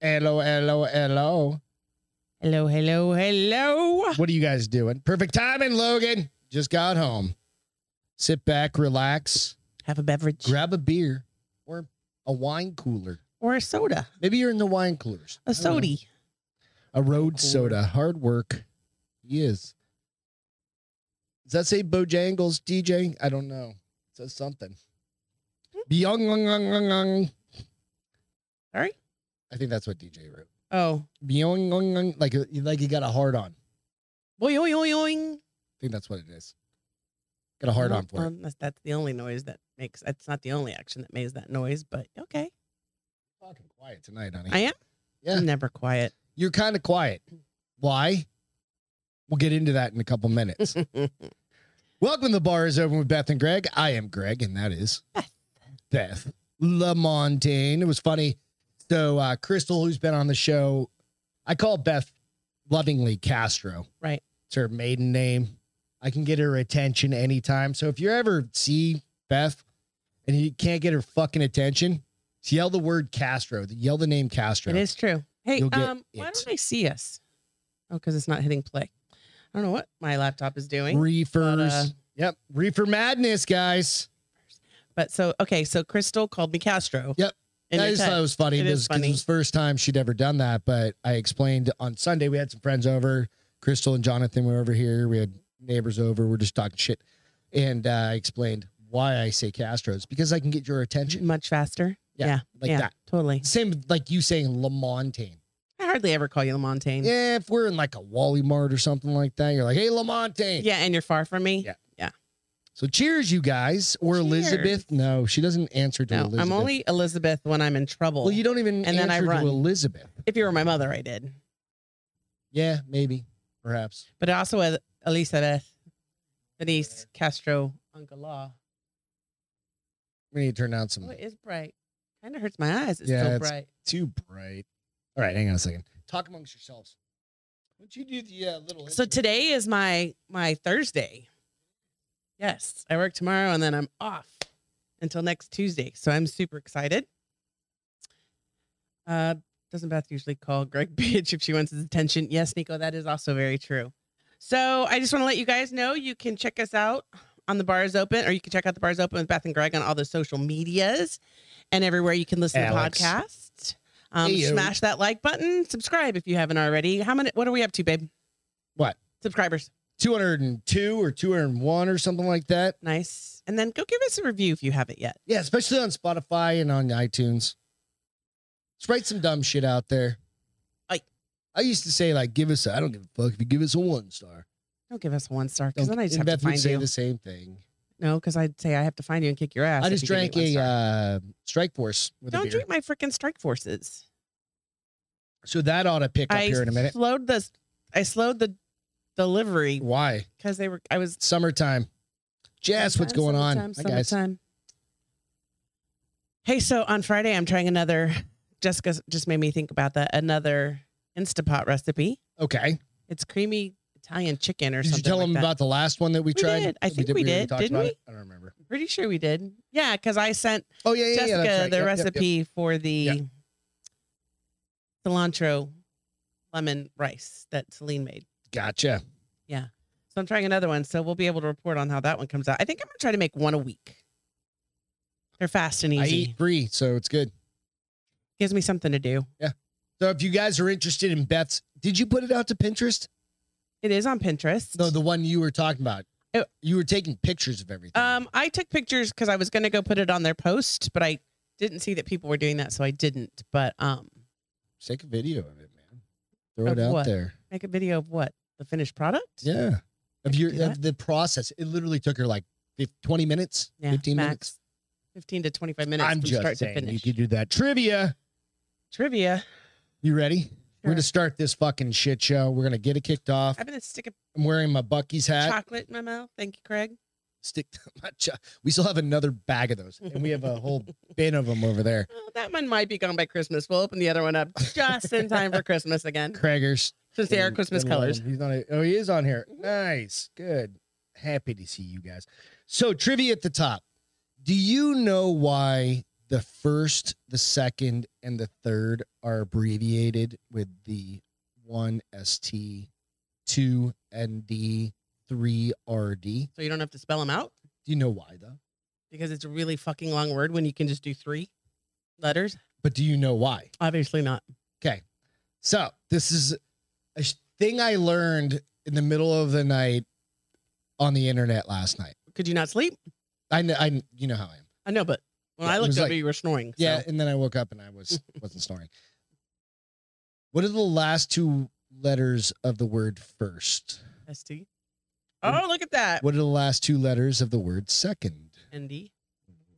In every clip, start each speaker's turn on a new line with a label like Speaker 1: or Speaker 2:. Speaker 1: Hello, hello, hello.
Speaker 2: Hello, hello, hello.
Speaker 1: What are you guys doing? Perfect timing, Logan. Just got home. Sit back, relax,
Speaker 2: Have a beverage
Speaker 1: grab a beer or a wine cooler.
Speaker 2: or a soda,
Speaker 1: Maybe you're in the wine coolers.
Speaker 2: a
Speaker 1: I don't know.
Speaker 2: sody.
Speaker 1: A road
Speaker 2: Cooler.
Speaker 1: soda. Hard work. He is. Does that say Bojangles, DJ? I don't know. It says something. Byung.
Speaker 2: Sorry?
Speaker 1: I think that's what DJ wrote.
Speaker 2: Oh,
Speaker 1: Byung, like like he got a hard on. I
Speaker 2: boing, oing, oing, oing.
Speaker 1: think that's what it is. Got a hard on for it.
Speaker 2: Um, that's, that's the only noise that makes. That's not the only action that makes that noise, but okay.
Speaker 1: Fucking quiet tonight, honey.
Speaker 2: I am.
Speaker 1: Yeah.
Speaker 2: I'm never quiet.
Speaker 1: You're kind of quiet. Why? We'll get into that in a couple minutes. Welcome to the bar is open with Beth and Greg. I am Greg, and that is
Speaker 2: Beth.
Speaker 1: Beth Lamontagne. It was funny. So uh, Crystal, who's been on the show, I call Beth lovingly Castro.
Speaker 2: Right.
Speaker 1: It's her maiden name. I can get her attention anytime. So if you ever see Beth and you can't get her fucking attention, just yell the word Castro. Yell the name Castro.
Speaker 2: It is true. Hey,
Speaker 1: You'll get
Speaker 2: um, why
Speaker 1: it.
Speaker 2: don't I see us? Oh, because it's not hitting play. I don't know what my laptop is doing.
Speaker 1: Reefers.
Speaker 2: But, uh,
Speaker 1: yep. Reefer madness, guys.
Speaker 2: But so okay, so Crystal called me Castro.
Speaker 1: Yep.
Speaker 2: In
Speaker 1: I
Speaker 2: your
Speaker 1: just thought it was funny
Speaker 2: text. It
Speaker 1: because
Speaker 2: is
Speaker 1: it,
Speaker 2: funny.
Speaker 1: was the first time she'd ever done that. But I explained on Sunday, we had some friends over. Crystal and Jonathan were over here. We had neighbors over. We're just talking shit. And uh, I explained why I say Castro's because I can get your attention
Speaker 2: much faster.
Speaker 1: Yeah, like
Speaker 2: yeah,
Speaker 1: that.
Speaker 2: Totally.
Speaker 1: Same with, like you saying Lamontagne.
Speaker 2: I hardly ever call you Lamontagne.
Speaker 1: Yeah, if we're in like a Wally Mart or something like that, you're like, hey, Lamontagne.
Speaker 2: Yeah, and you're far from me.
Speaker 1: Yeah. So cheers, you guys. Or
Speaker 2: Cheers.
Speaker 1: Elizabeth. No, she doesn't answer to
Speaker 2: No,
Speaker 1: Elizabeth.
Speaker 2: I'm only Elizabeth when I'm in trouble.
Speaker 1: Well, you don't even
Speaker 2: And then I
Speaker 1: answer
Speaker 2: run.
Speaker 1: to Elizabeth.
Speaker 2: if you were my mother, I did.
Speaker 1: Yeah, maybe, perhaps.
Speaker 2: But also with Elizabeth, Denise Castro, Uncle Law.
Speaker 1: We need to turn down some.
Speaker 2: Oh, it is bright. Kind of hurts my eyes. It's
Speaker 1: Yeah,
Speaker 2: so
Speaker 1: it's-
Speaker 2: bright.
Speaker 1: Too bright. All right, hang on a second. Talk amongst yourselves. Why don't you do the uh, little?
Speaker 2: So
Speaker 1: intro?
Speaker 2: today is my my Thursday. Yes, I work tomorrow and then I'm off until next Tuesday. So I'm super excited. Uh, doesn't Beth usually call Greg bitch if she wants his attention? Yes, Nico, that is also very true. So I just want to let you guys know you can check us out on the bars open, or you can check out the bars open with Beth and Greg on all the social medias and everywhere you can listen
Speaker 1: Alex.
Speaker 2: to podcasts. Um,
Speaker 1: Heyo.
Speaker 2: smash that like button, subscribe if you haven't already. How many? What are we up to, babe?
Speaker 1: What?
Speaker 2: subscribers?
Speaker 1: 202 or 201 or something like that.
Speaker 2: Nice. And then go give us a review if you haven't yet.
Speaker 1: Yeah, especially on Spotify and on iTunes. Just write some dumb shit out there.
Speaker 2: Aye.
Speaker 1: I used to say like, give us. A, I don't give a fuck if you give us a one star.
Speaker 2: Don't give us a one star because
Speaker 1: Don't-
Speaker 2: then I just
Speaker 1: and
Speaker 2: have
Speaker 1: Beth
Speaker 2: to
Speaker 1: would
Speaker 2: find
Speaker 1: say
Speaker 2: you.
Speaker 1: the same thing.
Speaker 2: No, because I'd say I have to find you and kick your ass.
Speaker 1: I
Speaker 2: if
Speaker 1: just
Speaker 2: you give me
Speaker 1: drank
Speaker 2: one
Speaker 1: a
Speaker 2: star.
Speaker 1: uh, Strike Force with a
Speaker 2: Don't
Speaker 1: beer.
Speaker 2: drink my freaking strike forces.
Speaker 1: So that ought to pick up
Speaker 2: I
Speaker 1: here in a minute.
Speaker 2: slowed the I slowed the delivery
Speaker 1: Why?
Speaker 2: because they were I was
Speaker 1: Summertime. Jess, what's going
Speaker 2: Summertime,
Speaker 1: on?
Speaker 2: summertime,
Speaker 1: Hi, guys.
Speaker 2: summertime. Hey, so on Friday I'm trying another Jessica just made me think about that another Instapot recipe.
Speaker 1: Okay.
Speaker 2: It's creamy Italian chicken or
Speaker 1: Did you
Speaker 2: something.
Speaker 1: tell
Speaker 2: like
Speaker 1: them
Speaker 2: that.
Speaker 1: about the last one that we,
Speaker 2: We
Speaker 1: tried?
Speaker 2: did. I think we
Speaker 1: already
Speaker 2: did,
Speaker 1: talked
Speaker 2: didn't
Speaker 1: about
Speaker 2: we?
Speaker 1: it? I don't remember.
Speaker 2: Pretty sure we did. Yeah, because I sent
Speaker 1: Oh yeah, yeah, yeah. that's
Speaker 2: Jessica
Speaker 1: right.
Speaker 2: the
Speaker 1: Yep, yep, yep.
Speaker 2: recipe for the
Speaker 1: Yep.
Speaker 2: cilantro lemon rice that Celine made.
Speaker 1: Gotcha.
Speaker 2: So I'm trying another one. So we'll be able to report on how that one comes out. I think I'm gonna try to make one a week. They're fast and
Speaker 1: I
Speaker 2: easy.
Speaker 1: eat free, so it's good.
Speaker 2: Gives me something to do.
Speaker 1: So if you guys are interested in Beth's, did you put it out to Pinterest?
Speaker 2: It is on Pinterest.
Speaker 1: No, the one you were talking about.
Speaker 2: Oh.
Speaker 1: You were taking pictures of everything.
Speaker 2: um, I took pictures because I was gonna go put it on their post, but I didn't see that people were doing that, so I didn't. But um,
Speaker 1: Just take a video of it, man. Throw
Speaker 2: Of
Speaker 1: it out
Speaker 2: what?
Speaker 1: there.
Speaker 2: make a video of what the finished product.
Speaker 1: Yeah. Of your
Speaker 2: do
Speaker 1: of the process. It literally took her like fif- 20 minutes,
Speaker 2: Yeah,
Speaker 1: 15
Speaker 2: max
Speaker 1: minutes.
Speaker 2: 15 to 25 minutes
Speaker 1: I'm
Speaker 2: from
Speaker 1: just
Speaker 2: start to
Speaker 1: saying you
Speaker 2: finish.
Speaker 1: could do that. Trivia.
Speaker 2: Trivia.
Speaker 1: You ready? We're
Speaker 2: Sure.
Speaker 1: gonna start this fucking shit show. We're gonna get it kicked off.
Speaker 2: I'm gonna stick a
Speaker 1: I'm wearing my Bucky's hat.
Speaker 2: chocolate in my mouth. Thank you, Craig.
Speaker 1: Stick to my cho- We still have another bag of those, and we have a whole bin of them over there.
Speaker 2: Oh, that one might be gone by Christmas. We'll open the other one up just in time for Christmas again,
Speaker 1: Craigers.
Speaker 2: since they are Christmas colors.
Speaker 1: He's not. oh, he is on here. Nice. Good. Happy to see you guys. So trivia at the top. Do you know why the first, the second, and the third are abbreviated with the one ST, two ND, three RD. Do
Speaker 2: So you don't have to spell them out
Speaker 1: you know why though?
Speaker 2: because it's a really fucking long word when you can just do three letters.
Speaker 1: But do you know why?
Speaker 2: Obviously not.
Speaker 1: Okay. So this is a sh- thing I learned in the middle of the night on the internet last night.
Speaker 2: Could you not sleep?
Speaker 1: I know, I, kn- you know how I am.
Speaker 2: I know, but when
Speaker 1: Yeah,
Speaker 2: I
Speaker 1: it
Speaker 2: looked
Speaker 1: was
Speaker 2: over,
Speaker 1: like-
Speaker 2: you were snoring. so-
Speaker 1: Yeah, and then I woke up and I was wasn't snoring. What are the last two letters of the word first?
Speaker 2: ST. Oh, look at that.
Speaker 1: What are the last two letters of the word second?
Speaker 2: ND.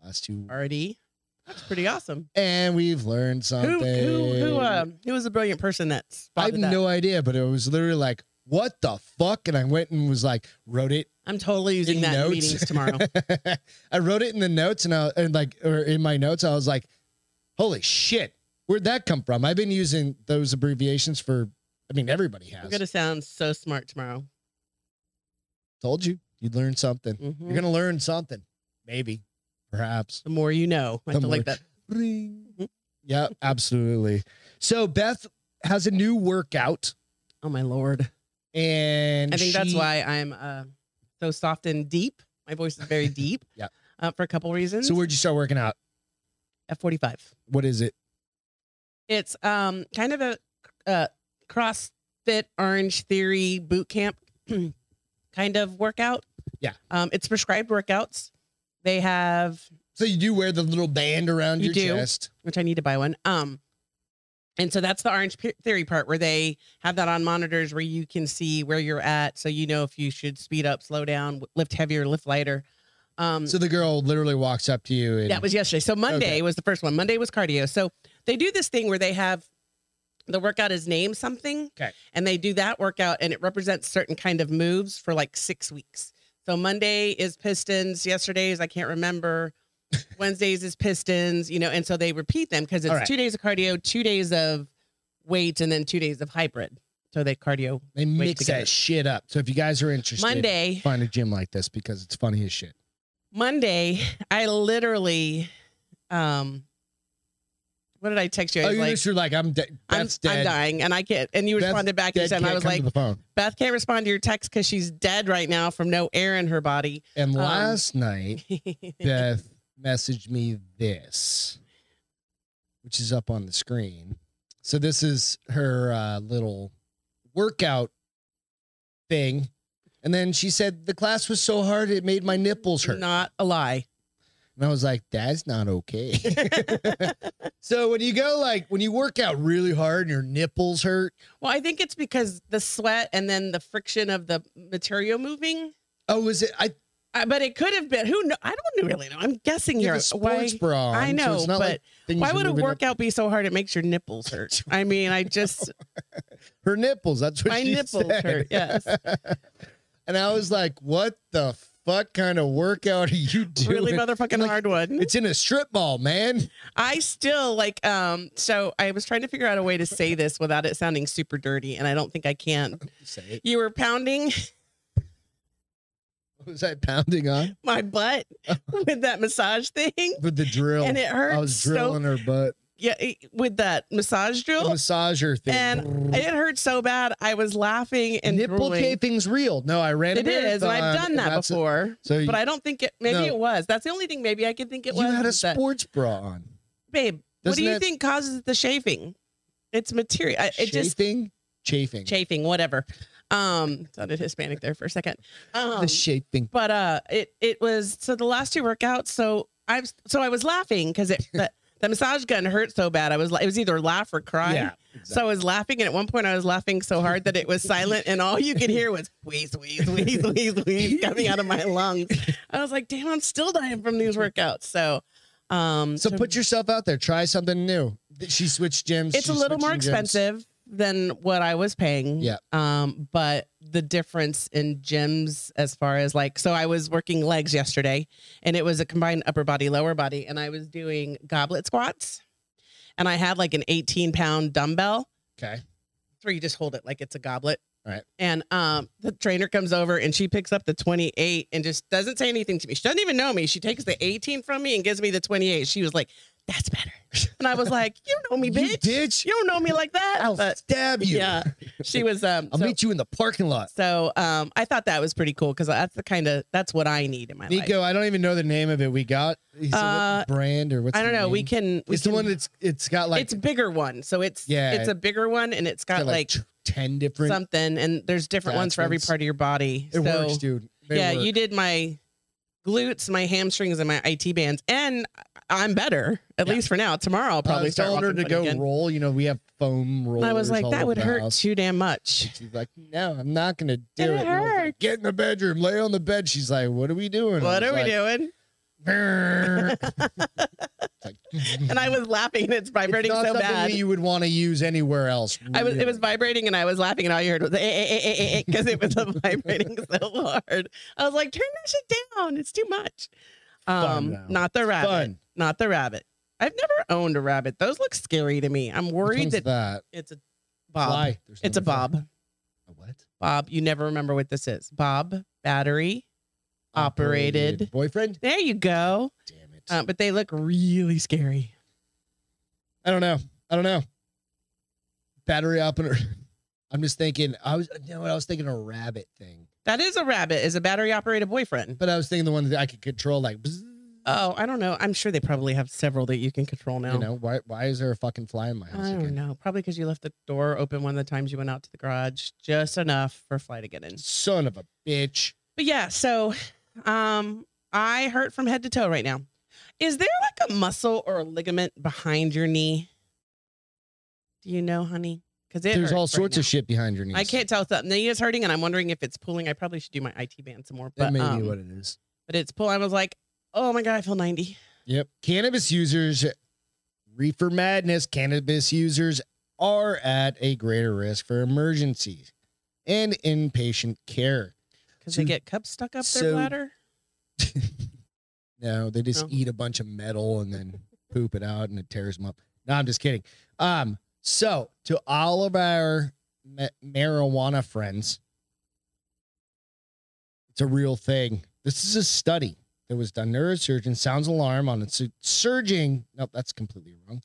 Speaker 1: Last two.
Speaker 2: RD. E. That's pretty awesome.
Speaker 1: And we've learned
Speaker 2: Who
Speaker 1: something.
Speaker 2: who who um who was a brilliant person that
Speaker 1: I have
Speaker 2: spotted that?
Speaker 1: no idea, but it was literally like, what the fuck? And I went and was like, wrote it
Speaker 2: I'm totally using
Speaker 1: in
Speaker 2: that in
Speaker 1: notes.
Speaker 2: meetings tomorrow.
Speaker 1: I wrote it in the notes and I and like or in my notes, I was like, holy shit, where'd that come from? I've been using those abbreviations for I mean everybody
Speaker 2: I'm
Speaker 1: has.
Speaker 2: gonna sound so smart tomorrow.
Speaker 1: Told you you'd learn something.
Speaker 2: Mhm.
Speaker 1: You're gonna learn something. Maybe. Perhaps.
Speaker 2: The more you know. I
Speaker 1: The
Speaker 2: feel like
Speaker 1: more-
Speaker 2: that.
Speaker 1: Ring.
Speaker 2: Mhm.
Speaker 1: yeah, absolutely. So Beth has a new workout
Speaker 2: Oh my lord.
Speaker 1: and
Speaker 2: I think that's
Speaker 1: she-
Speaker 2: why I'm uh, so soft and deep. My voice is very deep.
Speaker 1: Yeah.
Speaker 2: Uh, for a couple reasons.
Speaker 1: So where'd you start working out?
Speaker 2: F forty five.
Speaker 1: What is it?
Speaker 2: It's um kind of a uh, CrossFit Orange Theory boot camp kind of workout.
Speaker 1: Yeah.
Speaker 2: Um, it's prescribed workouts. They have,
Speaker 1: So you do wear the little band around
Speaker 2: You
Speaker 1: your
Speaker 2: do.
Speaker 1: chest.
Speaker 2: which I need to buy one. Um, and so that's the Orange Pe- Theory part where they have that on monitors where you can see where you're at, so you know if you should speed up, slow down, w- lift heavier, lift lighter. Um,
Speaker 1: So the girl literally walks up to you and
Speaker 2: That was yesterday. So Monday
Speaker 1: Okay.
Speaker 2: was the first one. Monday was cardio. So they do this thing where they have the workout is named something.
Speaker 1: Okay.
Speaker 2: And they do that workout and it represents certain kind of moves for like six weeks. So Monday is Pistons. Yesterday's I can't remember. Wednesdays is Pistons, you know, and so they repeat them because it's
Speaker 1: All right.
Speaker 2: two days of cardio, two days of weight, and then two days of hybrid. So they cardio
Speaker 1: They mix
Speaker 2: together.
Speaker 1: that shit up. So if you guys are interested,
Speaker 2: Monday.
Speaker 1: find a gym like this because it's funny as shit.
Speaker 2: Monday, I literally um what did I text you? I
Speaker 1: Oh,
Speaker 2: was
Speaker 1: you
Speaker 2: like,
Speaker 1: just you're like I'm. De-
Speaker 2: I'm,
Speaker 1: Beth's
Speaker 2: I'm
Speaker 1: dead.
Speaker 2: dying and I can't. And you
Speaker 1: Beth
Speaker 2: responded back
Speaker 1: Dead
Speaker 2: and said, and I
Speaker 1: can't
Speaker 2: was
Speaker 1: come to
Speaker 2: like,
Speaker 1: the phone.
Speaker 2: Beth can't respond to your text because she's dead right now from no air in her body.
Speaker 1: And last night, Beth messaged me this, which is up on the screen. So this is her uh, little workout thing, and then she said the class was so hard it made my nipples hurt.
Speaker 2: Not a lie.
Speaker 1: And I was like, that's not okay. so when you go like when you work out really hard and your nipples hurt.
Speaker 2: Well, I think it's because the sweat and then the friction of the material moving.
Speaker 1: Oh, is it I
Speaker 2: Uh, but it could have been who know I don't really know. I'm guessing
Speaker 1: you have a
Speaker 2: here.
Speaker 1: sports
Speaker 2: why,
Speaker 1: bra? on,
Speaker 2: I
Speaker 1: so
Speaker 2: know,
Speaker 1: it's
Speaker 2: but
Speaker 1: not like things
Speaker 2: why
Speaker 1: are
Speaker 2: would a
Speaker 1: moving up-
Speaker 2: workout be so hard it makes your nipples hurt? I mean, I just
Speaker 1: her nipples? That's what
Speaker 2: my
Speaker 1: she
Speaker 2: nipples
Speaker 1: said.
Speaker 2: hurt. Yes.
Speaker 1: and I was like, what the fuck kind of workout are you doing?
Speaker 2: really motherfucking
Speaker 1: Like,
Speaker 2: hard one.
Speaker 1: It's in a strip ball, man.
Speaker 2: I still like um so I was trying to figure out a way to say this without it sounding super dirty and I don't think I can.
Speaker 1: Say it.
Speaker 2: You were pounding
Speaker 1: What was I pounding on
Speaker 2: my butt with that massage thing
Speaker 1: with the drill?
Speaker 2: and it hurt
Speaker 1: I was
Speaker 2: so
Speaker 1: drilling her butt.
Speaker 2: yeah it- with that massage
Speaker 1: The
Speaker 2: drill
Speaker 1: massager thing.
Speaker 2: and it hurt so bad I was laughing and
Speaker 1: nipple
Speaker 2: drooling.
Speaker 1: chafing's real. No, I ran
Speaker 2: It
Speaker 1: a
Speaker 2: is, and I've
Speaker 1: marathon,
Speaker 2: done
Speaker 1: and uh,
Speaker 2: that
Speaker 1: that's-
Speaker 2: before.
Speaker 1: So
Speaker 2: But I don't think it maybe
Speaker 1: No.
Speaker 2: it was. That's the only thing maybe I could think it
Speaker 1: you
Speaker 2: was.
Speaker 1: had a
Speaker 2: is that-
Speaker 1: sports bra on.
Speaker 2: babe, what
Speaker 1: Doesn't
Speaker 2: do you
Speaker 1: that-
Speaker 2: think causes the chafing? It's material. I- It just
Speaker 1: chafing, chafing,
Speaker 2: chafing, whatever. Um, sounded Hispanic there for a second. Um,
Speaker 1: the shaping.
Speaker 2: but uh, it it was so the last two workouts. So I was so I was laughing because it the, the massage gun hurt so bad. I was like, it was either laugh or cry. So I was laughing, and at one point I was laughing so hard that it was silent, and all you could hear was wheeze, wheeze, wheeze, wheeze, wheeze coming out of my lungs. I was like, damn, I'm still dying from these workouts. So, um,
Speaker 1: So put yourself out there. Try something new. Th- She switched gyms.
Speaker 2: it's a
Speaker 1: she's
Speaker 2: little more
Speaker 1: switching gyms.
Speaker 2: expensive than what I was paying.
Speaker 1: Yeah.
Speaker 2: Um, but the difference in gyms as far as like so I was working legs yesterday and it was a combined upper body, lower body, and I was doing goblet squats and I had like an 18 pound dumbbell
Speaker 1: Okay.
Speaker 2: where you just hold it like it's a goblet.
Speaker 1: All right.
Speaker 2: And um, the trainer comes over and she picks up the 28 and just doesn't say anything to me. She doesn't even know me. She takes the 18 from me and gives me the 28. She was like, that's better. And I was like, you don't know me, bitch.
Speaker 1: You bitch.
Speaker 2: You don't know me like that.
Speaker 1: I'll
Speaker 2: But,
Speaker 1: stab you.
Speaker 2: yeah, she was. Um,
Speaker 1: I'll
Speaker 2: so,
Speaker 1: meet you in the parking lot.
Speaker 2: so um, I thought that was pretty cool because that's the kind of that's what I need in my life.
Speaker 1: Nico, I don't even know the name of it. We got is it what
Speaker 2: Uh,
Speaker 1: brand or what's
Speaker 2: I don't
Speaker 1: the
Speaker 2: know. We
Speaker 1: name?
Speaker 2: can. We
Speaker 1: It's the
Speaker 2: can-
Speaker 1: one that's it's got like
Speaker 2: it's a bigger one. So it's
Speaker 1: Yeah.
Speaker 2: yeah, it's a bigger one and it's got
Speaker 1: got,
Speaker 2: like,
Speaker 1: tr- ten different.
Speaker 2: something and there's different ones for every
Speaker 1: attachments.
Speaker 2: part of your body.
Speaker 1: it
Speaker 2: so
Speaker 1: works, dude. They
Speaker 2: yeah,
Speaker 1: work.
Speaker 2: you did my glutes, my hamstrings, and my IT bands, and I'm better at
Speaker 1: Yeah.
Speaker 2: least for now. Tomorrow I'll probably
Speaker 1: uh,
Speaker 2: start
Speaker 1: telling her
Speaker 2: walking
Speaker 1: to
Speaker 2: funny
Speaker 1: go
Speaker 2: again.
Speaker 1: roll. You know, we have foam rollers.
Speaker 2: And I was like,
Speaker 1: all
Speaker 2: that
Speaker 1: over
Speaker 2: would
Speaker 1: the
Speaker 2: hurt
Speaker 1: house."
Speaker 2: too damn much.
Speaker 1: She's like, no, I'm not gonna do it.
Speaker 2: It
Speaker 1: And I was like,
Speaker 2: hurts.
Speaker 1: Get in the bedroom, lay on the bed. She's like, what are we doing?
Speaker 2: What are we doing?
Speaker 1: doing?
Speaker 2: And I was laughing. and It's vibrating
Speaker 1: not
Speaker 2: so
Speaker 1: something
Speaker 2: bad.
Speaker 1: that you would want to use anywhere else.
Speaker 2: I was it was
Speaker 1: really.
Speaker 2: vibrating and I was laughing and all you heard was eh, because it was vibrating so hard. I was like, turn that shit down. It's too much.
Speaker 1: Fun,
Speaker 2: Um,
Speaker 1: though.
Speaker 2: not the rabbit.
Speaker 1: fun.
Speaker 2: Not the rabbit. I've never owned a rabbit. Those look scary to me. I'm
Speaker 1: Which
Speaker 2: worried
Speaker 1: one's
Speaker 2: that
Speaker 1: that
Speaker 2: it's a bob.
Speaker 1: Fly. There's no
Speaker 2: It's a
Speaker 1: other fly.
Speaker 2: bob.
Speaker 1: A What?
Speaker 2: Bob, you never remember what this is. Bob battery operated.
Speaker 1: boyfriend. Um,
Speaker 2: There you go.
Speaker 1: Damn it!
Speaker 2: Uh, but they look really scary.
Speaker 1: I don't know. I don't know. Battery opener. I'm just thinking. I was you know what I was thinking a rabbit thing,
Speaker 2: That is a rabbit. Is a battery operated boyfriend.
Speaker 1: but I was thinking the one that I could control. Like, bzzz,
Speaker 2: Oh, I don't know. I'm sure they probably have several that you can control now.
Speaker 1: you know, why why is there a fucking fly in my house?
Speaker 2: I don't
Speaker 1: again?
Speaker 2: know. Probably because you left the door open one of the times you went out to the garage, just enough for Fly to get in.
Speaker 1: Son of a bitch.
Speaker 2: But yeah, so um, I hurt from head to toe right now. Is there like a muscle or a ligament behind your knee? Do you know, honey? Because
Speaker 1: There's all sorts of shit behind your knees.
Speaker 2: I can't tell if that knee is hurting, and I'm wondering if it's pulling. I probably should do my IT band some more.
Speaker 1: That
Speaker 2: But,
Speaker 1: may
Speaker 2: um,
Speaker 1: be what it is.
Speaker 2: but it's pulling. I was like, oh my god, I feel 90.
Speaker 1: Yep. Cannabis users, reefer madness, cannabis users are at a greater risk for emergencies and inpatient care.
Speaker 2: Because they
Speaker 1: Dude,
Speaker 2: get cups stuck up their
Speaker 1: so-
Speaker 2: bladder.
Speaker 1: No, they just
Speaker 2: No.
Speaker 1: eat a bunch of metal and then poop it out and it tears them up. No, I'm just kidding. Um, so to all of our ma- marijuana friends, it's a real thing. This is a study that was done. Neurosurgeon sounds alarm on its surging. Nope, that's completely wrong.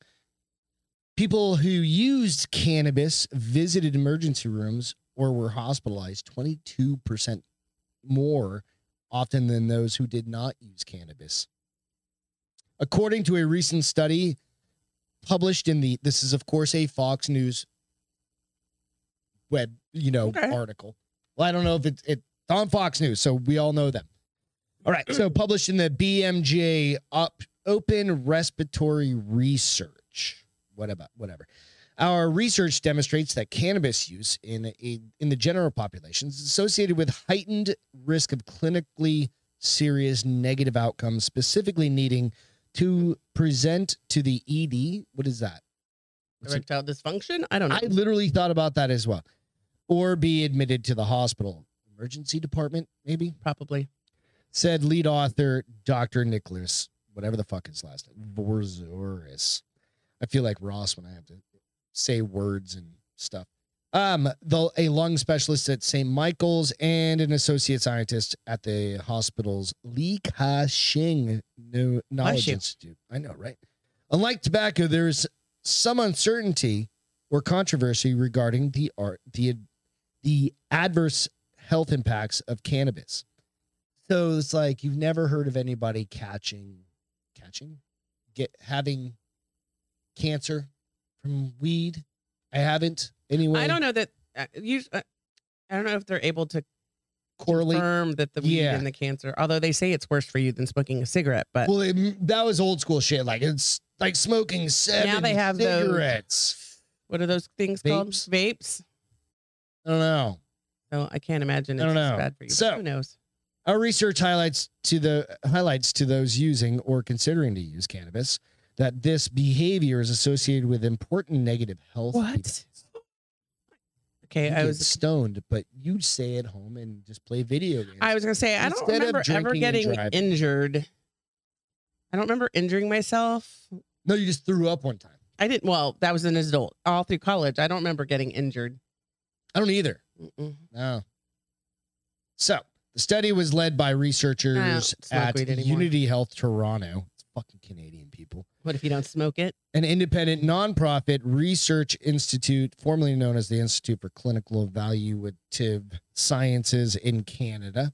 Speaker 1: People who used cannabis visited emergency rooms or were hospitalized 22% more often than those who did not use cannabis. According to a recent study published in the this is of course a Fox News web, you know,
Speaker 2: Okay.
Speaker 1: article. Well, I don't know if it's it's on Fox News, so we all know them. All right, so published in the BMJ up open respiratory research. What about whatever? Our research demonstrates that cannabis use in a, in the general population is associated with heightened risk of clinically serious negative outcomes, specifically needing to present to the ED. What is that? What's it-
Speaker 2: Erectile dysfunction. I don't know.
Speaker 1: I literally thought about that as well, or be admitted to the hospital emergency department, maybe
Speaker 2: probably.
Speaker 1: said lead author Dr. Nicholas, whatever the fuck his last name, Vorzuris. I feel like Ross when I have to say words and stuff. Um, the, a lung specialist at St. Michael's and an associate scientist at the hospital's Li Ka Shing No- Knowledge
Speaker 2: you.
Speaker 1: Institute. I know, right? Unlike tobacco, there is some uncertainty or controversy regarding the art, the the adverse health impacts of cannabis. So it's like you've never heard of anybody catching, catching, get having cancer from weed. I haven't anyway.
Speaker 2: I don't know that uh, you. Uh, I don't know if they're able to
Speaker 1: correlate.
Speaker 2: confirm that the weed
Speaker 1: Yeah.
Speaker 2: and the cancer. Although they say it's worse for you than smoking a cigarette, but
Speaker 1: Well, it, that was old school shit. Like it's like smoking seven
Speaker 2: they have those-
Speaker 1: cigarettes.
Speaker 2: what are those things called?
Speaker 1: Vapes?
Speaker 2: Vapes.
Speaker 1: I don't know.
Speaker 2: So I can't imagine. It's
Speaker 1: I don't
Speaker 2: as
Speaker 1: know.
Speaker 2: Bad for you. but
Speaker 1: So-
Speaker 2: who knows?
Speaker 1: Our research highlights to the highlights to those using or considering to use cannabis that this behavior is associated with important negative health.
Speaker 2: What? Okay,
Speaker 1: You
Speaker 2: I
Speaker 1: get
Speaker 2: was
Speaker 1: stoned, but you stay at home and just play video games.
Speaker 2: I was gonna say I don't
Speaker 1: Instead of
Speaker 2: remember ever
Speaker 1: drinking and
Speaker 2: getting
Speaker 1: driving.
Speaker 2: injured. I don't remember injuring myself.
Speaker 1: no, you just threw up one time.
Speaker 2: I didn't. Well, that was an adult all through college. I don't remember getting injured.
Speaker 1: I don't either.
Speaker 2: Mm-mm.
Speaker 1: No. So the study was led by researchers
Speaker 2: smoke
Speaker 1: at
Speaker 2: weed anymore.
Speaker 1: Unity Health Toronto. It's fucking Canadian people.
Speaker 2: What if you don't smoke it?
Speaker 1: An independent nonprofit research institute, formerly known as the Institute for Clinical Evaluative Sciences in Canada.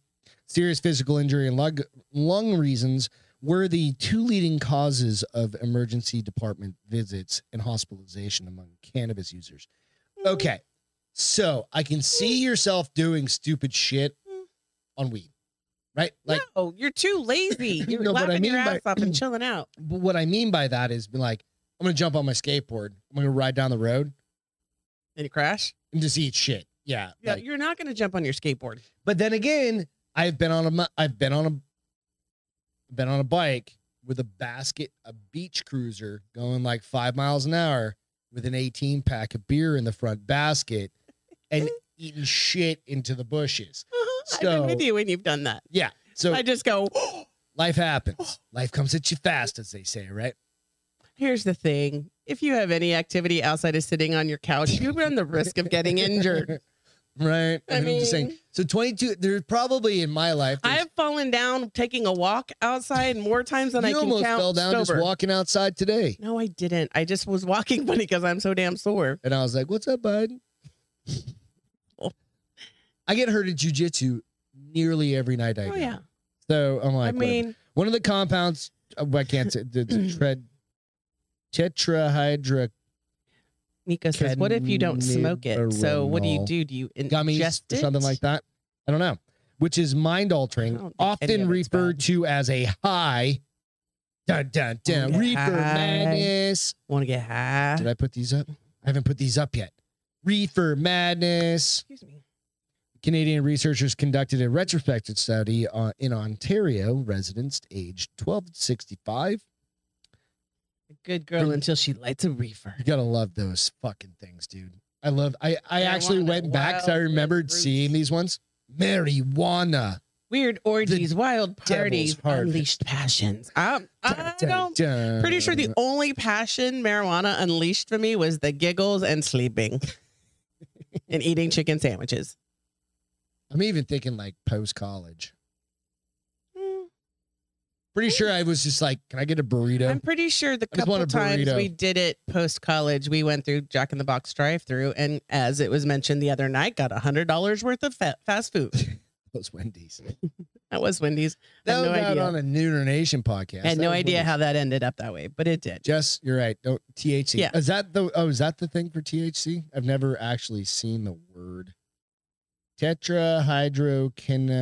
Speaker 1: Serious physical injury and lung, lung reasons were the two leading causes of emergency department visits and hospitalization among cannabis users. Okay. So I can
Speaker 2: Mm.
Speaker 1: see yourself doing stupid shit on weed, right? Like,
Speaker 2: no, you're too lazy. You're
Speaker 1: No, but I
Speaker 2: laughing your
Speaker 1: mean by-
Speaker 2: ass off and chilling out.
Speaker 1: but what I mean by that is be like, I'm going to jump on my skateboard. I'm going to ride down the road
Speaker 2: And you crash.
Speaker 1: and just eat shit. Yeah.
Speaker 2: Yeah,
Speaker 1: like-
Speaker 2: you're not going to jump on your skateboard.
Speaker 1: but then again, I've been on a, mo- I've been on a, been on a bike with a basket, a beach cruiser going like five miles an hour with an 18 pack of beer in the front basket and eating shit into the bushes.
Speaker 2: I've been Uh-huh, with
Speaker 1: So-
Speaker 2: you when you've done that.
Speaker 1: Yeah. So
Speaker 2: I just go.
Speaker 1: life happens. Life comes at you fast, as they say, right?
Speaker 2: Here's the thing: if you have any activity outside of sitting on your couch, you run the risk of getting injured.
Speaker 1: Right.
Speaker 2: I
Speaker 1: I'm just saying.
Speaker 2: mean-
Speaker 1: So 22, there's probably in my life,
Speaker 2: I
Speaker 1: there's-
Speaker 2: have fallen down taking a walk outside more times than I
Speaker 1: you
Speaker 2: can
Speaker 1: almost
Speaker 2: count
Speaker 1: fell down
Speaker 2: sober.
Speaker 1: just walking outside today.
Speaker 2: no, I didn't. I just was walking funny because I'm so damn sore.
Speaker 1: And I was like, what's up, bud? I get hurt at jujitsu nearly every night I go.
Speaker 2: Oh yeah.
Speaker 1: So I'm
Speaker 2: I
Speaker 1: like, whatever.
Speaker 2: mean,
Speaker 1: one of the compounds, uh, I can't say, the, the tred, tetrahydra
Speaker 2: Nico says, "What if you don't smoke it? So what do you
Speaker 1: Cannabidiol
Speaker 2: do? Do you
Speaker 1: gummies
Speaker 2: ingest
Speaker 1: or
Speaker 2: it?
Speaker 1: something like that. I don't know. Which is mind
Speaker 2: I don't
Speaker 1: altering,
Speaker 2: think any
Speaker 1: often
Speaker 2: of it's
Speaker 1: referred
Speaker 2: bad.
Speaker 1: to as a high. Dun dun dun.
Speaker 2: Yeah.
Speaker 1: Reefer
Speaker 2: High.
Speaker 1: madness.
Speaker 2: Want to get high?
Speaker 1: Did I put these up? I haven't put these up yet. Reefer madness.
Speaker 2: Excuse me.
Speaker 1: Canadian researchers conducted a retrospective study on, in Ontario residents aged 12 to 65.
Speaker 2: A good girl until she lights a reefer.
Speaker 1: You gotta love those fucking things, dude. I love. I I
Speaker 2: Marijuana,
Speaker 1: actually went back because I
Speaker 2: wild
Speaker 1: remembered
Speaker 2: fruits.
Speaker 1: seeing these ones. Marijuana.
Speaker 2: Weird orgies, wild parties,
Speaker 1: harvest.
Speaker 2: unleashed passions. I'm, I don't
Speaker 1: Dun,
Speaker 2: Pretty sure the
Speaker 1: dun.
Speaker 2: only passion marijuana unleashed for me was the giggles and sleeping and eating chicken sandwiches.
Speaker 1: I'm even thinking like post college.
Speaker 2: Mm,
Speaker 1: Pretty sure I was just like, can I get a burrito?
Speaker 2: I'm pretty sure the
Speaker 1: I just
Speaker 2: couple
Speaker 1: want a
Speaker 2: times
Speaker 1: burrito.
Speaker 2: we did it post college, we went through Jack in the Box drive through, and as it was mentioned the other night, got hundred dollars worth of fa- fast food.
Speaker 1: Those Wendy's.
Speaker 2: That was Wendy's. I
Speaker 1: That
Speaker 2: had
Speaker 1: was
Speaker 2: no
Speaker 1: out
Speaker 2: idea.
Speaker 1: on a Nooner Nation podcast.
Speaker 2: I had
Speaker 1: That
Speaker 2: no
Speaker 1: was
Speaker 2: idea
Speaker 1: Wendy's.
Speaker 2: how that ended up that way, but it did.
Speaker 1: Jess, you're right. Oh, Don't THC.
Speaker 2: Yeah.
Speaker 1: Is that the oh, is that the thing for THC? I've never actually seen the word. Tetrahydrocannabidiol.
Speaker 2: Cannabis.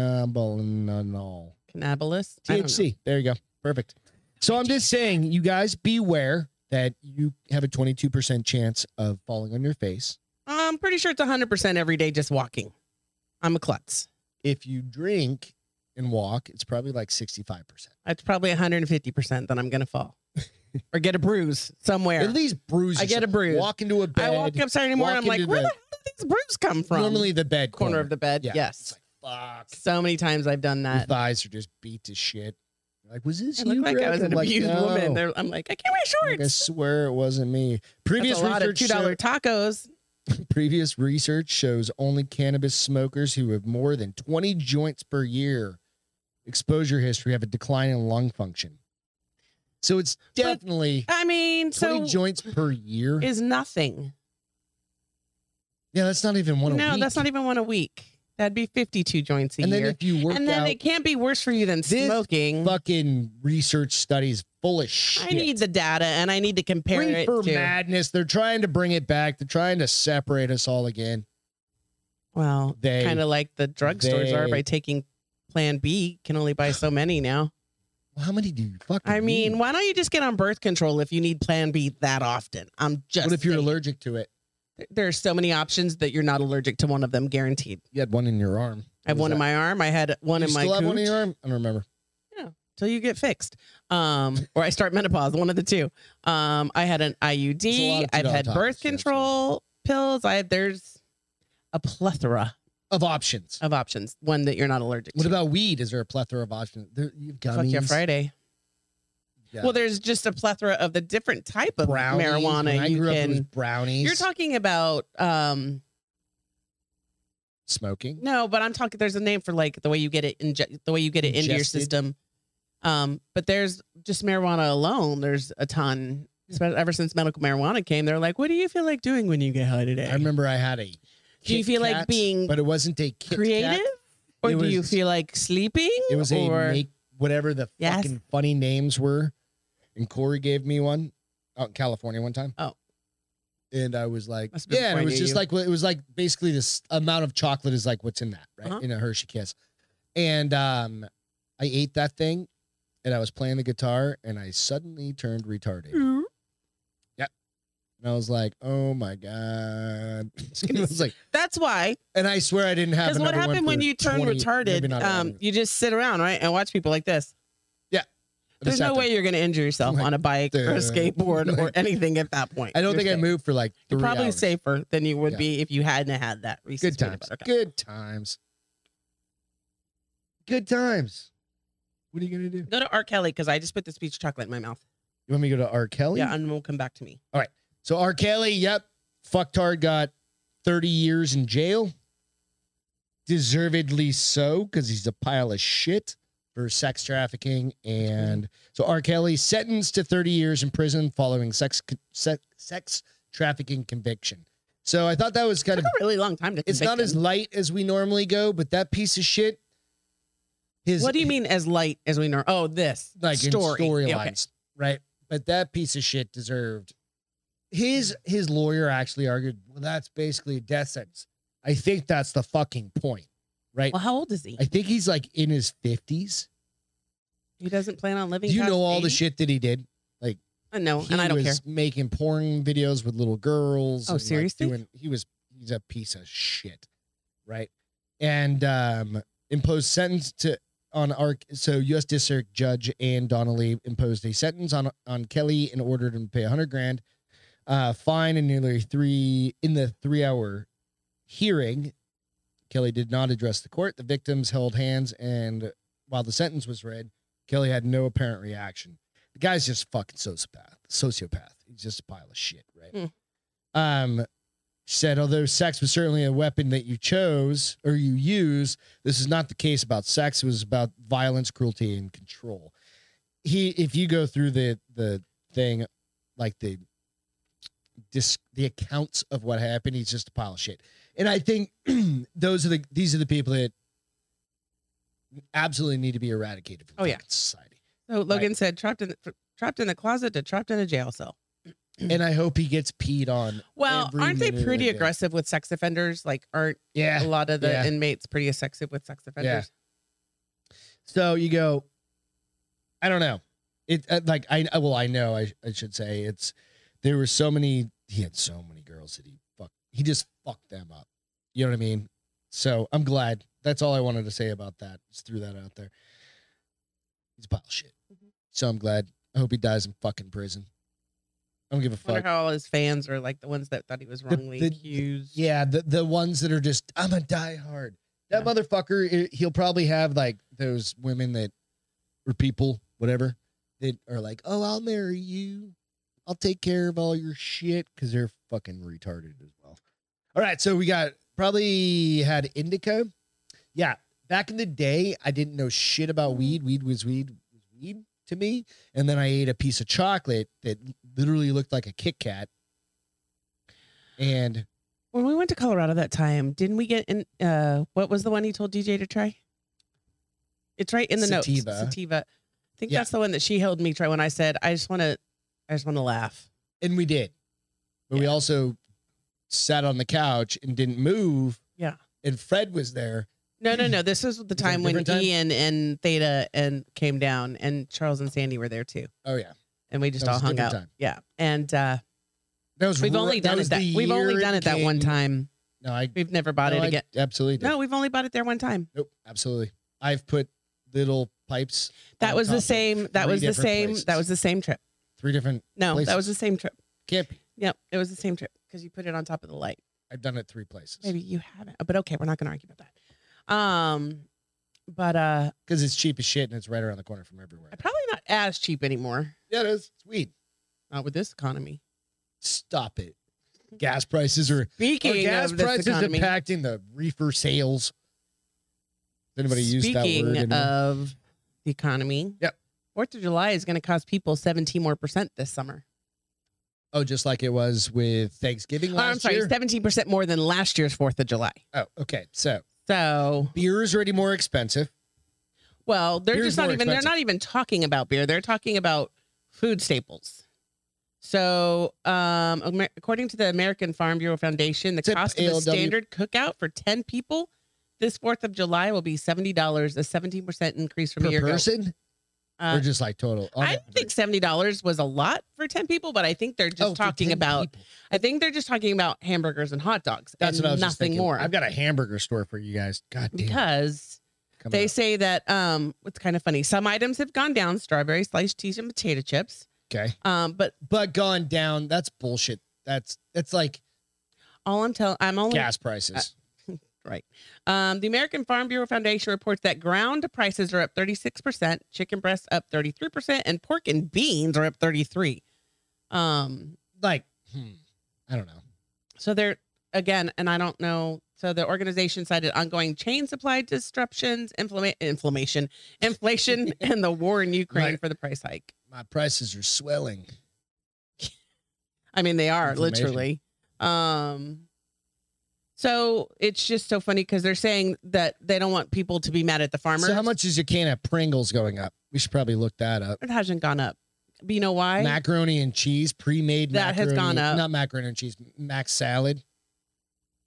Speaker 2: I don't know.
Speaker 1: THC. There you go. Perfect. So I'm just saying, you guys beware that you have a 22% chance of falling on your face
Speaker 2: I'm pretty sure it's hundred percent every day just walking. I'm a klutz.
Speaker 1: if you drink and walk. It's probably like 65%.
Speaker 2: That's probably 150% that I'm going to fall or get a bruise somewhere.
Speaker 1: At least bruise.
Speaker 2: I get a
Speaker 1: yourself.
Speaker 2: bruise.
Speaker 1: Walk into a bed.
Speaker 2: I woke up Saturday morning. I'm
Speaker 1: walk
Speaker 2: like,
Speaker 1: into
Speaker 2: where the
Speaker 1: the-
Speaker 2: hell did these bruises come from?
Speaker 1: Normally the bed
Speaker 2: corner, of the bed.
Speaker 1: Yeah.
Speaker 2: Yes.
Speaker 1: Fuck.
Speaker 2: So many times I've done
Speaker 1: Your
Speaker 2: that.
Speaker 1: thighs are just beat to shit. You're Like, was this
Speaker 2: I
Speaker 1: you?
Speaker 2: look like I
Speaker 1: Greg?
Speaker 2: was
Speaker 1: I'm
Speaker 2: an
Speaker 1: like,
Speaker 2: abused
Speaker 1: "No."
Speaker 2: woman. They're- I'm like, I can't wear
Speaker 1: Like, I
Speaker 2: shorts.
Speaker 1: swear it wasn't me.
Speaker 2: That's
Speaker 1: Previous
Speaker 2: a lot of
Speaker 1: research,
Speaker 2: two dollar
Speaker 1: show,
Speaker 2: tacos.
Speaker 1: previous research shows only cannabis smokers who have more than 20 joints per year exposure history have a decline in lung function. So it's definitely
Speaker 2: I
Speaker 1: 20
Speaker 2: mean, so
Speaker 1: joints per year.
Speaker 2: is nothing.
Speaker 1: yeah, that's not even one a
Speaker 2: no,
Speaker 1: week.
Speaker 2: that's not even one a week. That'd be fifty two joints a
Speaker 1: And then
Speaker 2: year.
Speaker 1: if you work
Speaker 2: And then
Speaker 1: out,
Speaker 2: it can't be worse for you than
Speaker 1: This
Speaker 2: smoking.
Speaker 1: fucking research studies full of shit.
Speaker 2: I need the data and I need to compare it
Speaker 1: Reefer
Speaker 2: to.
Speaker 1: madness. They're trying to bring it back. They're trying to separate us all again.
Speaker 2: Well,
Speaker 1: They
Speaker 2: kind of like the drugstores are
Speaker 1: they-
Speaker 2: by taking Plan B. Can only buy so many now.
Speaker 1: Well, how many do you fucking?
Speaker 2: I mean,
Speaker 1: need?
Speaker 2: why don't you just get on birth control if you need Plan B that often? I'm just.
Speaker 1: what if you're
Speaker 2: saying.
Speaker 1: allergic to it?
Speaker 2: There are so many options that you're not allergic to one of them, guaranteed.
Speaker 1: You had one in your arm.
Speaker 2: I have
Speaker 1: What
Speaker 2: one
Speaker 1: was that?
Speaker 2: in my arm. I had one
Speaker 1: You
Speaker 2: in my
Speaker 1: still have one in
Speaker 2: cooch.
Speaker 1: your arm? I don't remember.
Speaker 2: Till you get fixed, um, or I start menopause. One of the two. Um, I had an
Speaker 1: There's a lot
Speaker 2: IUD.
Speaker 1: of
Speaker 2: I've had
Speaker 1: $2 topics,
Speaker 2: birth
Speaker 1: yeah, that's
Speaker 2: control pills. I have, there's a plethora
Speaker 1: Of options.
Speaker 2: of options. One that you're not allergic
Speaker 1: what
Speaker 2: to.
Speaker 1: about weed? Is there a plethora of options? There, you've
Speaker 2: Fuck
Speaker 1: gummies.
Speaker 2: yeah, Friday.
Speaker 1: Yeah.
Speaker 2: Well, there's just a plethora of the different type of
Speaker 1: brownies. When
Speaker 2: marijuana
Speaker 1: I
Speaker 2: you
Speaker 1: grew up, it was
Speaker 2: can.
Speaker 1: brownies.
Speaker 2: You're talking about um
Speaker 1: smoking.
Speaker 2: no, but I'm talking. There's a name for like the way you get it inje- the way you get it into your
Speaker 1: Ingested?
Speaker 2: system. Um, but there's just marijuana alone. There's a ton.
Speaker 1: Hmm.
Speaker 2: Especially ever since medical marijuana came, they're like, "What do you feel like doing when you get high today?
Speaker 1: I remember I had a.
Speaker 2: do you
Speaker 1: Kit
Speaker 2: feel like
Speaker 1: Kat,
Speaker 2: being
Speaker 1: But it wasn't a Kit Kat.
Speaker 2: creative, or
Speaker 1: It
Speaker 2: do you
Speaker 1: was-
Speaker 2: feel like sleeping?
Speaker 1: It was a
Speaker 2: or
Speaker 1: make whatever the
Speaker 2: Yes.
Speaker 1: fucking funny names were. And Corey gave me one out in California one time.
Speaker 2: Oh.
Speaker 1: And I was like,
Speaker 2: Must've been
Speaker 1: yeah, and
Speaker 2: before I
Speaker 1: it was
Speaker 2: knew
Speaker 1: just
Speaker 2: you.
Speaker 1: like it was like basically this amount of chocolate is like what's in that, right?
Speaker 2: Uh-huh.
Speaker 1: In a Hershey kiss. And um I ate that thing and I was playing the guitar and I suddenly turned retarded.
Speaker 2: Mm.
Speaker 1: And I was like, oh my God. it
Speaker 2: gonna
Speaker 1: was like,
Speaker 2: that's why
Speaker 1: and I swear I didn't have
Speaker 2: Because what
Speaker 1: another one
Speaker 2: happened when
Speaker 1: for
Speaker 2: you turn
Speaker 1: 20 maybe
Speaker 2: retarded?
Speaker 1: not
Speaker 2: Um,
Speaker 1: another-
Speaker 2: you just sit around, right, and watch people like this.
Speaker 1: I
Speaker 2: There's
Speaker 1: just sat
Speaker 2: no
Speaker 1: there.
Speaker 2: way you're going to injure yourself
Speaker 1: Like,
Speaker 2: on a bike or a
Speaker 1: dude.
Speaker 2: skateboard or
Speaker 1: Like,
Speaker 2: anything at that point.
Speaker 1: I don't
Speaker 2: You're
Speaker 1: think I
Speaker 2: safe.
Speaker 1: moved for like
Speaker 2: You're
Speaker 1: three
Speaker 2: probably
Speaker 1: hours.
Speaker 2: safer than you would
Speaker 1: Yeah.
Speaker 2: be if you hadn't had that Reese's
Speaker 1: Good
Speaker 2: peanut
Speaker 1: times.
Speaker 2: butter cup.
Speaker 1: Good times. Good times. What are you gonna do?
Speaker 2: Go to R. Kelly because I just put this peach chocolate in my mouth.
Speaker 1: You want me to go to R. Kelly?
Speaker 2: Yeah, and will come back to me.
Speaker 1: So R. Kelly, yep, fucktard got 30 years in jail. Deservedly so, because he's a pile of shit for sex trafficking. And so R. Kelly sentenced to 30 years in prison following sex sex, sex trafficking conviction. So I thought that was kind
Speaker 2: Took
Speaker 1: of
Speaker 2: a really long time to.
Speaker 1: it's
Speaker 2: convict
Speaker 1: not as
Speaker 2: him.
Speaker 1: light as we normally go, but that piece of shit. His
Speaker 2: What do you mean as light as we know? Oh, this
Speaker 1: like
Speaker 2: story.
Speaker 1: in
Speaker 2: Yeah, okay.
Speaker 1: storylines, right? But that piece of shit deserved. His his lawyer actually argued, well, that's basically a death sentence. I think that's the fucking point, right?
Speaker 2: Well, how old is he?
Speaker 1: I think he's like in his fifties.
Speaker 2: He doesn't plan on living.
Speaker 1: You
Speaker 2: past
Speaker 1: know all the
Speaker 2: 80?
Speaker 1: shit that he did.
Speaker 2: I know,
Speaker 1: he
Speaker 2: and I don't
Speaker 1: was
Speaker 2: care.
Speaker 1: Making porn videos with little girls.
Speaker 2: Oh,
Speaker 1: and, like,
Speaker 2: seriously?
Speaker 1: doing, he was he's a piece of shit, right? And um, imposed sentence to on our so U.S. District Judge Ann Donnelly imposed a sentence on on Kelly and ordered him to pay a hundred grand uh, fine and nearly three in the three hour hearing. Kelly did not address the court. The victims held hands, and while the sentence was read, Kelly had no apparent reaction. The guy's just fucking sociopath. Sociopath. He's just a pile of shit, right?
Speaker 2: Hmm.
Speaker 1: Um, she said, although sex was certainly a weapon that you chose or you use, this is not the case about sex. It was about violence, cruelty, and control. He, if you go through the the thing, like the dis, the accounts of what happened, he's just a pile of shit. And I think those are the these are the people that absolutely need to be eradicated from
Speaker 2: Oh, yeah.
Speaker 1: fucking society.
Speaker 2: So Logan said, trapped in the, trapped in the closet to trapped in a jail cell.
Speaker 1: and I hope he gets peed on.
Speaker 2: Well,
Speaker 1: every
Speaker 2: aren't they
Speaker 1: minute of
Speaker 2: pretty
Speaker 1: the day.
Speaker 2: aggressive with sex offenders? Like, aren't a
Speaker 1: Yeah.
Speaker 2: lot of the
Speaker 1: yeah.
Speaker 2: inmates pretty aggressive with sex offenders?
Speaker 1: So you go. I don't know. It uh, like I uh, well I know I I should say it's there were so many he had so many girls that he fuck he just fucked them up. You know what I mean? So I'm glad. That's all I wanted to say about that. Just threw that out there. He's a pile of shit.
Speaker 2: Mhm.
Speaker 1: So I'm glad. I hope he dies in fucking prison. I don't give a
Speaker 2: I
Speaker 1: fuck.
Speaker 2: wonder how all his fans are like the ones that thought he was wrongly
Speaker 1: the-
Speaker 2: accused.
Speaker 1: Yeah, the the ones that are just I'm a diehard. That
Speaker 2: Yeah.
Speaker 1: motherfucker, i- he'll probably have like those women that or people, whatever, that are like, "Oh, I'll marry you. I'll take care of all your shit" cuz they're fucking retarded as well. All right, so we got probably had indica. Yeah, back in the day, I didn't know shit about weed. Weed was weed was weed to me. And then I ate a piece of chocolate that literally looked like a Kit Kat. And
Speaker 2: When we went to Colorado that time, didn't we get in? Uh, what was the one he told DJ to try? It's right in the
Speaker 1: Sativa.
Speaker 2: notes. Sativa. I think
Speaker 1: Yeah.
Speaker 2: that's the one that she held me try when I said, I just want to, I just want to laugh.
Speaker 1: And we did. But we also sat on the couch and didn't move.
Speaker 2: Yeah.
Speaker 1: And Fred was there.
Speaker 2: No, no, no. This was the
Speaker 1: Is it a
Speaker 2: time when
Speaker 1: different time?
Speaker 2: Ian and Theta and came down, and Charles and Sandy were there too,
Speaker 1: Oh yeah.
Speaker 2: and we just
Speaker 1: That
Speaker 2: all
Speaker 1: was a
Speaker 2: hung out.
Speaker 1: different time.
Speaker 2: Yeah, and uh,
Speaker 1: That was
Speaker 2: We've
Speaker 1: ri-
Speaker 2: only done
Speaker 1: was
Speaker 2: it that
Speaker 1: the
Speaker 2: we've only
Speaker 1: year
Speaker 2: done it that one
Speaker 1: came-
Speaker 2: time.
Speaker 1: No, I
Speaker 2: We've never bought
Speaker 1: no,
Speaker 2: it
Speaker 1: I
Speaker 2: again.
Speaker 1: Absolutely did.
Speaker 2: No, we've only bought it there one time.
Speaker 1: Nope. Absolutely. I've put little pipes.
Speaker 2: That
Speaker 1: on
Speaker 2: was
Speaker 1: top
Speaker 2: the
Speaker 1: of
Speaker 2: same. That
Speaker 1: three
Speaker 2: was the
Speaker 1: different
Speaker 2: same.
Speaker 1: places.
Speaker 2: That was the same trip.
Speaker 1: three different
Speaker 2: No, that was
Speaker 1: Places.
Speaker 2: the same trip.
Speaker 1: camp.
Speaker 2: Yep, it was the same trip because you put it on top of the light.
Speaker 1: I've done it three places.
Speaker 2: Maybe you haven't, but okay, we're not going to argue about that. Um, but uh,
Speaker 1: Because it's cheap as shit and it's right around the corner from everywhere.
Speaker 2: probably not as cheap anymore.
Speaker 1: Yeah, it is. It's weed.
Speaker 2: Not with this economy.
Speaker 1: Stop it. Gas prices are
Speaker 2: Speaking
Speaker 1: Oh, gas
Speaker 2: of this
Speaker 1: prices
Speaker 2: economy,
Speaker 1: impacting the reefer sales. Anybody use that word?
Speaker 2: speaking
Speaker 1: anymore?
Speaker 2: of the economy.
Speaker 1: Yep.
Speaker 2: Fourth of July is going to cost people 17 more percent this summer.
Speaker 1: Oh, just like it was with Thanksgiving
Speaker 2: Oh,
Speaker 1: last
Speaker 2: I'm sorry,
Speaker 1: year.
Speaker 2: 17 percent more than last year's Fourth of July.
Speaker 1: oh, okay. So
Speaker 2: So,
Speaker 1: beer is already more expensive.
Speaker 2: well, they're
Speaker 1: Beer's
Speaker 2: just not
Speaker 1: more
Speaker 2: even
Speaker 1: expensive.
Speaker 2: they're not even talking about beer. They're talking about food staples. So, um, Amer- according to the American Farm Bureau Foundation, the
Speaker 1: Tip
Speaker 2: cost of a
Speaker 1: ALW.
Speaker 2: standard cookout for 10 people this 4th of July will be $70, a 17% increase from a
Speaker 1: per
Speaker 2: year ago.
Speaker 1: person
Speaker 2: Uh,
Speaker 1: or just like total?
Speaker 2: I don't think seventy dollars was a lot for ten people, but I think they're just
Speaker 1: Oh, for
Speaker 2: talking
Speaker 1: 10
Speaker 2: about.
Speaker 1: people.
Speaker 2: I think they're just talking about hamburgers and hot dogs.
Speaker 1: That's
Speaker 2: and
Speaker 1: what I was just
Speaker 2: Nothing
Speaker 1: thinking.
Speaker 2: more.
Speaker 1: I've got a hamburger store for you guys. God damn.
Speaker 2: because
Speaker 1: coming
Speaker 2: they
Speaker 1: up.
Speaker 2: say that um, it's kind of funny. Some items have gone down: strawberry sliced cheese and potato chips.
Speaker 1: okay,
Speaker 2: Um, but
Speaker 1: but gone down. That's bullshit. That's that's like
Speaker 2: all I'm telling, I'm only uh,
Speaker 1: gas prices.
Speaker 2: Um, the American Farm Bureau Foundation reports that ground prices are up 36%, chicken breasts up 33%, and pork and beans are up 33. Um,
Speaker 1: like, hmm, I don't know.
Speaker 2: So there again, and I don't know. So the organization cited ongoing chain supply disruptions, inflama- inflammation, inflation, and the war in Ukraine
Speaker 1: Right.
Speaker 2: for the price hike.
Speaker 1: My prices are swelling.
Speaker 2: I mean, they are
Speaker 1: Inflammation.
Speaker 2: literally. Um, so it's just so funny because they're saying that they don't want people to be mad at the farmers.
Speaker 1: So how much is your can of Pringles going up? We should probably look that up.
Speaker 2: It hasn't gone up. But you know why?
Speaker 1: macaroni and cheese, pre-made.
Speaker 2: That has
Speaker 1: macaroni,
Speaker 2: gone up.
Speaker 1: Not macaroni and cheese, mac salad.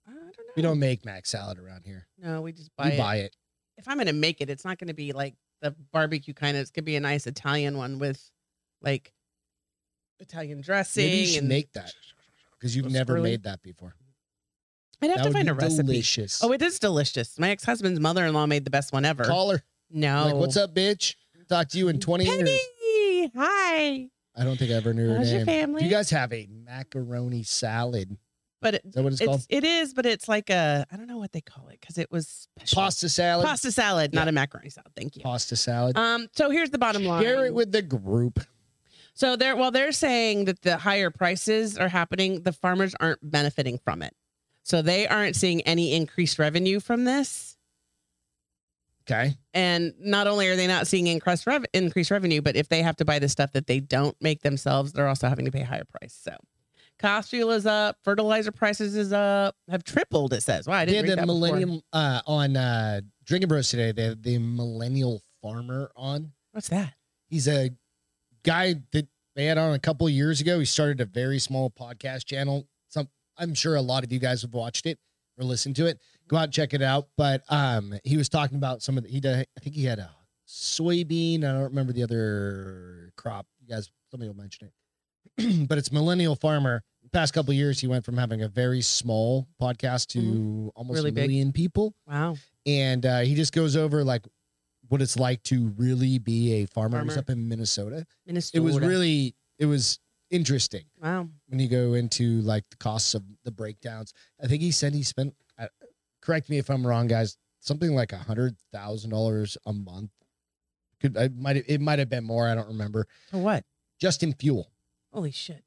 Speaker 2: I don't know.
Speaker 1: We don't make mac salad around here.
Speaker 2: No, we just
Speaker 1: We
Speaker 2: buy it.
Speaker 1: buy it.
Speaker 2: if I'm gonna make it, it's not gonna be like the barbecue kind of. It's gonna be a nice Italian one with like Italian dressing.
Speaker 1: Maybe you should
Speaker 2: and
Speaker 1: make that because you've
Speaker 2: Those
Speaker 1: never
Speaker 2: swirly-
Speaker 1: made that before.
Speaker 2: I'd have
Speaker 1: that
Speaker 2: to
Speaker 1: would
Speaker 2: find
Speaker 1: be
Speaker 2: a recipe.
Speaker 1: Delicious.
Speaker 2: Oh, it is delicious. My ex husband's mother in law made the best one ever.
Speaker 1: Call her.
Speaker 2: no,
Speaker 1: Like, what's up, bitch? Talk to you in 20
Speaker 2: Penny?
Speaker 1: years.
Speaker 2: Hi.
Speaker 1: I don't think I ever knew her
Speaker 2: How's your
Speaker 1: name.
Speaker 2: family?
Speaker 1: Do you guys have a macaroni salad? Is
Speaker 2: But it,
Speaker 1: that what it's, called?
Speaker 2: it's it is, but it's like a I don't know what they call it because it was special.
Speaker 1: Pasta salad.
Speaker 2: Pasta salad, not a macaroni salad. Thank you.
Speaker 1: Pasta salad.
Speaker 2: Um. So here's the bottom line.
Speaker 1: Share it with the group.
Speaker 2: So they're while they're saying that the higher prices are happening, the farmers aren't benefiting from it. So they aren't seeing any increased revenue from this.
Speaker 1: Okay.
Speaker 2: And not only are they not seeing increased rev- increased revenue, but if they have to buy the stuff that they don't make themselves, they're also having to pay a higher price. So cost fuel is up, fertilizer prices is up, have tripled. It says. Wow, I
Speaker 1: They
Speaker 2: didn't
Speaker 1: had
Speaker 2: read
Speaker 1: the
Speaker 2: that before.
Speaker 1: millennium uh, on uh, Drinking Bros today. They had the millennial farmer on.
Speaker 2: What's that?
Speaker 1: he's a guy that they had on a couple of years ago. He started a very small podcast channel. Some I'm sure a lot of you guys have watched it or listened to it. Go out and check it out. But um, he was talking about some of the, he did, I think he had a soybean. I don't remember the other crop. You guys, somebody will mention it. but it's millennial farmer. past couple of years, he went from having a very small podcast to almost
Speaker 2: Mm-hmm. Really
Speaker 1: a
Speaker 2: big.
Speaker 1: million people
Speaker 2: Wow.
Speaker 1: and uh, he just goes over like what it's like to really be a farmer. He's
Speaker 2: Farmer.
Speaker 1: up in Minnesota. It
Speaker 2: Minnesota.
Speaker 1: was really it was interesting
Speaker 2: wow.
Speaker 1: when you go into like the costs of the breakdowns. I think he said he spent. Uh, correct me if I'm wrong, guys. Something like a hundred thousand dollars a month. Could I might it might have been more. I don't remember.
Speaker 2: So what?
Speaker 1: Just in fuel.
Speaker 2: Holy shit.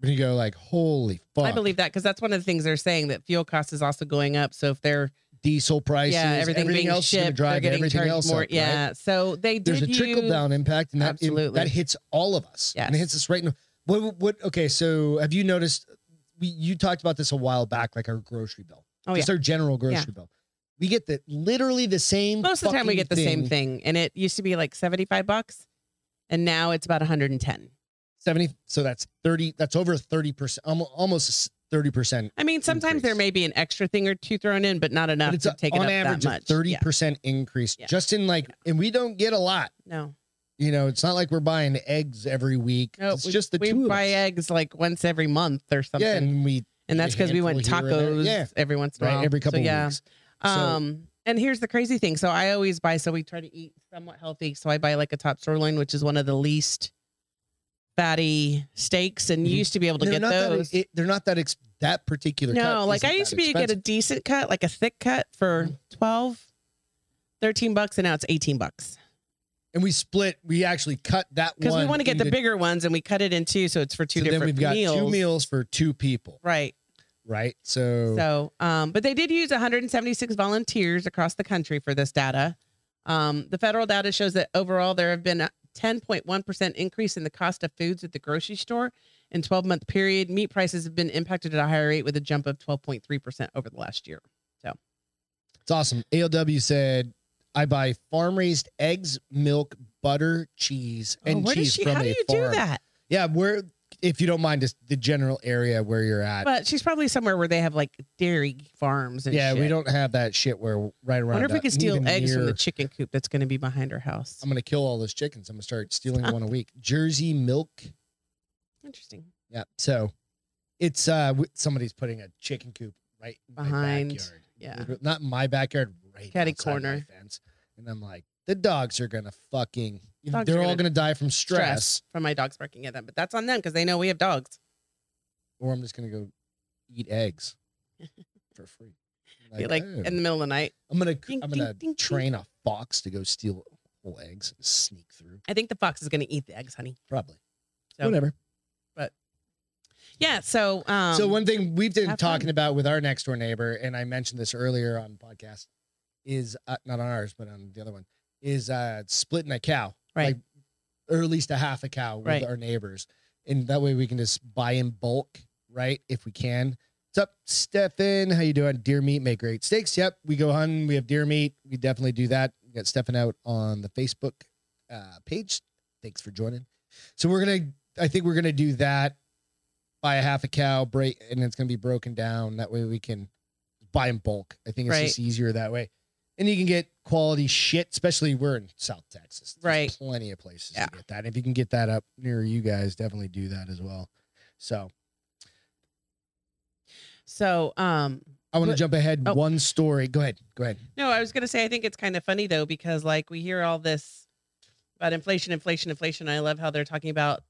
Speaker 1: When you go like, holy fuck!
Speaker 2: I believe that because that's one of the things they're saying that fuel cost is also going up. So if they're
Speaker 1: diesel prices.
Speaker 2: yeah, everything, being
Speaker 1: else is gonna
Speaker 2: shipped, they're
Speaker 1: drive
Speaker 2: getting
Speaker 1: everything
Speaker 2: charged
Speaker 1: else up,
Speaker 2: more.
Speaker 1: right?
Speaker 2: yeah, so they did.
Speaker 1: there's a trickle
Speaker 2: use-
Speaker 1: down impact, and that it-
Speaker 2: Absolutely.
Speaker 1: that hits all of us. And it
Speaker 2: Yes.
Speaker 1: hits us right in. What, what? Okay, so have you noticed? We you talked about this a while back, like our grocery bill.
Speaker 2: Oh,
Speaker 1: just our general grocery bill. We get the literally the same.
Speaker 2: Most of the time, we
Speaker 1: fucking
Speaker 2: get the same thing, and it used to be like seventy-five bucks, and now it's about one hundred and ten.
Speaker 1: Seventy. So that's thirty. That's over thirty percent. Almost thirty percent.
Speaker 2: I mean, sometimes there
Speaker 1: Increase.
Speaker 2: may be an extra thing or two thrown in, but not enough
Speaker 1: But it's
Speaker 2: to take it
Speaker 1: on
Speaker 2: up
Speaker 1: average
Speaker 2: that much.
Speaker 1: thirty
Speaker 2: Yeah,
Speaker 1: percent increase
Speaker 2: Yeah.
Speaker 1: just in like, and we don't get a lot.
Speaker 2: no,
Speaker 1: You know, it's not like we're buying eggs every week.
Speaker 2: no,
Speaker 1: it's
Speaker 2: we,
Speaker 1: just the
Speaker 2: we
Speaker 1: two of
Speaker 2: buy
Speaker 1: us.
Speaker 2: eggs like once every month or something,
Speaker 1: Yeah,
Speaker 2: and,
Speaker 1: and we
Speaker 2: that's because we went
Speaker 1: handful here and there.
Speaker 2: tacos
Speaker 1: Yeah.
Speaker 2: every once in a
Speaker 1: right
Speaker 2: while.
Speaker 1: every
Speaker 2: So,
Speaker 1: couple of
Speaker 2: yeah.
Speaker 1: weeks. So-
Speaker 2: Um, and here's the crazy thing. So I always buy, so we try to eat somewhat healthy. So I buy like a top sirloin, which is one of the least fatty steaks. And you
Speaker 1: Mhm.
Speaker 2: used to be able to
Speaker 1: they're
Speaker 2: get
Speaker 1: not that-
Speaker 2: those.
Speaker 1: it- they're not that ex- that particular.
Speaker 2: no,
Speaker 1: cut
Speaker 2: like I
Speaker 1: isn't
Speaker 2: used
Speaker 1: that
Speaker 2: to be able to get a
Speaker 1: expensive. Mm-hmm.
Speaker 2: decent cut, like a thick cut for 12, 13 bucks. And now it's 18 bucks.
Speaker 1: and we split. We actually cut that one
Speaker 2: Cause we want to get the
Speaker 1: into-
Speaker 2: bigger ones and we cut it in two. So it's for two
Speaker 1: so
Speaker 2: different
Speaker 1: Then we've got
Speaker 2: meals.
Speaker 1: two meals Oh. for two people,
Speaker 2: Right.
Speaker 1: right? So,
Speaker 2: So, um, but they did use 176 volunteers across the country for this data. Um, the federal data shows that overall there have been 10.1% increase in the cost of foods at the grocery store in 12 month period. Meat prices have been impacted at a higher rate with a jump of 12.3% over the last year.
Speaker 1: It's awesome. ALW said, I buy farm raised eggs, milk, butter, cheese, and
Speaker 2: Oh, where
Speaker 1: cheese
Speaker 2: does she,
Speaker 1: from
Speaker 2: how
Speaker 1: a
Speaker 2: do you
Speaker 1: farm.
Speaker 2: do that?
Speaker 1: Yeah, where if you don't mind just the general area where you're at.
Speaker 2: But she's probably somewhere where they have like dairy farms and
Speaker 1: yeah, we
Speaker 2: shit.
Speaker 1: don't have that shit where right around.
Speaker 2: wonder if we
Speaker 1: that-
Speaker 2: could steal
Speaker 1: even
Speaker 2: eggs from
Speaker 1: near-
Speaker 2: the chicken coop that's going to be behind her house.
Speaker 1: I'm gonna kill all those chickens. I'm gonna start stealing one a week. Jersey milk.
Speaker 2: Interesting.
Speaker 1: Yeah. So it's uh w- somebody's putting a chicken coop right in my
Speaker 2: Behind,
Speaker 1: backyard.
Speaker 2: Yeah.
Speaker 1: Literally- Not in my backyard, right
Speaker 2: Catty
Speaker 1: outside my
Speaker 2: corner.
Speaker 1: fence. And I'm like, the dogs are gonna fucking
Speaker 2: Dogs
Speaker 1: they're
Speaker 2: are
Speaker 1: all
Speaker 2: gonna
Speaker 1: gonna die from stress.
Speaker 2: from my dogs barking at them, but that's on them because they know we have dogs.
Speaker 1: Or I'm just gonna go eat eggs for free.
Speaker 2: Be like
Speaker 1: "Oh,
Speaker 2: in the middle of the night.
Speaker 1: I'm gonna
Speaker 2: Ding,
Speaker 1: I'm
Speaker 2: ding,
Speaker 1: gonna
Speaker 2: ding, ding.
Speaker 1: train a fox to go steal whole eggs and sneak through.
Speaker 2: I think the fox is going to eat the eggs, honey.
Speaker 1: Probably.
Speaker 2: So-
Speaker 1: Whatever.
Speaker 2: Yeah. So, um,
Speaker 1: so one thing we've been
Speaker 2: have
Speaker 1: talking
Speaker 2: fun.
Speaker 1: about with our next door neighbor, and I mentioned this earlier on podcast, is uh, not on ours, but on the other one, is uh splitting a cow.
Speaker 2: Right.
Speaker 1: Like, or at least a half a cow with
Speaker 2: Right.
Speaker 1: our neighbors. And that way we can just buy in bulk, right? If we can. What's up, Stefan? How you doing? Deer meat make great steaks. Yep. We go hunting. We have deer meat. We definitely do that. We got Stefan out on the Facebook uh, page. Thanks for joining. So we're gonna I think we're gonna do that. Buy a half a cow, break and it's gonna be broken down. That way we can buy in bulk. I think it's
Speaker 2: Right.
Speaker 1: just easier that way. And you can get quality shit, especially we're in South Texas. There's
Speaker 2: Right.
Speaker 1: Plenty of places
Speaker 2: Yeah.
Speaker 1: to get that. If you can get that up near you guys, definitely do that as well. So
Speaker 2: so, um,
Speaker 1: I want to
Speaker 2: But-
Speaker 1: jump ahead
Speaker 2: oh.
Speaker 1: one story. Go ahead. Go ahead.
Speaker 2: no, I was going to say, I think it's kind of funny though, because like we hear all this about inflation, inflation, inflation. I love how they're talking about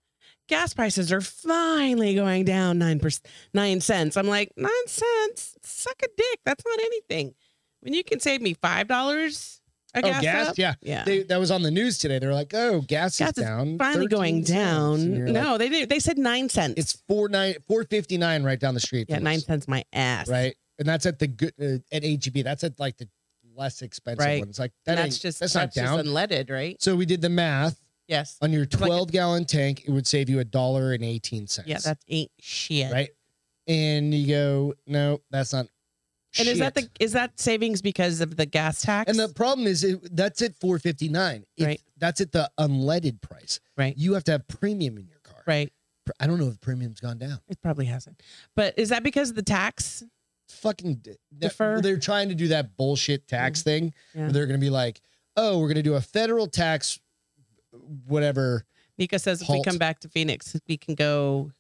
Speaker 2: gas prices are finally going down nine percent, nine cents. I'm like, nine cents, suck a dick. That's not anything. When you can save me $5 a
Speaker 1: oh, gas.
Speaker 2: gas, up,
Speaker 1: Yeah.
Speaker 2: Yeah.
Speaker 1: They, that was on the news today. They're like, oh, gas,
Speaker 2: Gas
Speaker 1: is
Speaker 2: is
Speaker 1: down.
Speaker 2: finally
Speaker 1: 13
Speaker 2: going
Speaker 1: cents. And
Speaker 2: down.
Speaker 1: you're like,
Speaker 2: No, they did. They said nine cents.
Speaker 1: it's four nine four fifty nine right down the street.
Speaker 2: yeah,
Speaker 1: from
Speaker 2: nine
Speaker 1: us,
Speaker 2: cents. My ass.
Speaker 1: Right. And that's at the good uh, at HEB. That's at like the less expensive
Speaker 2: Right.
Speaker 1: one. It's like that
Speaker 2: And that's
Speaker 1: ain't-
Speaker 2: just
Speaker 1: that's
Speaker 2: that's,
Speaker 1: not down.
Speaker 2: Just unleaded, right?
Speaker 1: so we did the math
Speaker 2: Yes.
Speaker 1: on your
Speaker 2: like a-
Speaker 1: 12 gallon tank, it would save you a dollar and 18 cents.
Speaker 2: Yeah, that ain't shit.
Speaker 1: right. And you go, no, that's not.
Speaker 2: And is that
Speaker 1: shit."
Speaker 2: the is that savings because of the gas tax?
Speaker 1: And the problem is, it, that's at 459. If-
Speaker 2: Right.
Speaker 1: That's at the unleaded price.
Speaker 2: Right.
Speaker 1: You have to have premium in your car.
Speaker 2: right,
Speaker 1: Pr- I don't know if premium's gone down.
Speaker 2: it probably hasn't. But is that because of the tax?
Speaker 1: fucking d- that-
Speaker 2: Defer.
Speaker 1: They're trying to do that bullshit tax thing.
Speaker 2: Yeah.
Speaker 1: Where they're going to be like, oh, we're going to do a federal tax, whatever.
Speaker 2: Nika says if
Speaker 1: Halt.
Speaker 2: we come back to Phoenix, we can go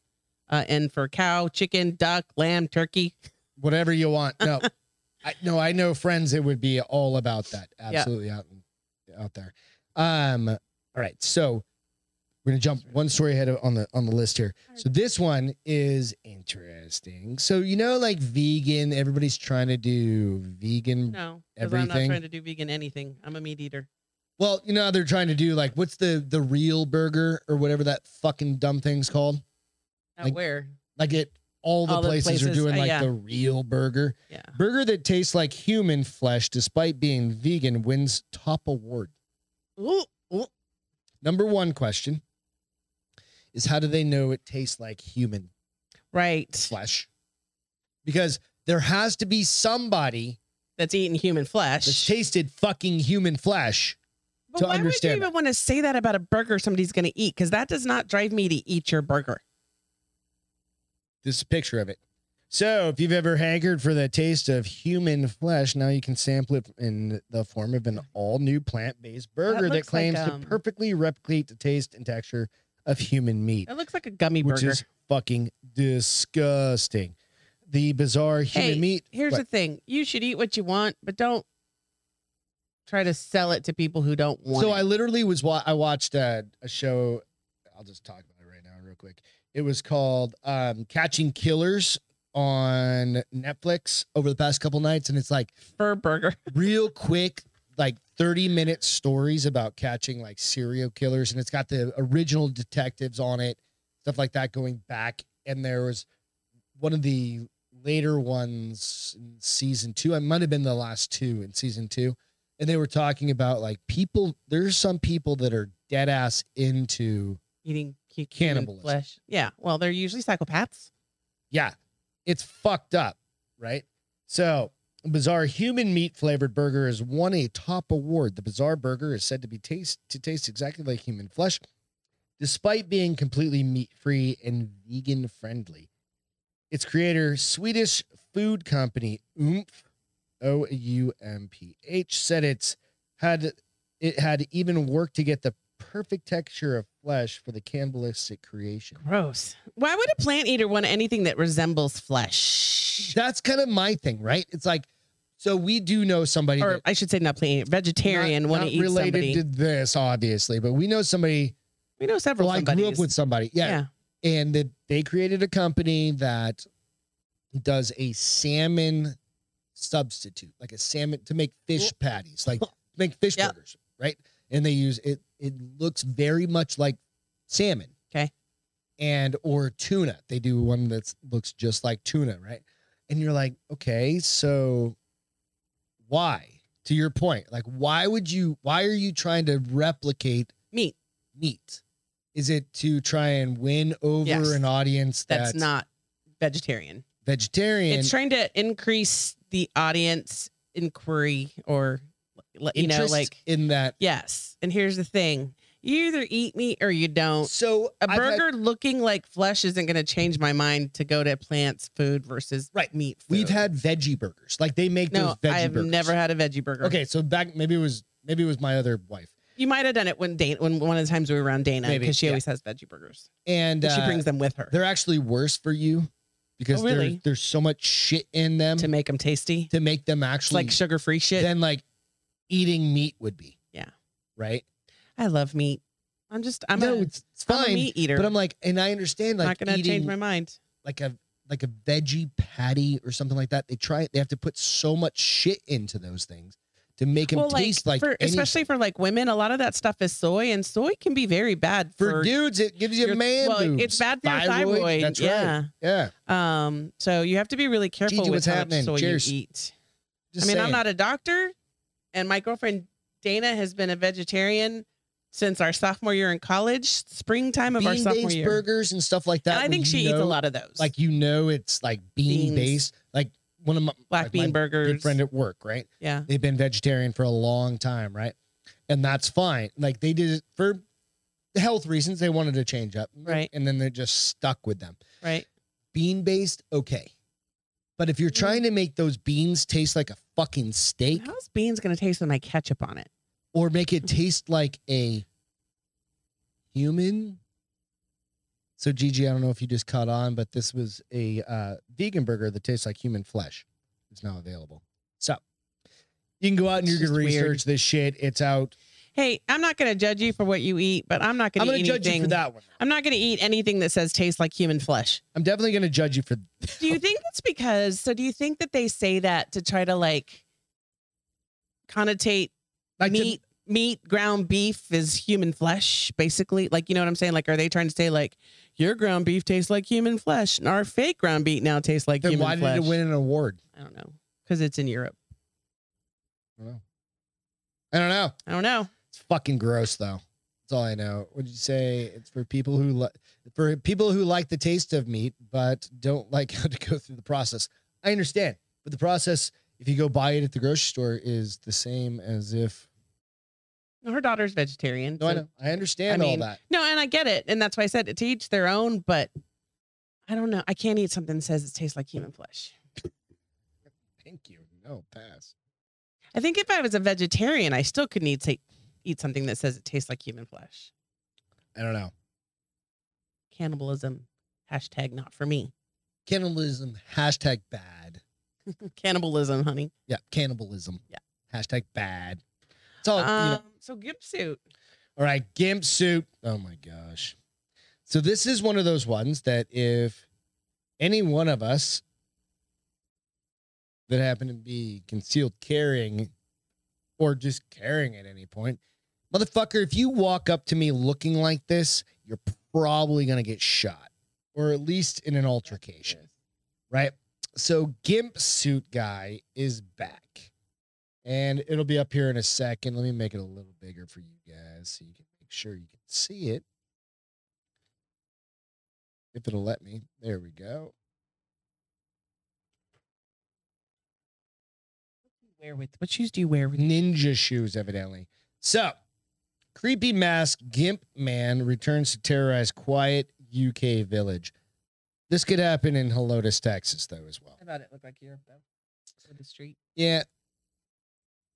Speaker 2: uh, in for cow, chicken, duck, lamb, turkey.
Speaker 1: whatever you want. No, I no, I know friends. It would be all about that. Absolutely out out there. Um. All right, so we're gonna jump one story ahead of- on the on the list here. So this one is interesting. So you know, like vegan, everybody's trying to do vegan.
Speaker 2: No, because I'm not
Speaker 1: Everything.
Speaker 2: trying to do vegan anything. I'm a meat eater.
Speaker 1: Well, you know, how they're trying to do like what's the the real burger or whatever that fucking dumb thing's called.
Speaker 2: Now
Speaker 1: Like-
Speaker 2: where?
Speaker 1: Like it, all the,
Speaker 2: All the
Speaker 1: places, are
Speaker 2: places,
Speaker 1: doing
Speaker 2: uh,
Speaker 1: like
Speaker 2: yeah.
Speaker 1: the real burger.
Speaker 2: Yeah.
Speaker 1: Burger that tastes like human flesh despite being vegan wins top award.
Speaker 2: Ooh, ooh.
Speaker 1: Number one question is how do they know it tastes like human
Speaker 2: Right.
Speaker 1: flesh? Because there has to be somebody
Speaker 2: That's eating human
Speaker 1: that's
Speaker 2: flesh.
Speaker 1: tasted fucking human flesh.
Speaker 2: But
Speaker 1: to
Speaker 2: why
Speaker 1: understand
Speaker 2: would you even want to say that about a burger somebody's going to eat? Because that does not drive me to eat your burger.
Speaker 1: This is a picture of it. So if you've ever hankered for the taste of human flesh, now you can sample it in the form of an all new plant based burger that,
Speaker 2: looks like,
Speaker 1: claims
Speaker 2: um,
Speaker 1: to perfectly replicate the taste and texture of human meat.
Speaker 2: It looks like a gummy
Speaker 1: which
Speaker 2: Oh, burger.
Speaker 1: is fucking disgusting. The bizarre human
Speaker 2: Hey,
Speaker 1: meat.
Speaker 2: Here's the
Speaker 1: what?
Speaker 2: thing: you should eat what you want, but don't try to sell it to people who don't want.
Speaker 1: so
Speaker 2: it.
Speaker 1: I literally was wa- I watched a, a show. I'll just talk about it right now, real quick. It was called um, "Catching Killers" on Netflix over the past couple nights, and it's like
Speaker 2: for a burger,
Speaker 1: real quick, like thirty minute stories about catching like serial killers, and it's got the original detectives on it, stuff like that going back. And there was one of the later ones in season two. I might have been the last two in season two. And they were talking about like people, there's some people that are dead ass into
Speaker 2: eating hu- human
Speaker 1: Cannibalism.
Speaker 2: flesh. Yeah. Well, they're usually psychopaths.
Speaker 1: Yeah, it's fucked up, right? So, Bizarre human meat flavored burger has won a top award. The Bizarre burger is said to be taste to taste exactly like human flesh, despite being completely meat free and vegan friendly. Its creator, Swedish food company Oomph, O U M P H, said it's had it had even worked to get the perfect texture of flesh for the cannibalistic creation.
Speaker 2: Gross. Why would a plant eater want anything that resembles flesh?
Speaker 1: that's kind of my thing, right? It's like, so we do know somebody
Speaker 2: Or
Speaker 1: that-
Speaker 2: I should say not plant eater, vegetarian
Speaker 1: not-
Speaker 2: want to
Speaker 1: not
Speaker 2: eat
Speaker 1: related
Speaker 2: somebody.
Speaker 1: to this, obviously, but we know somebody
Speaker 2: we know
Speaker 1: well,
Speaker 2: several
Speaker 1: like grew up
Speaker 2: somebodies.
Speaker 1: with somebody, yeah, and that they created a company that does a salmon substitute, like a salmon to make fish patties, like make fish
Speaker 2: Yeah.
Speaker 1: burgers, right? And they use it. It looks very much like salmon,
Speaker 2: Okay.
Speaker 1: and or tuna. They do one that looks just like tuna, right? And you're like, okay, so why? To your point, like, why would you? Why are you trying to replicate
Speaker 2: Meat.
Speaker 1: Meat? Is it to try and win over
Speaker 2: Yes.
Speaker 1: an audience
Speaker 2: That's not vegetarian.
Speaker 1: vegetarian?
Speaker 2: it's trying to increase the audience inquiry or l- you know
Speaker 1: interest
Speaker 2: like
Speaker 1: in that.
Speaker 2: yes and here's the thing you either eat meat or you don't
Speaker 1: So
Speaker 2: a
Speaker 1: I've had-
Speaker 2: burger looking like flesh isn't going to change my mind to go to plants food versus
Speaker 1: Right.
Speaker 2: meat food.
Speaker 1: We've had veggie burgers. Like they make
Speaker 2: no
Speaker 1: those veggie
Speaker 2: i have
Speaker 1: burgers.
Speaker 2: never had a veggie burger
Speaker 1: Okay, so back maybe it was maybe it was my other wife.
Speaker 2: you might have done it when dana when one of the times we were around dana
Speaker 1: Maybe,
Speaker 2: because she
Speaker 1: yeah.
Speaker 2: always has veggie burgers
Speaker 1: And
Speaker 2: And she
Speaker 1: uh,
Speaker 2: brings them with her
Speaker 1: they're actually worse for you because
Speaker 2: Oh, really?
Speaker 1: there- there's so much shit in them
Speaker 2: to
Speaker 1: to,
Speaker 2: make them tasty
Speaker 1: make them
Speaker 2: it's
Speaker 1: actually
Speaker 2: like sugar-free shit
Speaker 1: than like eating meat would be.
Speaker 2: Yeah.
Speaker 1: Right?
Speaker 2: i love meat i'm just i'm,
Speaker 1: no,
Speaker 2: a,
Speaker 1: it's, it's
Speaker 2: I'm a
Speaker 1: fine.
Speaker 2: meat eater
Speaker 1: But I'm like, and I understand
Speaker 2: not
Speaker 1: like
Speaker 2: gonna
Speaker 1: eating
Speaker 2: change my mind
Speaker 1: like a like a veggie patty or something like that. They try they have to put so much shit into those things to make them taste like,
Speaker 2: for,
Speaker 1: anything.
Speaker 2: especially for like women, a lot of that stuff is soy, and soy can be very bad
Speaker 1: For
Speaker 2: for,
Speaker 1: dudes, it gives you
Speaker 2: your-
Speaker 1: man
Speaker 2: well,
Speaker 1: boobs.
Speaker 2: it's bad for your thyroid,
Speaker 1: That's
Speaker 2: yeah.
Speaker 1: right. Yeah.
Speaker 2: Yeah. Um. So you have to be really careful
Speaker 1: Gigi,
Speaker 2: with
Speaker 1: what's
Speaker 2: how
Speaker 1: happening?
Speaker 2: much soy
Speaker 1: Cheers.
Speaker 2: you eat.
Speaker 1: Just
Speaker 2: I mean, I'm
Speaker 1: saying.
Speaker 2: not a doctor, and my girlfriend Dana has been a vegetarian since our sophomore year in college, springtime of our
Speaker 1: bean
Speaker 2: sophomore
Speaker 1: based
Speaker 2: year.
Speaker 1: burgers and stuff like that.
Speaker 2: and I
Speaker 1: where
Speaker 2: think
Speaker 1: you
Speaker 2: she eats
Speaker 1: know-
Speaker 2: a lot of those,
Speaker 1: Like you know, it's like bean
Speaker 2: Beans.
Speaker 1: based. Like one of my
Speaker 2: black
Speaker 1: like my
Speaker 2: bean
Speaker 1: good
Speaker 2: burgers.
Speaker 1: friend at work, right?
Speaker 2: yeah.
Speaker 1: They've been vegetarian for a long time, right? And that's fine. Like they did it for health reasons. They wanted to change up,
Speaker 2: Right.
Speaker 1: And then they just stuck with them.
Speaker 2: Right.
Speaker 1: Bean based, okay. But if you're
Speaker 2: Mm.
Speaker 1: trying to make those beans taste like a fucking steak
Speaker 2: How's beans gonna taste when I ketchup on it?
Speaker 1: or make it taste like a human. So, Gigi, I don't know if you just caught on, but this was a uh, vegan burger that tastes like human flesh. It's now available. So, you can go out and
Speaker 2: It's
Speaker 1: you can
Speaker 2: just
Speaker 1: research
Speaker 2: weird.
Speaker 1: this shit. It's out.
Speaker 2: Hey, I'm not gonna judge you for what you eat, but I'm not gonna.
Speaker 1: I'm going
Speaker 2: eat
Speaker 1: to judge you
Speaker 2: anything-
Speaker 1: for that one.
Speaker 2: I'm not going to eat anything that says tastes like human flesh.
Speaker 1: I'm definitely going to judge you for.
Speaker 2: Do you think that's because? So do you think that they say that to try to like connotate
Speaker 1: Like to-
Speaker 2: meat, meat, ground beef is human flesh, basically? Like you know what I'm saying? Like, are they trying to say like your ground beef tastes like human flesh, and our fake ground beef now tastes like
Speaker 1: then
Speaker 2: human
Speaker 1: why
Speaker 2: flesh?
Speaker 1: did it win an award?
Speaker 2: I don't know because it's in Europe.
Speaker 1: I don't know. I don't know.
Speaker 2: I don't know.
Speaker 1: It's fucking gross, though. That's all I know. Would you say it's for people who li- for people who like the taste of meat but don't like how to go through the process? I understand, but the process, if you go buy it at the grocery store, is the same as if.
Speaker 2: Her daughter's vegetarian.
Speaker 1: No, I
Speaker 2: so-
Speaker 1: know. I understand
Speaker 2: I mean,
Speaker 1: all that.
Speaker 2: No, and I get it, and that's why I said it to each their own. But I don't know. I can't eat something that says it tastes like human flesh.
Speaker 1: Thank you. No pass.
Speaker 2: I think if I was a vegetarian, I still couldn't eat, say, eat something that says it tastes like human flesh.
Speaker 1: I don't know.
Speaker 2: Cannibalism, hashtag not for me.
Speaker 1: Cannibalism hashtag bad.
Speaker 2: Cannibalism, honey.
Speaker 1: Yeah, cannibalism.
Speaker 2: Yeah.
Speaker 1: Hashtag bad. It's all. Oh, you know,
Speaker 2: Um, so gimp suit.
Speaker 1: All right, gimp suit. Oh my gosh. So this is one of those ones that if any one of us that happen to be concealed carrying or just carrying at any point, motherfucker, if you walk up to me looking like this, you're probably going to get shot or at least in an altercation, right? So gimp suit guy is back. And it'll be up here in a second. Let me make it a little bigger for you guys so you can make sure you can see it. If it'll let me. There we go.
Speaker 2: Wear with what shoes do you wear with?
Speaker 1: Ninja shoes, evidently. So, creepy mask gimp man returns to terrorize quiet UK village. This could happen in Helotes, Texas, though, as well.
Speaker 2: How about it look like Europe though? With the street.
Speaker 1: Yeah.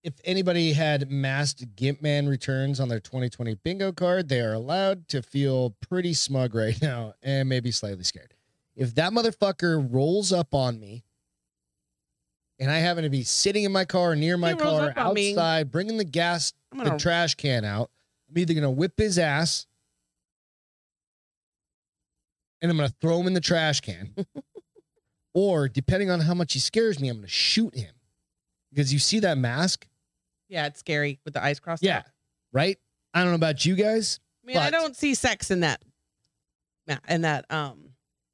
Speaker 1: If anybody had masked Gimp Man returns on their 2020 bingo card, they are allowed to feel pretty smug right now and maybe slightly scared. If that motherfucker rolls up on me and I happen to be sitting in my car, near my
Speaker 2: He rolls
Speaker 1: car,
Speaker 2: up on me.
Speaker 1: outside, bringing the gas,
Speaker 2: I'm
Speaker 1: the
Speaker 2: gonna
Speaker 1: trash can out, I'm either going to whip his ass and I'm going to throw him in the trash can, or depending on how much he scares me, I'm going to shoot him because you see that mask,
Speaker 2: Yeah, it's scary with the eyes crossed.
Speaker 1: Yeah.
Speaker 2: out.
Speaker 1: right? I don't know about you guys.
Speaker 2: I mean, I
Speaker 1: But-
Speaker 2: don't see sex in that. Yeah, in that um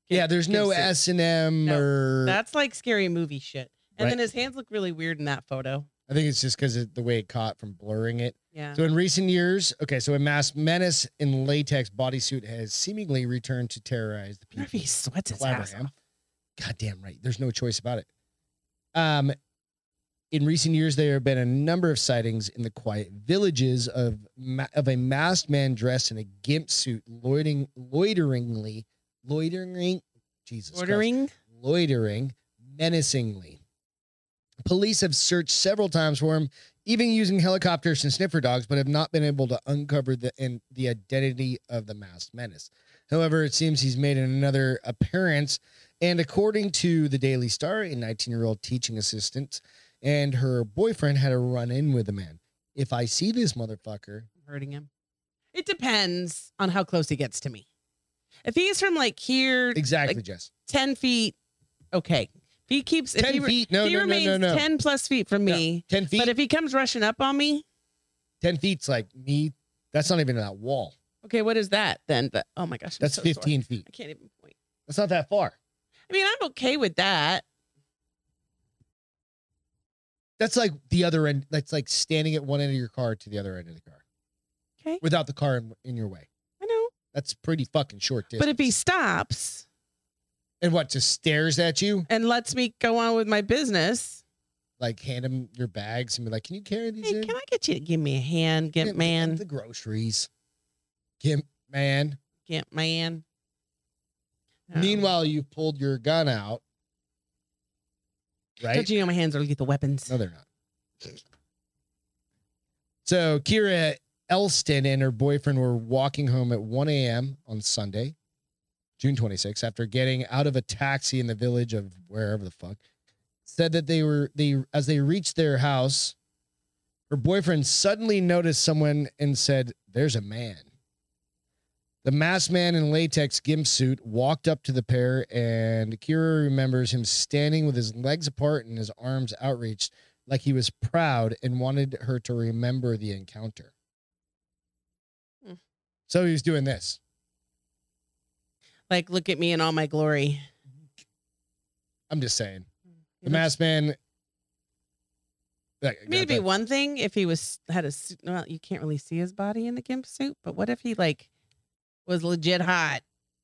Speaker 1: yeah, there's
Speaker 2: gimp
Speaker 1: no
Speaker 2: suit.
Speaker 1: S and M
Speaker 2: No,
Speaker 1: or
Speaker 2: That's like scary movie shit. And
Speaker 1: Right.
Speaker 2: then his hands look really weird in that photo.
Speaker 1: I think it's just because of the way it caught from blurring it.
Speaker 2: Yeah.
Speaker 1: So in recent years, okay, so a masked menace in latex bodysuit has seemingly returned to terrorize the
Speaker 2: I wonder
Speaker 1: people.
Speaker 2: if he sweats his
Speaker 1: Clever,
Speaker 2: ass
Speaker 1: huh?
Speaker 2: off.
Speaker 1: Goddamn right. There's no choice about it. Um, in recent years, there have been a number of sightings in the quiet villages of ma- of a masked man dressed in a gimp suit, loitering, loiteringly, loitering, Jesus, Christ.
Speaker 2: Ordering.
Speaker 1: loitering menacingly. Police have searched several times for him, even using helicopters and sniffer dogs, but have not been able to uncover the and the identity of the masked menace. However, it seems he's made another appearance, and according to the Daily Star, a 19-year-old teaching assistant and her boyfriend had a run-in with the man. If I see this motherfucker,
Speaker 2: hurting him. It depends on how close he gets to me. If he's from like here,
Speaker 1: exactly, Jess,
Speaker 2: ten feet, okay. If he keeps, if
Speaker 1: ten
Speaker 2: he, re-
Speaker 1: feet, no,
Speaker 2: if he
Speaker 1: no, no,
Speaker 2: remains
Speaker 1: no, no,
Speaker 2: ten plus feet from
Speaker 1: No.
Speaker 2: me,
Speaker 1: ten feet,
Speaker 2: but if he comes rushing up on me,
Speaker 1: ten feet's like me. That's not even that wall.
Speaker 2: okay, what is that then? But oh my gosh, I'm
Speaker 1: That's
Speaker 2: so sore.
Speaker 1: 15 feet.
Speaker 2: I can't even point.
Speaker 1: That's not that far.
Speaker 2: I mean, I'm okay with that.
Speaker 1: That's like the other end. That's like standing at one end of your car to the other end of the car
Speaker 2: Okay,
Speaker 1: without the car in, in your way.
Speaker 2: I know.
Speaker 1: That's pretty fucking short distance.
Speaker 2: But if he stops
Speaker 1: and what just stares at you,
Speaker 2: and lets me go on with my business,
Speaker 1: like hand him your bags and be like, "Can you carry these
Speaker 2: hey,
Speaker 1: in?"
Speaker 2: can I get you to give me a hand,
Speaker 1: Get
Speaker 2: Gimp
Speaker 1: me
Speaker 2: man,
Speaker 1: the groceries, Gimp man.
Speaker 2: Gimp man? Um,
Speaker 1: Meanwhile, you pulled your gun out, right?
Speaker 2: Don't you know my hands are lethal weapons?
Speaker 1: No, they're not. So Kira Elston and her boyfriend were walking home at 1 a.m. on Sunday, June 26, after getting out of a taxi in the village of wherever the fuck. Said that they were they as they reached their house, her boyfriend suddenly noticed someone and said, "There's a man." The masked man in latex gimp suit walked up to the pair, and Kira remembers him standing with his legs apart and his arms outreached, like he was proud and wanted her to remember the encounter.
Speaker 2: Hmm.
Speaker 1: So he was doing this.
Speaker 2: Like, look at me in all my glory.
Speaker 1: I'm just saying. The
Speaker 2: You know,
Speaker 1: masked man. Like,
Speaker 2: I mean, it'd be one thing if he was had a suit. Well, you can't really see his body in the gimp suit, but what if he like was legit hot?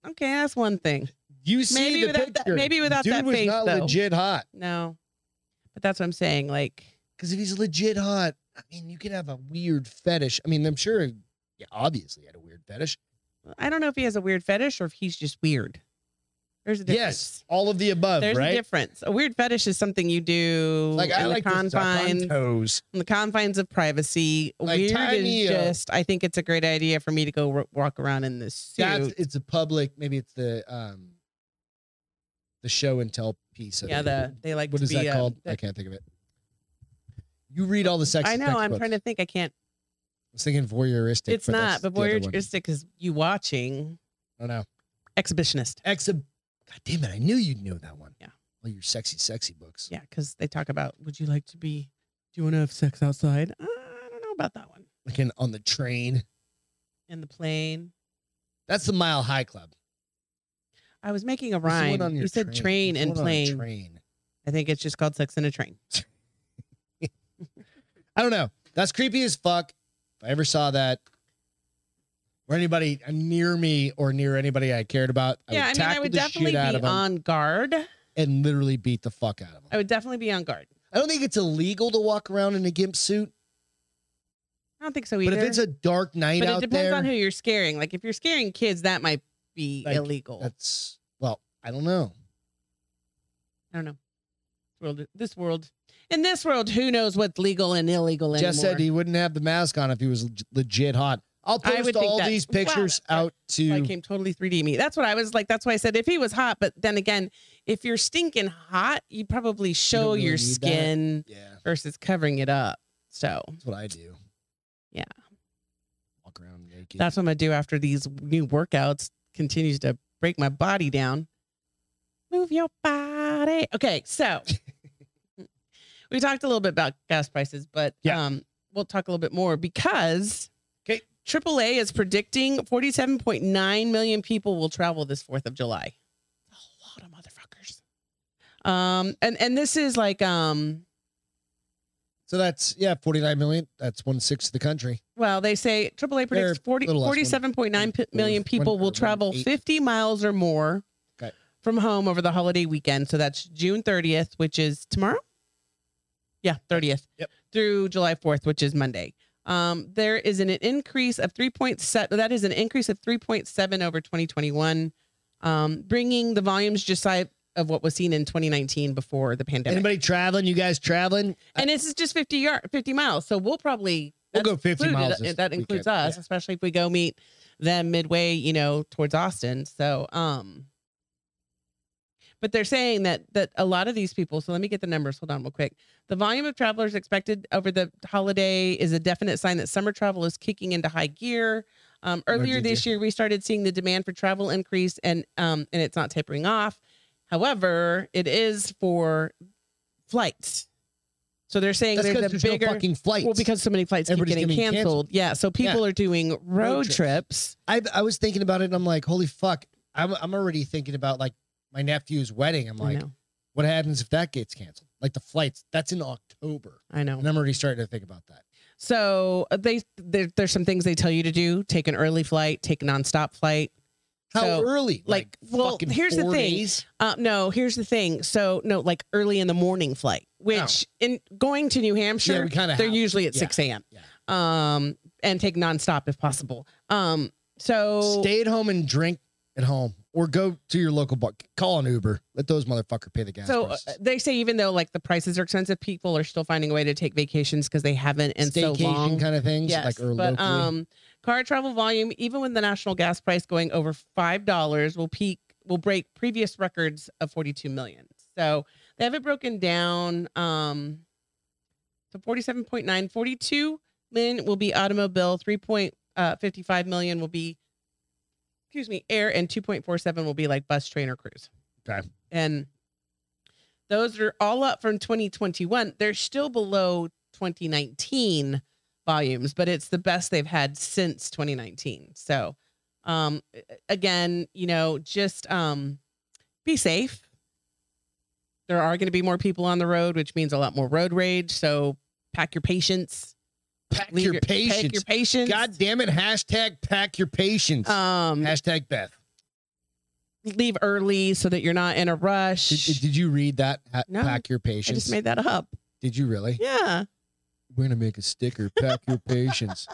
Speaker 2: Okay, that's one thing.
Speaker 1: you see
Speaker 2: maybe
Speaker 1: the
Speaker 2: without that-
Speaker 1: picture.
Speaker 2: maybe without
Speaker 1: Dude
Speaker 2: that
Speaker 1: was
Speaker 2: face,
Speaker 1: not
Speaker 2: though.
Speaker 1: legit hot.
Speaker 2: No, but that's what I'm saying. Like,
Speaker 1: Because if he's legit hot, I mean, you could have a weird fetish. I mean, I'm sure. Yeah, obviously, he had a weird fetish.
Speaker 2: I don't know if he has a weird fetish or if he's just weird. There's a difference.
Speaker 1: Yes, all of the above,
Speaker 2: There's
Speaker 1: right?
Speaker 2: a difference. A weird fetish is something you do
Speaker 1: like
Speaker 2: in
Speaker 1: I
Speaker 2: the
Speaker 1: like to suck on
Speaker 2: confines,
Speaker 1: toes.
Speaker 2: in the confines of privacy.
Speaker 1: Like,
Speaker 2: weird
Speaker 1: tiny,
Speaker 2: is
Speaker 1: uh,
Speaker 2: just. I think it's a great idea for me to go w- walk around in this suit.
Speaker 1: That's it's a public. Maybe it's the um the show and tell piece. Of
Speaker 2: yeah,
Speaker 1: it.
Speaker 2: the, they like
Speaker 1: what
Speaker 2: to
Speaker 1: is
Speaker 2: be,
Speaker 1: that
Speaker 2: uh,
Speaker 1: called?
Speaker 2: the-
Speaker 1: I can't think of it. You read all the sex.
Speaker 2: I know. I'm trying to think. I can't.
Speaker 1: I was thinking voyeuristic.
Speaker 2: It's not. But
Speaker 1: voyeuristic.
Speaker 2: voyeuristic is you watching
Speaker 1: I don't know.
Speaker 2: exhibitionist.
Speaker 1: Exib. God damn it! I knew you'd know that one.
Speaker 2: Yeah.
Speaker 1: All your sexy, sexy books.
Speaker 2: Yeah, because they talk about would you like to be? Do you want to have sex outside? Uh, I don't know about that one.
Speaker 1: Like in, on the train.
Speaker 2: In the plane.
Speaker 1: That's the Mile High Club.
Speaker 2: I was making a
Speaker 1: What's the one
Speaker 2: rhyme.
Speaker 1: on your
Speaker 2: You said train,
Speaker 1: What's the
Speaker 2: and
Speaker 1: one on a
Speaker 2: plane.
Speaker 1: Train.
Speaker 2: I think it's just called sex in a train.
Speaker 1: I don't know. That's creepy as fuck. If I ever saw that, or anybody near me or near anybody I cared about, I
Speaker 2: yeah,
Speaker 1: would
Speaker 2: I mean, I
Speaker 1: tackle
Speaker 2: would
Speaker 1: the
Speaker 2: definitely
Speaker 1: shit
Speaker 2: be
Speaker 1: out of them
Speaker 2: on guard.
Speaker 1: and literally beat the fuck out of them.
Speaker 2: I would definitely be on guard.
Speaker 1: I don't think it's illegal to walk around in a gimp suit,
Speaker 2: I don't think so either.
Speaker 1: but if it's a dark night
Speaker 2: but it
Speaker 1: out
Speaker 2: depends
Speaker 1: there,
Speaker 2: on who you're scaring. Like if you're scaring kids, that might be
Speaker 1: Like,
Speaker 2: illegal.
Speaker 1: that's well, I don't know.
Speaker 2: I don't know. World, this world, in this world, who knows what's legal and illegal anymore?
Speaker 1: Jess said he wouldn't have the mask on if he was leg- legit hot. I'll
Speaker 2: I
Speaker 1: post
Speaker 2: would think
Speaker 1: all
Speaker 2: that-
Speaker 1: these
Speaker 2: Wow, that's
Speaker 1: pictures
Speaker 2: right.
Speaker 1: out to
Speaker 2: I came totally 3D me. That's what I was like. That's why I said if he was hot. But then again, if you're stinking hot, you probably show
Speaker 1: really
Speaker 2: your
Speaker 1: need that.
Speaker 2: skin
Speaker 1: yeah,
Speaker 2: versus covering it up. So
Speaker 1: that's what I do.
Speaker 2: Yeah.
Speaker 1: walk around naked.
Speaker 2: that's what I'm gonna do after these new workouts continues to break my body down. Move your body. Okay, so we talked a little bit about gas prices, but
Speaker 1: Yeah.
Speaker 2: um, we'll talk a little bit more because
Speaker 1: 'Kay.
Speaker 2: AAA is predicting 47.9 million people will travel this 4th of July. A lot of motherfuckers. Um, and and this is like um,
Speaker 1: so that's yeah, forty nine million. That's one sixth of the country.
Speaker 2: Well, they say AAA
Speaker 1: They're
Speaker 2: predicts 40,
Speaker 1: little less, one-
Speaker 2: 47.9 p-
Speaker 1: one-
Speaker 2: million
Speaker 1: one-
Speaker 2: people
Speaker 1: or
Speaker 2: will
Speaker 1: one
Speaker 2: travel
Speaker 1: eight.
Speaker 2: 50 miles or more
Speaker 1: Okay.
Speaker 2: from home over the holiday weekend. So that's June 30th, which is tomorrow. Yeah, 30th.
Speaker 1: Yep.
Speaker 2: Through July 4th, which is Monday. Um, there is an, increase of 3.7. That is an increase of 3.7 over 2021, um, bringing the volumes just side of what was seen in 2019 before the pandemic.
Speaker 1: Anybody traveling? You guys traveling?
Speaker 2: and this is just 50 yard, 50 miles. So we'll probably
Speaker 1: We'll go fifty
Speaker 2: included- uh,
Speaker 1: miles. this
Speaker 2: that includes
Speaker 1: weekend.
Speaker 2: us, especially if we go meet them midway, you know, towards Austin. So, um, but they're saying that that a lot of these people. So let me get the numbers. Hold on, real quick. The volume of travelers expected over the holiday is a definite sign that summer travel is kicking into high gear. Um, earlier
Speaker 1: did
Speaker 2: this year, we started seeing the demand for travel increase, and um, and it's not tapering off. However, it is for flights. So they're saying
Speaker 1: That's because
Speaker 2: there's a
Speaker 1: there's
Speaker 2: bigger
Speaker 1: no fucking flights.
Speaker 2: well, because so many flights keep
Speaker 1: Everybody's
Speaker 2: getting
Speaker 1: getting canceled.
Speaker 2: canceled. Yeah, so people are doing road,
Speaker 1: trips.
Speaker 2: trips.
Speaker 1: I I was thinking about it and I'm like, holy fuck. I'm I'm already thinking about like my nephew's wedding. I'm
Speaker 2: I
Speaker 1: like,
Speaker 2: know.
Speaker 1: what happens if that gets canceled? Like the flights, that's in October.
Speaker 2: I know.
Speaker 1: And I'm already starting to think about that.
Speaker 2: So uh, they there, there's some things they tell you to do: take an early flight, take a nonstop flight.
Speaker 1: How
Speaker 2: So,
Speaker 1: early?
Speaker 2: like, well,
Speaker 1: fucking
Speaker 2: here's the
Speaker 1: four
Speaker 2: thing.
Speaker 1: days?
Speaker 2: Uh, no, here's the thing. So no, like early in the morning flight, which in going to New
Speaker 1: Oh. yeah,
Speaker 2: Hampshire,
Speaker 1: we kind of
Speaker 2: they're usually at
Speaker 1: Yeah,
Speaker 2: six a.m. Um, and take nonstop if possible. Um, so
Speaker 1: stay at home and drink at home, or go to your local bar. Call an Uber. Let those motherfucker pay the gas.
Speaker 2: so uh,
Speaker 1: prices.
Speaker 2: they say even though like the prices are expensive, people are still finding a way to take vacations because they haven't in so
Speaker 1: Staycation
Speaker 2: long.
Speaker 1: kind of things.
Speaker 2: Yes,
Speaker 1: like or
Speaker 2: but
Speaker 1: locally.
Speaker 2: um, car travel volume, even with the national gas price going over five dollars, will peak will break previous records of forty two million. So they have it broken down um, to 47.9, 42 million will be automobile, 3.55 million will be, excuse me, air, and 2.47 will be like bus, train, or cruise.
Speaker 1: Okay.
Speaker 2: And those are all up from 2021. They're still below 2019 volumes, but it's the best they've had since 2019. So, um, again, you know, just um, be safe there are going to be more people on the road, which means a lot more road rage. So pack your patience.
Speaker 1: pack
Speaker 2: Leave
Speaker 1: your,
Speaker 2: Pack your
Speaker 1: patience.
Speaker 2: patience.
Speaker 1: God damn it! Hashtag pack your patience.
Speaker 2: Um,
Speaker 1: hashtag Beth.
Speaker 2: leave early so that you're not in a rush.
Speaker 1: Did, did you read that? Ha-
Speaker 2: No,
Speaker 1: pack your
Speaker 2: I just
Speaker 1: patience.
Speaker 2: made that up.
Speaker 1: Did you really?
Speaker 2: Yeah.
Speaker 1: We're gonna make a sticker. Pack your patience.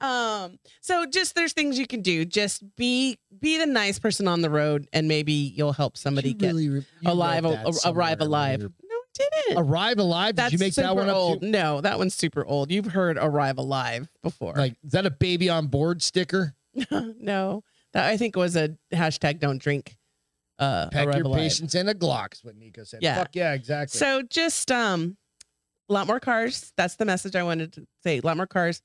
Speaker 2: Um, so just there's things you can do. Just be be the nice person on the road, and maybe you'll help somebody
Speaker 1: You
Speaker 2: get
Speaker 1: really re- you
Speaker 2: alive,
Speaker 1: read that
Speaker 2: a-
Speaker 1: somewhere
Speaker 2: arrive
Speaker 1: when
Speaker 2: alive.
Speaker 1: you
Speaker 2: No,
Speaker 1: were-
Speaker 2: I didn't.
Speaker 1: Arrive alive.
Speaker 2: That's
Speaker 1: Did you make
Speaker 2: super
Speaker 1: that one up?
Speaker 2: old.
Speaker 1: too?
Speaker 2: No, that one's super old. You've heard arrive alive before.
Speaker 1: Like, is that a baby on board sticker?
Speaker 2: no, that I think was a hashtag don't drink. Uh,
Speaker 1: Pack
Speaker 2: arrive
Speaker 1: your
Speaker 2: alive.
Speaker 1: patience and a Glock. Is what Nico said.
Speaker 2: Yeah.
Speaker 1: Fuck yeah, exactly.
Speaker 2: So just um, a lot more cars. That's the message I wanted to say. A lot more cars.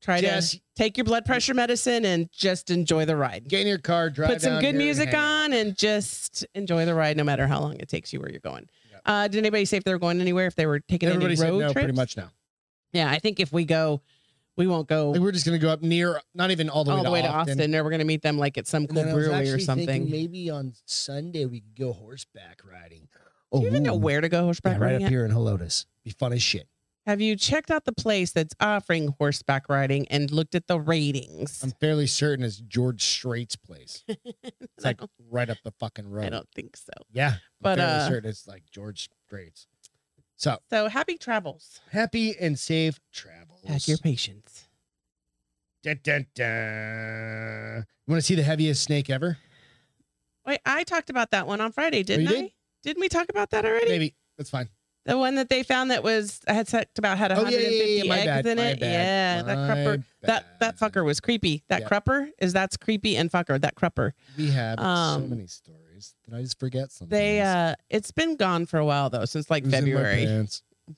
Speaker 2: Try
Speaker 1: Jess,
Speaker 2: to take your blood pressure medicine and just enjoy the ride.
Speaker 1: get in your car, drive.
Speaker 2: Put some
Speaker 1: down
Speaker 2: good
Speaker 1: here and
Speaker 2: music
Speaker 1: hang out.
Speaker 2: on and just enjoy the ride, no matter how long it takes you where you're going.
Speaker 1: Yeah.
Speaker 2: Uh, did anybody say if they were going anywhere? If they were taking
Speaker 1: Everybody
Speaker 2: any
Speaker 1: said
Speaker 2: road
Speaker 1: no,
Speaker 2: trips?
Speaker 1: pretty much now.
Speaker 2: Yeah, I think if we go, we won't go
Speaker 1: Like we're just gonna go up near, not even all the
Speaker 2: all
Speaker 1: way,
Speaker 2: the way to
Speaker 1: Austin.
Speaker 2: Austin. Or we're gonna meet them like at some
Speaker 1: And
Speaker 2: cool
Speaker 1: then I was
Speaker 2: brewery or
Speaker 1: actually
Speaker 2: something.
Speaker 1: thinking Maybe on Sunday we could go horseback riding. Oh,
Speaker 2: Do you even know
Speaker 1: ooh.
Speaker 2: where to go horseback
Speaker 1: Yeah, right
Speaker 2: riding?
Speaker 1: up
Speaker 2: at?
Speaker 1: here in Helotes. Be fun as shit.
Speaker 2: Have you checked out the place that's offering horseback riding and looked at the ratings?
Speaker 1: I'm fairly certain it's George Strait's place. It's like right up the fucking road.
Speaker 2: I don't think so.
Speaker 1: Yeah,
Speaker 2: But,
Speaker 1: but
Speaker 2: uh,
Speaker 1: certain it's like George Strait's. So
Speaker 2: So happy travels.
Speaker 1: happy and safe travels.
Speaker 2: Pack your patience.
Speaker 1: Dun, dun, dun. You want to see the heaviest snake ever?
Speaker 2: Wait, I talked about that one on Friday, didn't
Speaker 1: Oh, you
Speaker 2: I?
Speaker 1: did?
Speaker 2: Didn't we talk about that already?
Speaker 1: Maybe that's fine.
Speaker 2: The one that they found that was I had talked about had
Speaker 1: Oh yeah,
Speaker 2: 150
Speaker 1: yeah, yeah, yeah. My
Speaker 2: eggs
Speaker 1: bad.
Speaker 2: in
Speaker 1: my
Speaker 2: it.
Speaker 1: bad,
Speaker 2: Yeah, that
Speaker 1: my
Speaker 2: crupper. That
Speaker 1: bad.
Speaker 2: that fucker was creepy. That
Speaker 1: Yeah.
Speaker 2: crupper is that's creepy and fucker. That crupper.
Speaker 1: We have
Speaker 2: Um,
Speaker 1: so many stories that I just forget something.
Speaker 2: They uh, it's been gone for a while though, since like February. Boom,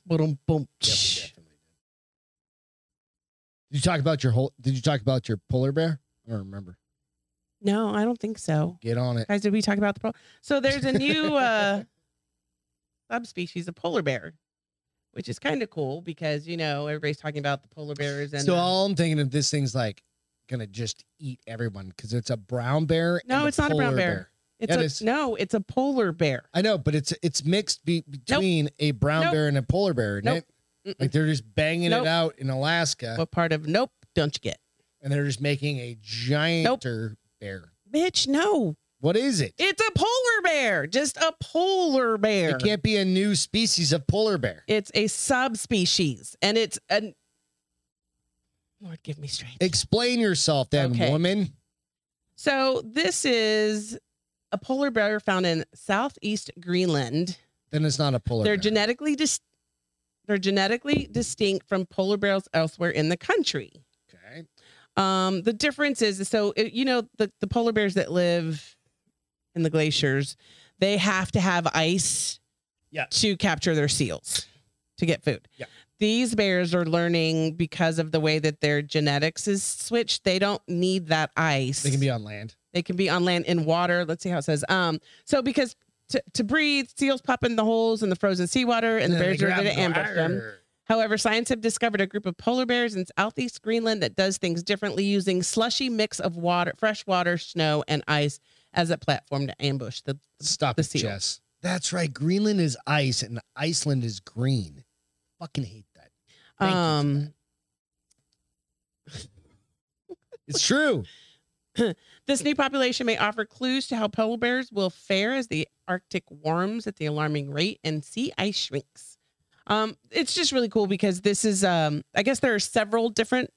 Speaker 2: boom.
Speaker 1: Yeah, we definitely did. Did you talk about your whole? Did you talk about your polar bear? I don't remember.
Speaker 2: No, I don't think so.
Speaker 1: Get on it.
Speaker 2: Guys, did we talk about the polar? So there's a new uh, subspecies of polar bear, which is kind of cool because you know everybody's talking about the polar bears and
Speaker 1: So
Speaker 2: uh,
Speaker 1: all I'm thinking of this thing's like gonna just eat everyone because it's a brown bear.
Speaker 2: No,
Speaker 1: and
Speaker 2: it's not a brown
Speaker 1: polar
Speaker 2: bear.
Speaker 1: yeah, it
Speaker 2: it's
Speaker 1: is.
Speaker 2: a, no, it's a polar bear.
Speaker 1: I know, but it's it's mixed be- between a brown
Speaker 2: Nope.
Speaker 1: bear and a polar bear. isn't
Speaker 2: Nope.
Speaker 1: it?
Speaker 2: Mm-mm.
Speaker 1: Like they're just banging
Speaker 2: Nope.
Speaker 1: it out in Alaska,
Speaker 2: What part of nope? Don't you get?
Speaker 1: and they're just making a gianter bear.
Speaker 2: Bitch, no.
Speaker 1: What is it?
Speaker 2: It's a polar bear. Just a polar bear.
Speaker 1: It can't be a new species of polar bear.
Speaker 2: It's a subspecies. And it's an Lord give me strength.
Speaker 1: Explain yourself, then,
Speaker 2: Okay.
Speaker 1: woman.
Speaker 2: so this is a polar bear found in southeast Greenland.
Speaker 1: Then it's not a polar.
Speaker 2: they're
Speaker 1: bear.
Speaker 2: genetically dis- they're genetically distinct from polar bears elsewhere in the country.
Speaker 1: Okay.
Speaker 2: Um, the difference is so it- you know the the polar bears that live in the glaciers, they have to have ice
Speaker 1: Yeah.
Speaker 2: to capture their seals to get food.
Speaker 1: Yeah.
Speaker 2: These bears are learning because of the way that their genetics is switched. They don't need that ice.
Speaker 1: They can be on land.
Speaker 2: They can be on land in water. Let's see how it says. Um, so because to, to breathe, seals pop in the holes in the frozen seawater, and the
Speaker 1: then
Speaker 2: bears
Speaker 1: they
Speaker 2: are
Speaker 1: grab
Speaker 2: going to
Speaker 1: and go,
Speaker 2: ambush them.
Speaker 1: "Arr."
Speaker 2: However, science have discovered a group of polar bears in southeast Greenland that does things differently using slushy mix of water, fresh water, snow, and ice as a platform to ambush the
Speaker 1: Stop
Speaker 2: The
Speaker 1: it,
Speaker 2: seal.
Speaker 1: Jess. That's right. Greenland is ice, and Iceland is green. Fucking hate that. Thank you for
Speaker 2: um
Speaker 1: that. It's true.
Speaker 2: this new population may offer clues to how polar bears will fare as the Arctic warms at the alarming rate and sea ice shrinks. Um, it's just really cool because this is um I guess there are several different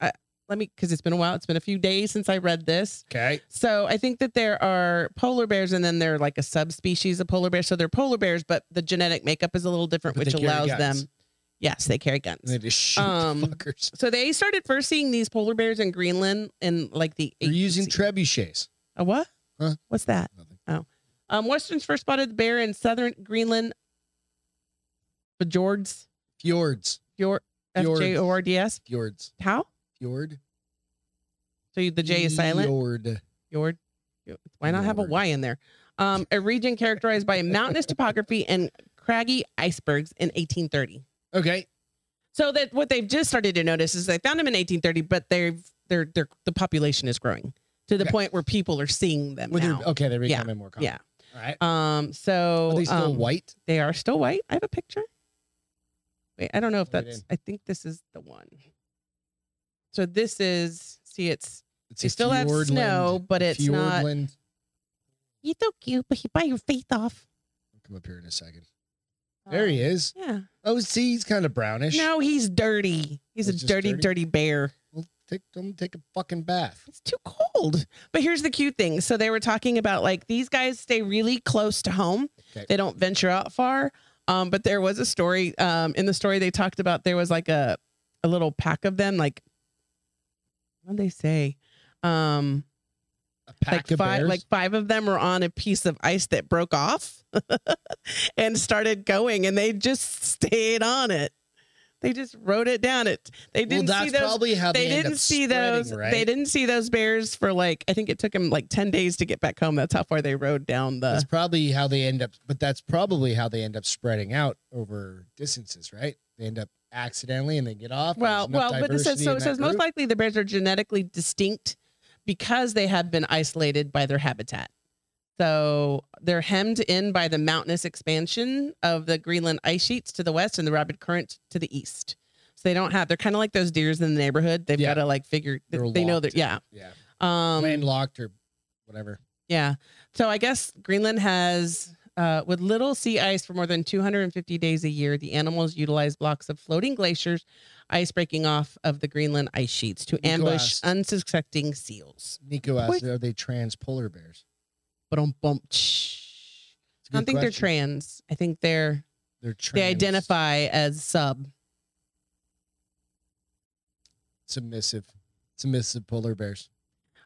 Speaker 2: uh, let me because it's been a while, it's been a few days since I read this.
Speaker 1: Okay.
Speaker 2: So I think that there are polar bears, and then they're like a subspecies of polar bears. So they're polar bears, but the genetic makeup is a little different,
Speaker 1: But they
Speaker 2: which
Speaker 1: carry
Speaker 2: allows
Speaker 1: guns.
Speaker 2: them. Yes, they carry guns.
Speaker 1: And they just shoot
Speaker 2: Um,
Speaker 1: the fuckers.
Speaker 2: so they started first seeing these polar bears in Greenland in like the.
Speaker 1: They're using
Speaker 2: 18
Speaker 1: trebuchets.
Speaker 2: a what?
Speaker 1: Huh?
Speaker 2: What's that?
Speaker 1: Nothing.
Speaker 2: Um, Westerns first spotted the bear in southern Greenland. Fjords,
Speaker 1: Fjords.
Speaker 2: fjord, F J O R D S.
Speaker 1: Fjords.
Speaker 2: How?
Speaker 1: Fjord.
Speaker 2: So you- the J is silent.
Speaker 1: Fjord.
Speaker 2: Yord. Yo- Why not have a
Speaker 1: Yord.
Speaker 2: Y in there? Um, a region characterized by mountainous topography and craggy icebergs in 1830.
Speaker 1: Okay.
Speaker 2: So that what they've just started to notice is they found them in 1830, but they've they're, they're the population is growing to the
Speaker 1: Okay.
Speaker 2: point where people are seeing them
Speaker 1: Well, they're-
Speaker 2: now.
Speaker 1: okay. They're
Speaker 2: Yeah.
Speaker 1: becoming more common.
Speaker 2: Yeah.
Speaker 1: All right.
Speaker 2: Um, so
Speaker 1: Are they still
Speaker 2: um,
Speaker 1: white?
Speaker 2: They are still white. I have a picture. Wait, I don't know if
Speaker 1: Put it
Speaker 2: that's.
Speaker 1: in.
Speaker 2: I think this is the one. So this is. See, it's
Speaker 1: It's
Speaker 2: you
Speaker 1: a
Speaker 2: still have
Speaker 1: fjordland-
Speaker 2: snow, but it's not-
Speaker 1: fjordland.
Speaker 2: you so cute, but you buy your faith off. Um,
Speaker 1: I'll come up here in a second. There he is.
Speaker 2: Yeah.
Speaker 1: Oh, see, he's kind of brownish.
Speaker 2: No, he's dirty. He's
Speaker 1: He's
Speaker 2: a
Speaker 1: just
Speaker 2: dirty, dirty,
Speaker 1: dirty?
Speaker 2: bear.
Speaker 1: Well, take, don't take a fucking bath.
Speaker 2: It's too cold. But here's the cute thing. So they were talking about like these guys stay really close to home.
Speaker 1: Okay.
Speaker 2: They don't venture out far. Um, but there was a story. Um, in the story they talked about there was like a a little pack of them. Like what did they say? Um,
Speaker 1: A pack
Speaker 2: like
Speaker 1: of
Speaker 2: five,
Speaker 1: bears.
Speaker 2: like five of them were on a piece of ice that broke off and started going, and they just stayed on it. They just wrote it down. It they
Speaker 1: well,
Speaker 2: didn't
Speaker 1: that's
Speaker 2: see those.
Speaker 1: probably how
Speaker 2: They,
Speaker 1: they, end
Speaker 2: didn't
Speaker 1: up
Speaker 2: see
Speaker 1: spreading,
Speaker 2: those.
Speaker 1: Right?
Speaker 2: They didn't see those bears for like I think it took them like ten days to get back home. That's how far they rode down the.
Speaker 1: That's probably how they end up. But that's probably how they end up spreading out over distances, right? They end up accidentally and they get off. and
Speaker 2: Well,
Speaker 1: there's enough
Speaker 2: well, but it
Speaker 1: diversity
Speaker 2: says so.
Speaker 1: in
Speaker 2: It
Speaker 1: that
Speaker 2: says most
Speaker 1: group.
Speaker 2: likely the bears are genetically distinct because they have been isolated by their habitat. So they're hemmed in by the mountainous expansion of the Greenland ice sheets to the west and the rapid current to the east. So they don't have. They're kind of like those deers in the neighborhood. They've
Speaker 1: Yeah.
Speaker 2: got to like figure. They
Speaker 1: They're
Speaker 2: know
Speaker 1: locked.
Speaker 2: that. Yeah.
Speaker 1: Yeah.
Speaker 2: Um,
Speaker 1: Landlocked or whatever.
Speaker 2: yeah. So I guess Greenland has, uh, with little sea ice for more than 250 days a year, the animals utilize blocks of floating glaciers, ice breaking off of the Greenland ice sheets to
Speaker 1: Nico
Speaker 2: ambush
Speaker 1: asked-
Speaker 2: unsuspecting seals.
Speaker 1: Nico asked,
Speaker 2: Wait.
Speaker 1: are they trans polar bears?
Speaker 2: But on bump.
Speaker 1: It's a
Speaker 2: I don't
Speaker 1: good
Speaker 2: think they're
Speaker 1: question.
Speaker 2: trans. I think they're
Speaker 1: They're trans.
Speaker 2: they identify as sub.
Speaker 1: submissive, submissive polar bears.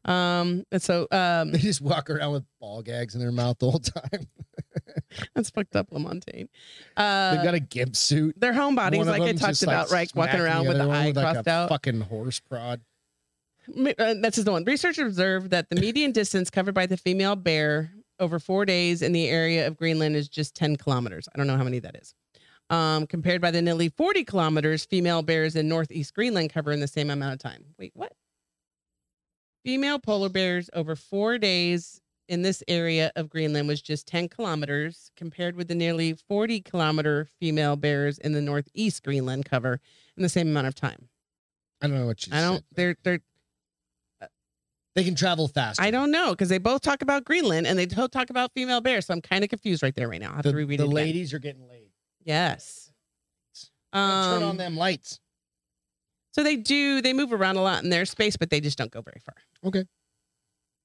Speaker 2: Um, and so um,
Speaker 1: They just walk around with ball gags in their mouth the whole time.
Speaker 2: that's fucked up, Lamontagne. Uh,
Speaker 1: They've got a gimp suit.
Speaker 2: their home bodies,
Speaker 1: One of
Speaker 2: like I
Speaker 1: them
Speaker 2: talked
Speaker 1: just, like,
Speaker 2: about, right? Walking
Speaker 1: smacking
Speaker 2: around with
Speaker 1: other
Speaker 2: the
Speaker 1: one
Speaker 2: eye
Speaker 1: like,
Speaker 2: crossed
Speaker 1: a
Speaker 2: out.
Speaker 1: Fucking horse prod.
Speaker 2: Me- uh, that's his one. Researchers observed that the median distance covered by the female bear over four days in the area of Greenland is just 10 kilometers. I don't know how many that is. Um, compared by the nearly 40 kilometers female bears in northeast Greenland cover in the same amount of time. Wait, what? Female polar bears over four days in this area of Greenland was just 10 kilometers, compared with the nearly 40 kilometer female bears in the northeast Greenland cover in the same amount of time.
Speaker 1: I don't know what you.
Speaker 2: I don't.
Speaker 1: Said.
Speaker 2: They're they're
Speaker 1: They can travel faster.
Speaker 2: I don't know because they both talk about Greenland and they both talk about female bears. So I'm kind of confused right there right now. I have
Speaker 1: The,
Speaker 2: to reread
Speaker 1: the
Speaker 2: it. again.
Speaker 1: ladies are getting laid.
Speaker 2: Yes.
Speaker 1: Turn on
Speaker 2: Um,
Speaker 1: them lights.
Speaker 2: so they do. They move around a lot in their space, but they just don't go very far.
Speaker 1: Okay.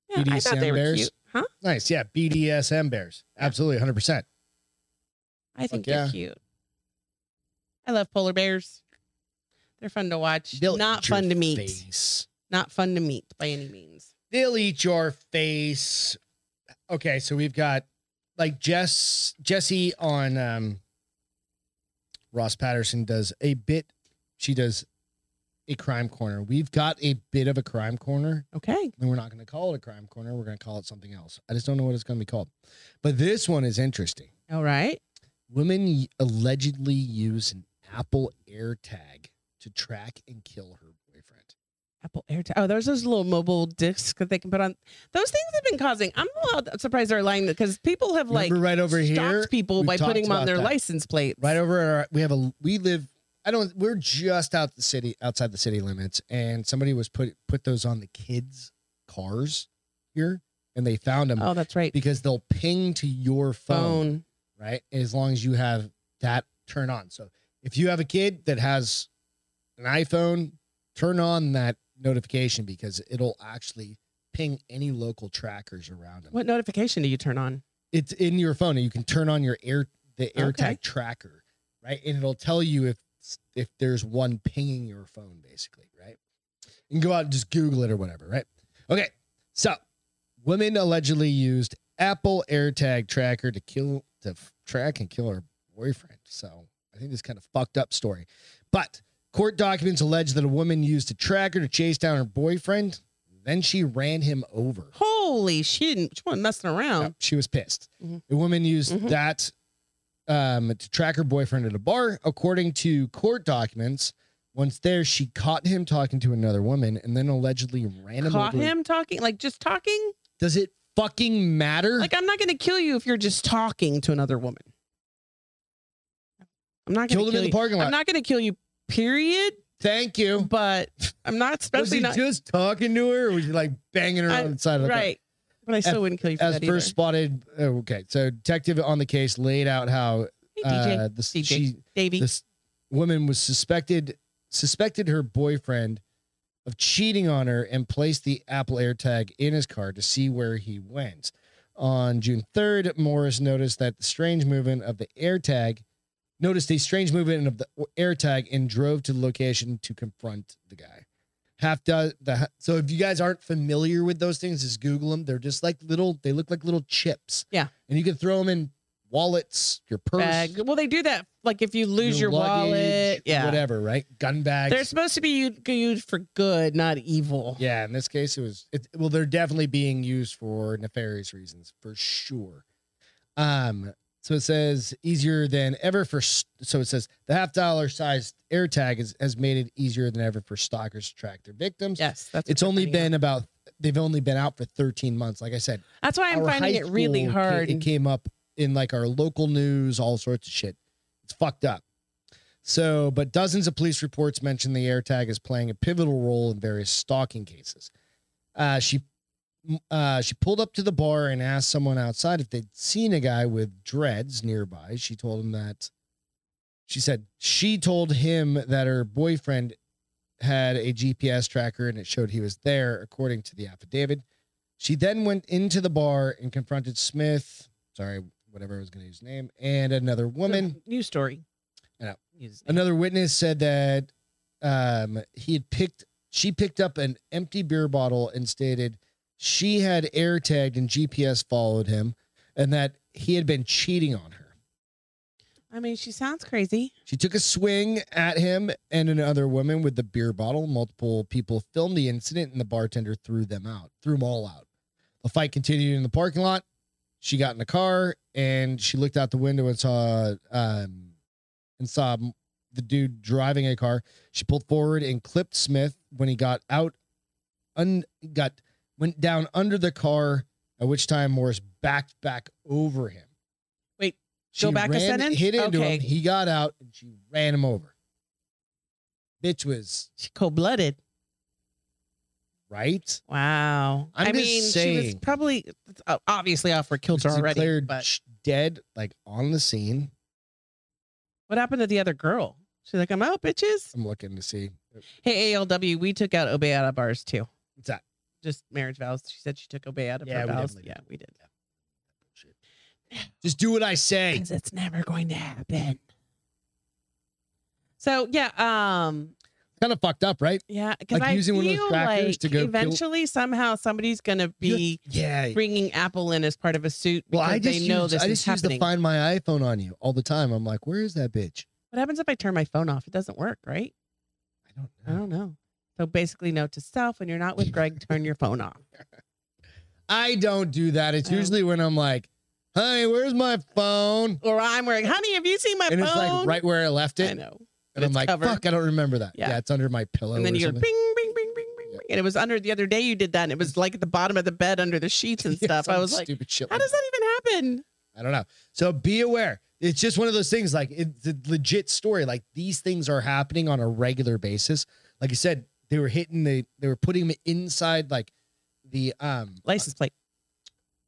Speaker 2: Yeah, I thought they
Speaker 1: BDSM
Speaker 2: were
Speaker 1: bears?
Speaker 2: cute, huh?
Speaker 1: Nice. Yeah. BDSM bears. Absolutely. 100%.
Speaker 2: I
Speaker 1: Fuck
Speaker 2: think they're
Speaker 1: yeah.
Speaker 2: cute. I love polar bears. They're fun to watch.
Speaker 1: They'll
Speaker 2: Not
Speaker 1: eat your
Speaker 2: fun to meet.
Speaker 1: Face.
Speaker 2: Not fun to meet by any means.
Speaker 1: They'll eat your face. Okay. So we've got like Jess, Jesse on um, Ross Patterson does a bit. She does a crime corner. We've got a bit of a crime corner
Speaker 2: Okay.
Speaker 1: and we're not going to call it a crime corner. We're going to call it something else. I just don't know what it's going to be called. But this one is interesting.
Speaker 2: All right.
Speaker 1: Women y- allegedly use an Apple AirTag to track and kill her boyfriend.
Speaker 2: Apple AirTag. Oh, there's those little mobile discs that they can put on. Those things have been causing. I'm not surprised they're lying because people have like
Speaker 1: Remember right over
Speaker 2: stalked
Speaker 1: here,
Speaker 2: people
Speaker 1: We've
Speaker 2: by
Speaker 1: talked
Speaker 2: putting them on
Speaker 1: about
Speaker 2: their
Speaker 1: that.
Speaker 2: license plates.
Speaker 1: right over our, we have a we live. I don't. We're just out the city, outside the city limits, and somebody was put put those on the kids' cars here, and they found them
Speaker 2: Oh, that's right.
Speaker 1: because they'll ping to your phone.
Speaker 2: Phone.
Speaker 1: right? As long as you have that turn on. So if you have a kid that has an iPhone, turn on that notification because it'll actually ping any local trackers around them.
Speaker 2: What notification do you turn on?
Speaker 1: It's in your phone and you can turn on your air the AirTag
Speaker 2: Okay.
Speaker 1: tracker, right? And it'll tell you if if there's one pinging your phone basically, right? And go out and just Google it or whatever, right? Okay. So, women allegedly used Apple AirTag tracker to kill to f- track and kill her boyfriend. So, I think this is kind of fucked up story. But court documents allege that a woman used a tracker to chase down her boyfriend, then she ran him over.
Speaker 2: Holy, she didn't. She wasn't messing
Speaker 1: Yep,
Speaker 2: around.
Speaker 1: she was pissed.
Speaker 2: Mhm.
Speaker 1: The woman used
Speaker 2: Mhm.
Speaker 1: that um, to track her boyfriend at a bar. According to court documents, once there, she caught him talking to another woman and then allegedly ran him
Speaker 2: Caught
Speaker 1: over.
Speaker 2: him talking, like just talking.
Speaker 1: Does it fucking matter?
Speaker 2: Like I'm not going to kill you if you're just talking to another woman. I'm not
Speaker 1: Killed
Speaker 2: going to
Speaker 1: him
Speaker 2: kill
Speaker 1: in the
Speaker 2: you.
Speaker 1: parking lot.
Speaker 2: I'm not going to kill you. Period.
Speaker 1: Thank you.
Speaker 2: But I'm not,
Speaker 1: Was
Speaker 2: especially
Speaker 1: he
Speaker 2: not
Speaker 1: just talking to her or was he like banging her
Speaker 2: I-
Speaker 1: on the side of the
Speaker 2: right. But I still
Speaker 1: As-
Speaker 2: wouldn't kill you for
Speaker 1: As
Speaker 2: that
Speaker 1: first
Speaker 2: either.
Speaker 1: spotted, oh, okay. So detective on the case laid out how
Speaker 2: hey, DJ,
Speaker 1: uh, this,
Speaker 2: DJ.
Speaker 1: she
Speaker 2: Davey.
Speaker 1: this woman was suspected suspected her boyfriend of cheating on her and placed the Apple AirTag in his car to see where he went. On June 3rd, Morris noticed that the strange movement of the AirTag noticed a strange movement of the AirTag and drove to the location to confront the guy. Half does the so if you guys aren't familiar with those things, just Google them. They're just like little. They look like little chips.
Speaker 2: Yeah.
Speaker 1: and you can throw them in wallets, your purse,
Speaker 2: bag. Well, they do that. Like if you lose your,
Speaker 1: luggage,
Speaker 2: wallet, yeah,
Speaker 1: whatever, right? Gun bags.
Speaker 2: they're supposed to be u- used for good, not evil.
Speaker 1: yeah, in this case, it was. It, well, they're definitely being used for nefarious reasons for sure. Um, so it says easier than ever for. s- So it says the half dollar sized AirTag has, has made it easier than ever for stalkers to track their victims.
Speaker 2: Yes, that's what
Speaker 1: it's
Speaker 2: they're
Speaker 1: only
Speaker 2: finding out.
Speaker 1: been about they've only been out for 13 months. Like I said,
Speaker 2: That's why I'm
Speaker 1: our
Speaker 2: finding
Speaker 1: high
Speaker 2: it really
Speaker 1: school ca-
Speaker 2: hard.
Speaker 1: It came up in like our local news, all sorts of shit. It's fucked up. So, but dozens of police reports mention the AirTag is playing a pivotal role in various stalking cases. Uh, she, uh, she pulled up to the bar and asked someone outside if they'd seen a guy with dreads nearby. She told him that. She said she told him that her boyfriend had a GPS tracker and it showed he was there, according to the affidavit. She then went into the bar and confronted Smith, sorry, whatever I was going to use his name, and another woman.
Speaker 2: news story.
Speaker 1: I know.
Speaker 2: News-
Speaker 1: Another witness said that um, he had picked, she picked up an empty beer bottle and stated she had air tagged and GPS followed him and that he had been cheating on her.
Speaker 2: I mean, she sounds crazy.
Speaker 1: She took a swing at him and another woman with the beer bottle. Multiple people filmed the incident, and the bartender threw them out, threw them all out. The fight continued in the parking lot. She got in the car and she looked out the window and saw um, and saw the dude driving a car. She pulled forward and clipped Smith when he got out, un, got went down under the car. At which time Morris backed back over him.
Speaker 2: Wait,
Speaker 1: She
Speaker 2: go back a
Speaker 1: ran-
Speaker 2: sentence?
Speaker 1: Hit into
Speaker 2: Okay.
Speaker 1: him. He got out and she ran him over. Bitch was
Speaker 2: She cold blooded.
Speaker 1: right.
Speaker 2: Wow.
Speaker 1: I'm
Speaker 2: I
Speaker 1: just
Speaker 2: mean, she was
Speaker 1: saying.
Speaker 2: probably uh, obviously off her kilter
Speaker 1: Was
Speaker 2: already.
Speaker 1: declared
Speaker 2: But
Speaker 1: sh- dead, like on the scene.
Speaker 2: what happened to the other girl? She's like, I'm out, bitches.
Speaker 1: I'm looking to see.
Speaker 2: Hey, ALW, we took out Obey out of ours too.
Speaker 1: What's that?
Speaker 2: Just marriage vows. She said she took Obey out of
Speaker 1: Yeah,
Speaker 2: her
Speaker 1: we
Speaker 2: vows.
Speaker 1: definitely
Speaker 2: Yeah, we did.
Speaker 1: Just do what I say.
Speaker 2: Things that's never going to happen. So yeah, um,
Speaker 1: Kind of fucked up, right?
Speaker 2: yeah, because
Speaker 1: Like
Speaker 2: I
Speaker 1: using
Speaker 2: feel
Speaker 1: one of those trackers
Speaker 2: like
Speaker 1: to go kill-
Speaker 2: eventually somehow somebody's gonna be
Speaker 1: Yeah.
Speaker 2: bringing Apple in as part of a suit because
Speaker 1: Well, I just
Speaker 2: they know
Speaker 1: use,
Speaker 2: this
Speaker 1: I
Speaker 2: is
Speaker 1: just use the
Speaker 2: happening.
Speaker 1: find my iPhone on you all the time. I'm like, where is that bitch?
Speaker 2: what happens if I turn my phone off? It doesn't work, right?
Speaker 1: I don't
Speaker 2: I don't know. So basically, note to self: when you're not with Greg, turn your phone off.
Speaker 1: I don't do that. It's
Speaker 2: Oh.
Speaker 1: usually when I'm like, honey, where's my phone?
Speaker 2: Or I'm wearing, honey, have you seen my
Speaker 1: And
Speaker 2: phone?
Speaker 1: it's like right where I left
Speaker 2: I
Speaker 1: it.
Speaker 2: know. but
Speaker 1: And I'm
Speaker 2: it's
Speaker 1: like,
Speaker 2: covered.
Speaker 1: fuck, I don't remember that.
Speaker 2: Yeah.
Speaker 1: Yeah, it's under my pillow.
Speaker 2: and then
Speaker 1: or
Speaker 2: you go
Speaker 1: something.
Speaker 2: bing, bing, bing, bing, bing,
Speaker 1: Yeah.
Speaker 2: bing. And it was under the other day you did that, and it was like at the bottom of the bed under the sheets and
Speaker 1: Yeah,
Speaker 2: stuff. I
Speaker 1: some
Speaker 2: was like,
Speaker 1: stupid Uh, shit.
Speaker 2: how
Speaker 1: like
Speaker 2: does that even happen?
Speaker 1: I don't know. So be aware. It's just one of those things. Like it's a legit story. Like these things are happening on a regular basis. Like you said, they were hitting the. They were putting them inside like the um
Speaker 2: License plate,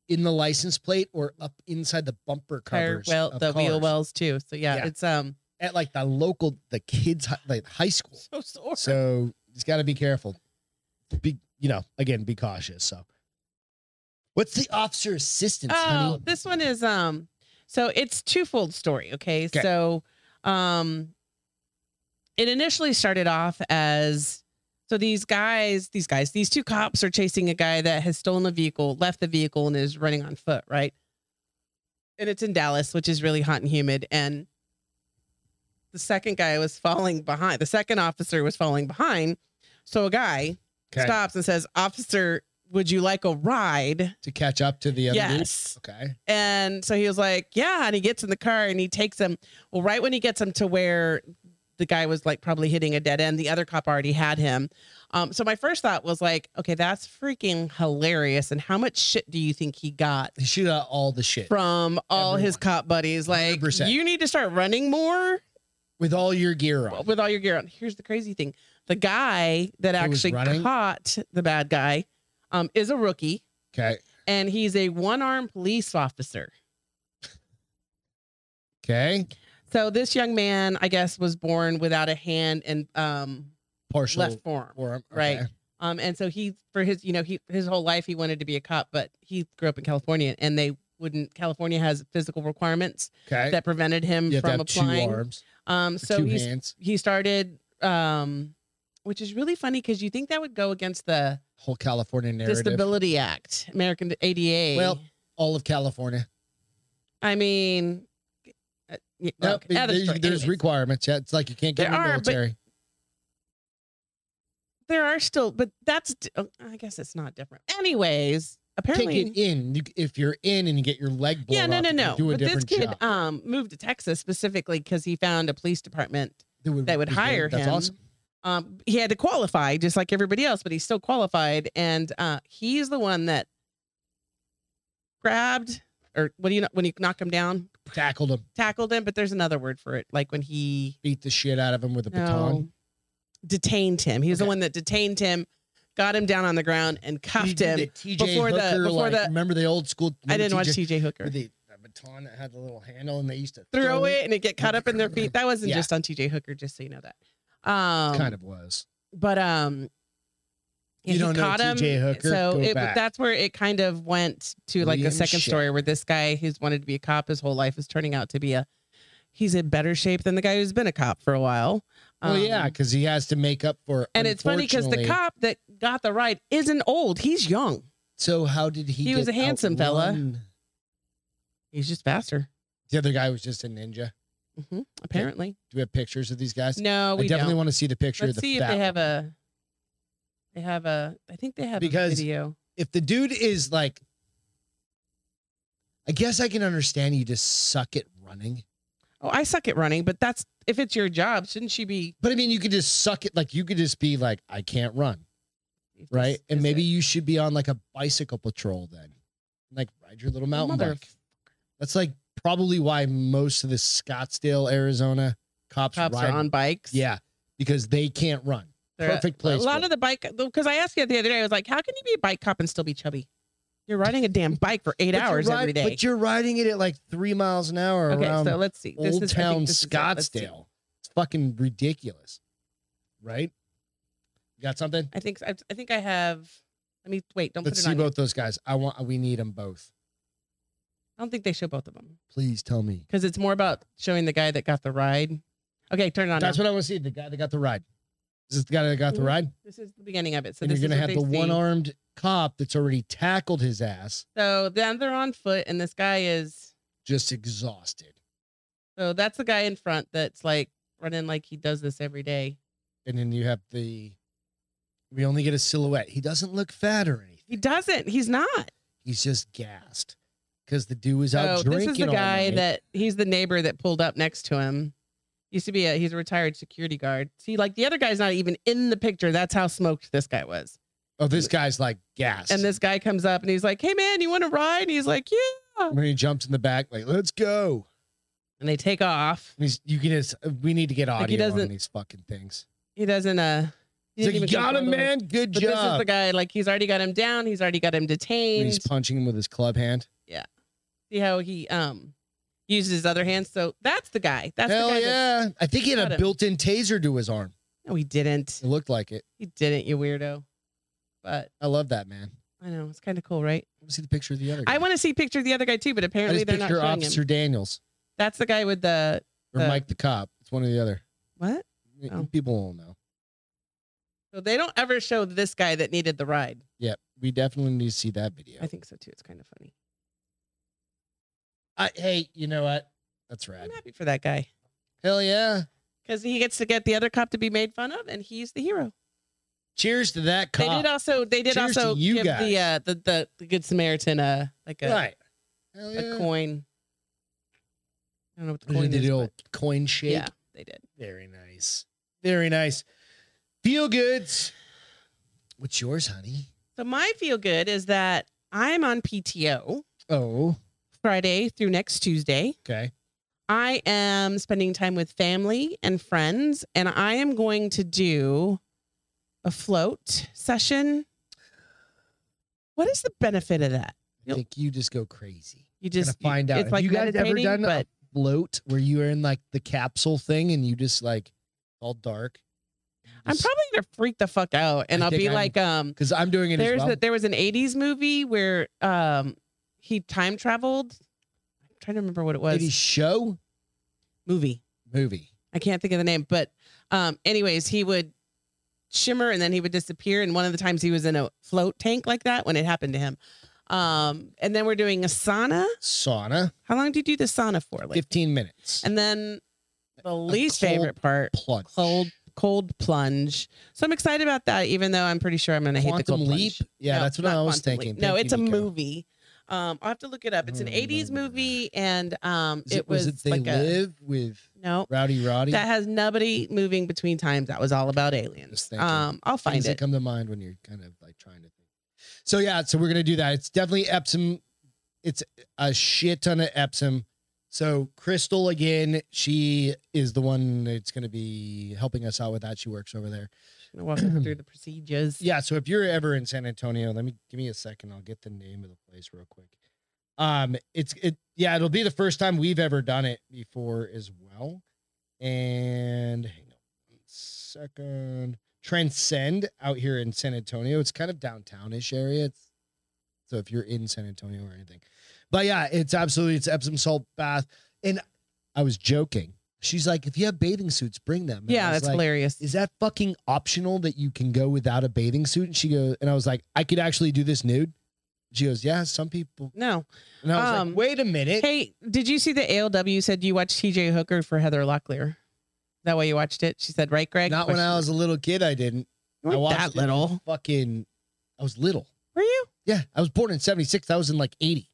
Speaker 1: in the license plate or up inside the bumper
Speaker 2: tire,
Speaker 1: covers.
Speaker 2: well,
Speaker 1: of
Speaker 2: the wheel
Speaker 1: cars
Speaker 2: wells too. So yeah,
Speaker 1: Yeah.
Speaker 2: it's um
Speaker 1: at like the local the kids hi- like high school.
Speaker 2: so sore.
Speaker 1: So just got to be careful. Be you know again be cautious. So what's the officer assistance,
Speaker 2: Oh,
Speaker 1: honey?
Speaker 2: this one is um so it's twofold story, okay?
Speaker 1: 'Kay.
Speaker 2: So um it initially started off as so these guys, these guys, these two cops are chasing a guy that has stolen a vehicle, left the vehicle and is running on foot, right? And it's in Dallas, which is really hot and humid and the second guy was falling behind. The second officer was falling behind. So a guy
Speaker 1: Okay,
Speaker 2: stops and says, "Officer, would you like a ride?"
Speaker 1: to catch up to the other. dude?
Speaker 2: yes.
Speaker 1: Okay.
Speaker 2: And so he was like, Yeah. And he gets in the car and he takes him. Well, right when he gets him to where the guy was like probably hitting a dead end, the other cop already had him. Um, so my first thought was like, Okay, that's freaking hilarious. And how much shit do you think he got
Speaker 1: He shoot out all the shit
Speaker 2: from all his
Speaker 1: Everyone.
Speaker 2: cop buddies? Like,
Speaker 1: 100%.
Speaker 2: you need to start running more
Speaker 1: with all your gear on.
Speaker 2: with all your gear on. Here's the crazy thing the guy that
Speaker 1: Who was
Speaker 2: actually
Speaker 1: running?
Speaker 2: caught the bad guy um, is a rookie
Speaker 1: Okay.
Speaker 2: and he's a one armed police officer.
Speaker 1: Okay.
Speaker 2: So this young man, I guess, was born without a hand and um,
Speaker 1: Partial
Speaker 2: left forearm.
Speaker 1: forearm.
Speaker 2: Right.
Speaker 1: Okay.
Speaker 2: Um, and so he, for his, you know, he his whole life he wanted to be a cop, but he grew up in California, and they wouldn't. California has physical requirements
Speaker 1: Okay.
Speaker 2: that prevented him
Speaker 1: you have to
Speaker 2: from
Speaker 1: have two
Speaker 2: applying.
Speaker 1: arms,
Speaker 2: Um,
Speaker 1: or
Speaker 2: so
Speaker 1: two
Speaker 2: he's,
Speaker 1: hands.
Speaker 2: he started, um, which is really funny because you think that would go against the
Speaker 1: Whole California narrative.
Speaker 2: Disability Act, American ADA.
Speaker 1: Well, all of California.
Speaker 2: I mean, uh, yeah,
Speaker 1: No,
Speaker 2: okay, other
Speaker 1: there's,
Speaker 2: story.
Speaker 1: there's
Speaker 2: Anyways.
Speaker 1: requirements. Yeah, it's like you can't get
Speaker 2: There
Speaker 1: in the
Speaker 2: are, but-
Speaker 1: military.
Speaker 2: there are still, but that's, di- oh, I guess it's not different. Anyways,
Speaker 1: Can't
Speaker 2: apparently,
Speaker 1: get in. You, if you're in and you get your leg blown
Speaker 2: yeah, no,
Speaker 1: off,
Speaker 2: no,
Speaker 1: you
Speaker 2: no.
Speaker 1: Do a
Speaker 2: But this
Speaker 1: different
Speaker 2: kid uh,
Speaker 1: job.
Speaker 2: um moved to Texas specifically because he found a police department
Speaker 1: That would,
Speaker 2: they would
Speaker 1: is-
Speaker 2: hire
Speaker 1: That's
Speaker 2: him.
Speaker 1: awesome.
Speaker 2: Um, he had to qualify just like everybody else, but he still qualified. And uh, he's the one that grabbed or what do you know when you knock him down,
Speaker 1: Tackled him,
Speaker 2: tackled him. But there's another word for it, like when he
Speaker 1: beat the shit out of him with a baton.
Speaker 2: detained him. He was the
Speaker 1: Okay.
Speaker 2: one that detained him, got him down on the ground, and
Speaker 1: He
Speaker 2: cuffed
Speaker 1: did
Speaker 2: him.
Speaker 1: it. TJ
Speaker 2: before the-
Speaker 1: Hooker,
Speaker 2: before
Speaker 1: like,
Speaker 2: the-
Speaker 1: remember the old school.
Speaker 2: I didn't watch
Speaker 1: remember
Speaker 2: T.J. Hooker.
Speaker 1: with the, the baton that had the little handle and they used to
Speaker 2: Throw it and it get caught up in their feet. That wasn't
Speaker 1: Yeah.
Speaker 2: just on T.J. Hooker, just so you know that. Um,
Speaker 1: kind of was.
Speaker 2: but um
Speaker 1: You don't know T.J. Hooker?
Speaker 2: so
Speaker 1: Go
Speaker 2: it,
Speaker 1: back.
Speaker 2: that's where it kind of went to like a
Speaker 1: William
Speaker 2: second
Speaker 1: Shatner.
Speaker 2: story where this guy who's wanted to be a cop his whole life is turning out to be a he's in better shape than the guy who's been a cop for a while
Speaker 1: Oh well, yeah,
Speaker 2: Um,
Speaker 1: because he has to make up for.
Speaker 2: and it's funny because the
Speaker 1: unfortunately-
Speaker 2: cop that got the ride isn't old he's young
Speaker 1: So how did he?
Speaker 2: He was
Speaker 1: get
Speaker 2: a handsome fella.
Speaker 1: outrun?
Speaker 2: he's just faster
Speaker 1: The other guy was just a ninja.
Speaker 2: hmm apparently
Speaker 1: Do we have pictures of these guys?
Speaker 2: no
Speaker 1: Mm-hmm.
Speaker 2: we
Speaker 1: I definitely
Speaker 2: don't
Speaker 1: want to see the picture
Speaker 2: let's
Speaker 1: of the
Speaker 2: see if
Speaker 1: fat
Speaker 2: they have
Speaker 1: one.
Speaker 2: a they have a i think they have a
Speaker 1: Because-
Speaker 2: video
Speaker 1: If the dude is like, I guess I can understand you just suck at running,
Speaker 2: oh i suck at running but that's if it's your job shouldn't she be
Speaker 1: but I mean you could just suck it. Like you could just be like, I can't run,
Speaker 2: if this
Speaker 1: right? And
Speaker 2: is
Speaker 1: maybe
Speaker 2: it.
Speaker 1: you should be on like a bicycle patrol then, like ride your little mountain
Speaker 2: Mother-
Speaker 1: bike. That's like probably why most of the Scottsdale, Arizona cops,
Speaker 2: cops
Speaker 1: ride.
Speaker 2: are on bikes.
Speaker 1: Yeah, because they can't run.
Speaker 2: They're-
Speaker 1: perfect place
Speaker 2: A lot
Speaker 1: for
Speaker 2: of the bike, because I asked you the other day, I was like, how can you be a bike cop and still be chubby? You're riding a damn bike for eight
Speaker 1: But you're
Speaker 2: hours
Speaker 1: rid-
Speaker 2: every day.
Speaker 1: But you're riding it at like three miles an hour
Speaker 2: Okay,
Speaker 1: around
Speaker 2: so let's see. This
Speaker 1: Old
Speaker 2: is, I think
Speaker 1: Town
Speaker 2: this is it. Let's see.
Speaker 1: Scottsdale. It's fucking ridiculous, right? You got something?
Speaker 2: I think I, I think I have. Let me wait. Don't
Speaker 1: Let's
Speaker 2: put it
Speaker 1: see
Speaker 2: on.
Speaker 1: both
Speaker 2: yet.
Speaker 1: those guys. I want. We need them both.
Speaker 2: I don't think they show both of them
Speaker 1: Please tell me.
Speaker 2: because it's more about showing the guy that got the ride. Okay, turn it on.
Speaker 1: That's
Speaker 2: now.
Speaker 1: what I want to see. The guy that got the ride. Is this the guy that got the
Speaker 2: Mhm.
Speaker 1: ride?
Speaker 2: this is the beginning of it. So
Speaker 1: and
Speaker 2: this
Speaker 1: you're
Speaker 2: is
Speaker 1: gonna
Speaker 2: what
Speaker 1: have the
Speaker 2: they see.
Speaker 1: one-armed cop that's already tackled his ass,
Speaker 2: So then they're on foot, and this guy is.
Speaker 1: just exhausted,
Speaker 2: So that's the guy in front that's like running like he does this every day.
Speaker 1: and then you have the. We only get a silhouette. He doesn't look fat or anything.
Speaker 2: He doesn't. He's not.
Speaker 1: He's just gassed because the dude was out
Speaker 2: So
Speaker 1: drinking.
Speaker 2: this is the
Speaker 1: all
Speaker 2: guy
Speaker 1: night.
Speaker 2: that he's the neighbor that pulled up next to him. Used to be a he's a retired security guard. See, like the other guy's not even in the picture. That's how smoked this guy was.
Speaker 1: Oh, this guy's like gassed.
Speaker 2: And this guy comes up and he's like, "Hey man, you want to ride?" And he's like, "Yeah."
Speaker 1: when he jumps in the back, like let's go.
Speaker 2: And they take off.
Speaker 1: And He's, you can just. We need to get audio
Speaker 2: Like, he
Speaker 1: on
Speaker 2: doesn't-
Speaker 1: these fucking things.
Speaker 2: He doesn't. Uh, he
Speaker 1: He's
Speaker 2: didn't
Speaker 1: like, you
Speaker 2: even
Speaker 1: got him,
Speaker 2: control the-
Speaker 1: man. Good
Speaker 2: But this is
Speaker 1: job.
Speaker 2: the guy. Like he's already got him down. He's already got him
Speaker 1: And
Speaker 2: detained.
Speaker 1: he's punching him with his club hand.
Speaker 2: See how he um uses his other hand. So that's the guy. That's
Speaker 1: Hell
Speaker 2: the guy. That,
Speaker 1: yeah! I think he had
Speaker 2: got
Speaker 1: a
Speaker 2: him.
Speaker 1: built-in taser to his arm.
Speaker 2: no, he didn't.
Speaker 1: It looked like it.
Speaker 2: He didn't. You weirdo. But
Speaker 1: I love that man.
Speaker 2: I know it's kind of cool, right?
Speaker 1: Let me see the picture of the other. Guy.
Speaker 2: I want to see picture of the other guy too, but
Speaker 1: I
Speaker 2: apparently
Speaker 1: just
Speaker 2: they're not
Speaker 1: picture
Speaker 2: showing
Speaker 1: Officer
Speaker 2: him.
Speaker 1: Daniels
Speaker 2: That's the guy with the
Speaker 1: or
Speaker 2: The-
Speaker 1: Mike the cop. It's one or the other.
Speaker 2: what? Oh.
Speaker 1: People won't know.
Speaker 2: So they don't ever show this guy that needed the ride.
Speaker 1: Yeah, we definitely need to see that video.
Speaker 2: I think so too. It's kind of funny.
Speaker 1: I, hey, you know what? That's rad.
Speaker 2: I'm happy for that guy
Speaker 1: Hell yeah!
Speaker 2: because he gets to get the other cop to be made fun of, and he's the hero.
Speaker 1: Cheers to that
Speaker 2: They
Speaker 1: cop.
Speaker 2: did also. They did
Speaker 1: Cheers to
Speaker 2: also
Speaker 1: you
Speaker 2: give
Speaker 1: guys.
Speaker 2: the, uh, the the the good Samaritan uh like a,
Speaker 1: Right. Hell
Speaker 2: a coin. I don't know what the
Speaker 1: They
Speaker 2: coin
Speaker 1: did
Speaker 2: is.
Speaker 1: the
Speaker 2: But
Speaker 1: old coin shake.
Speaker 2: yeah, they did.
Speaker 1: Very nice. Very nice. Feel goods. What's yours, honey?
Speaker 2: So my feel good is that I'm on PTO
Speaker 1: Oh,
Speaker 2: Friday through next Tuesday.
Speaker 1: okay.
Speaker 2: I am spending time with family and friends, and I am going to do a float session. What is the benefit of that?
Speaker 1: I
Speaker 2: Yep.
Speaker 1: think you just go crazy.
Speaker 2: You just
Speaker 1: gonna find out.
Speaker 2: It's
Speaker 1: Have
Speaker 2: like
Speaker 1: you guys ever
Speaker 2: meditating,
Speaker 1: done uh, a
Speaker 2: but
Speaker 1: float where you are in like the capsule thing and you just like all dark?
Speaker 2: I'm probably gonna freak the fuck out, and
Speaker 1: I
Speaker 2: I'll
Speaker 1: think
Speaker 2: be
Speaker 1: I'm
Speaker 2: like, um,
Speaker 1: because I'm doing it
Speaker 2: there's
Speaker 1: as well.
Speaker 2: a, there was an '80s movie where um he time traveled. I'm trying to remember what it was.
Speaker 1: 80s show
Speaker 2: Movie.
Speaker 1: movie.
Speaker 2: I can't think of the name, but um, anyways, he would shimmer and then he would disappear. And one of the times he was in a float tank like that when it happened to him. Um, and then we're doing a sauna.
Speaker 1: Sauna,
Speaker 2: How long do you do the sauna for? Like,
Speaker 1: 15 minutes.
Speaker 2: and then the least
Speaker 1: cold
Speaker 2: favorite part,
Speaker 1: plunge.
Speaker 2: cold cold plunge. So I'm excited about that, even though I'm pretty sure I'm gonna hate the
Speaker 1: Quantum
Speaker 2: cold
Speaker 1: leap.
Speaker 2: plunge.
Speaker 1: Yeah,
Speaker 2: No,
Speaker 1: that's what
Speaker 2: not
Speaker 1: I was
Speaker 2: Quantum
Speaker 1: thinking.
Speaker 2: Leap. No,
Speaker 1: Thank
Speaker 2: it's
Speaker 1: you,
Speaker 2: a
Speaker 1: Nico. Mm,
Speaker 2: movie. Um, I'll have to look it up. It's an
Speaker 1: I don't
Speaker 2: 80s
Speaker 1: remember.
Speaker 2: movie, and um,
Speaker 1: Is
Speaker 2: it, was,
Speaker 1: it they
Speaker 2: like a
Speaker 1: live with
Speaker 2: no
Speaker 1: Rowdy Roddy?
Speaker 2: that has nobody moving between times. That was all about aliens.
Speaker 1: Just thinking.
Speaker 2: Um, I'll
Speaker 1: Things
Speaker 2: find
Speaker 1: that
Speaker 2: it.
Speaker 1: come to mind when you're kind of like trying to think. So yeah, so we're gonna do that. It's definitely Epsom. It's a shit ton of Epsom. So Crystal again, she is the one that's gonna be helping us out with that. She works over there.
Speaker 2: Gonna Walk us through the procedures.
Speaker 1: Yeah. So if you're ever in San Antonio, let me give me a second. I'll get the name of the place real quick. Um, it's it. Yeah, it'll be the first time we've ever done it before as well. And hang on one second. Transcend out here in San Antonio. It's kind of downtownish area. It's so if you're in San Antonio or anything, but yeah, it's absolutely it's Epsom salt bath. And I was joking. She's like, if you have bathing suits, bring them. And I
Speaker 2: yeah,
Speaker 1: was
Speaker 2: that's
Speaker 1: like,
Speaker 2: hilarious.
Speaker 1: is that fucking optional that you can go without a bathing suit? And she goes, and I was like, I could actually do this nude. She goes, yeah, some people.
Speaker 2: No.
Speaker 1: And I was
Speaker 2: Um,
Speaker 1: like, wait a minute.
Speaker 2: Hey, did you see the ALW said you watched TJ Hooker for Heather Locklear? Is that why you watched it? She said, right, Greg?
Speaker 1: Not when I was a little kid, I didn't.
Speaker 2: You weren't
Speaker 1: I watched
Speaker 2: that
Speaker 1: it.
Speaker 2: little.
Speaker 1: Fucking, I was little.
Speaker 2: Were you?
Speaker 1: Yeah, I was born in 76. I was in like 80,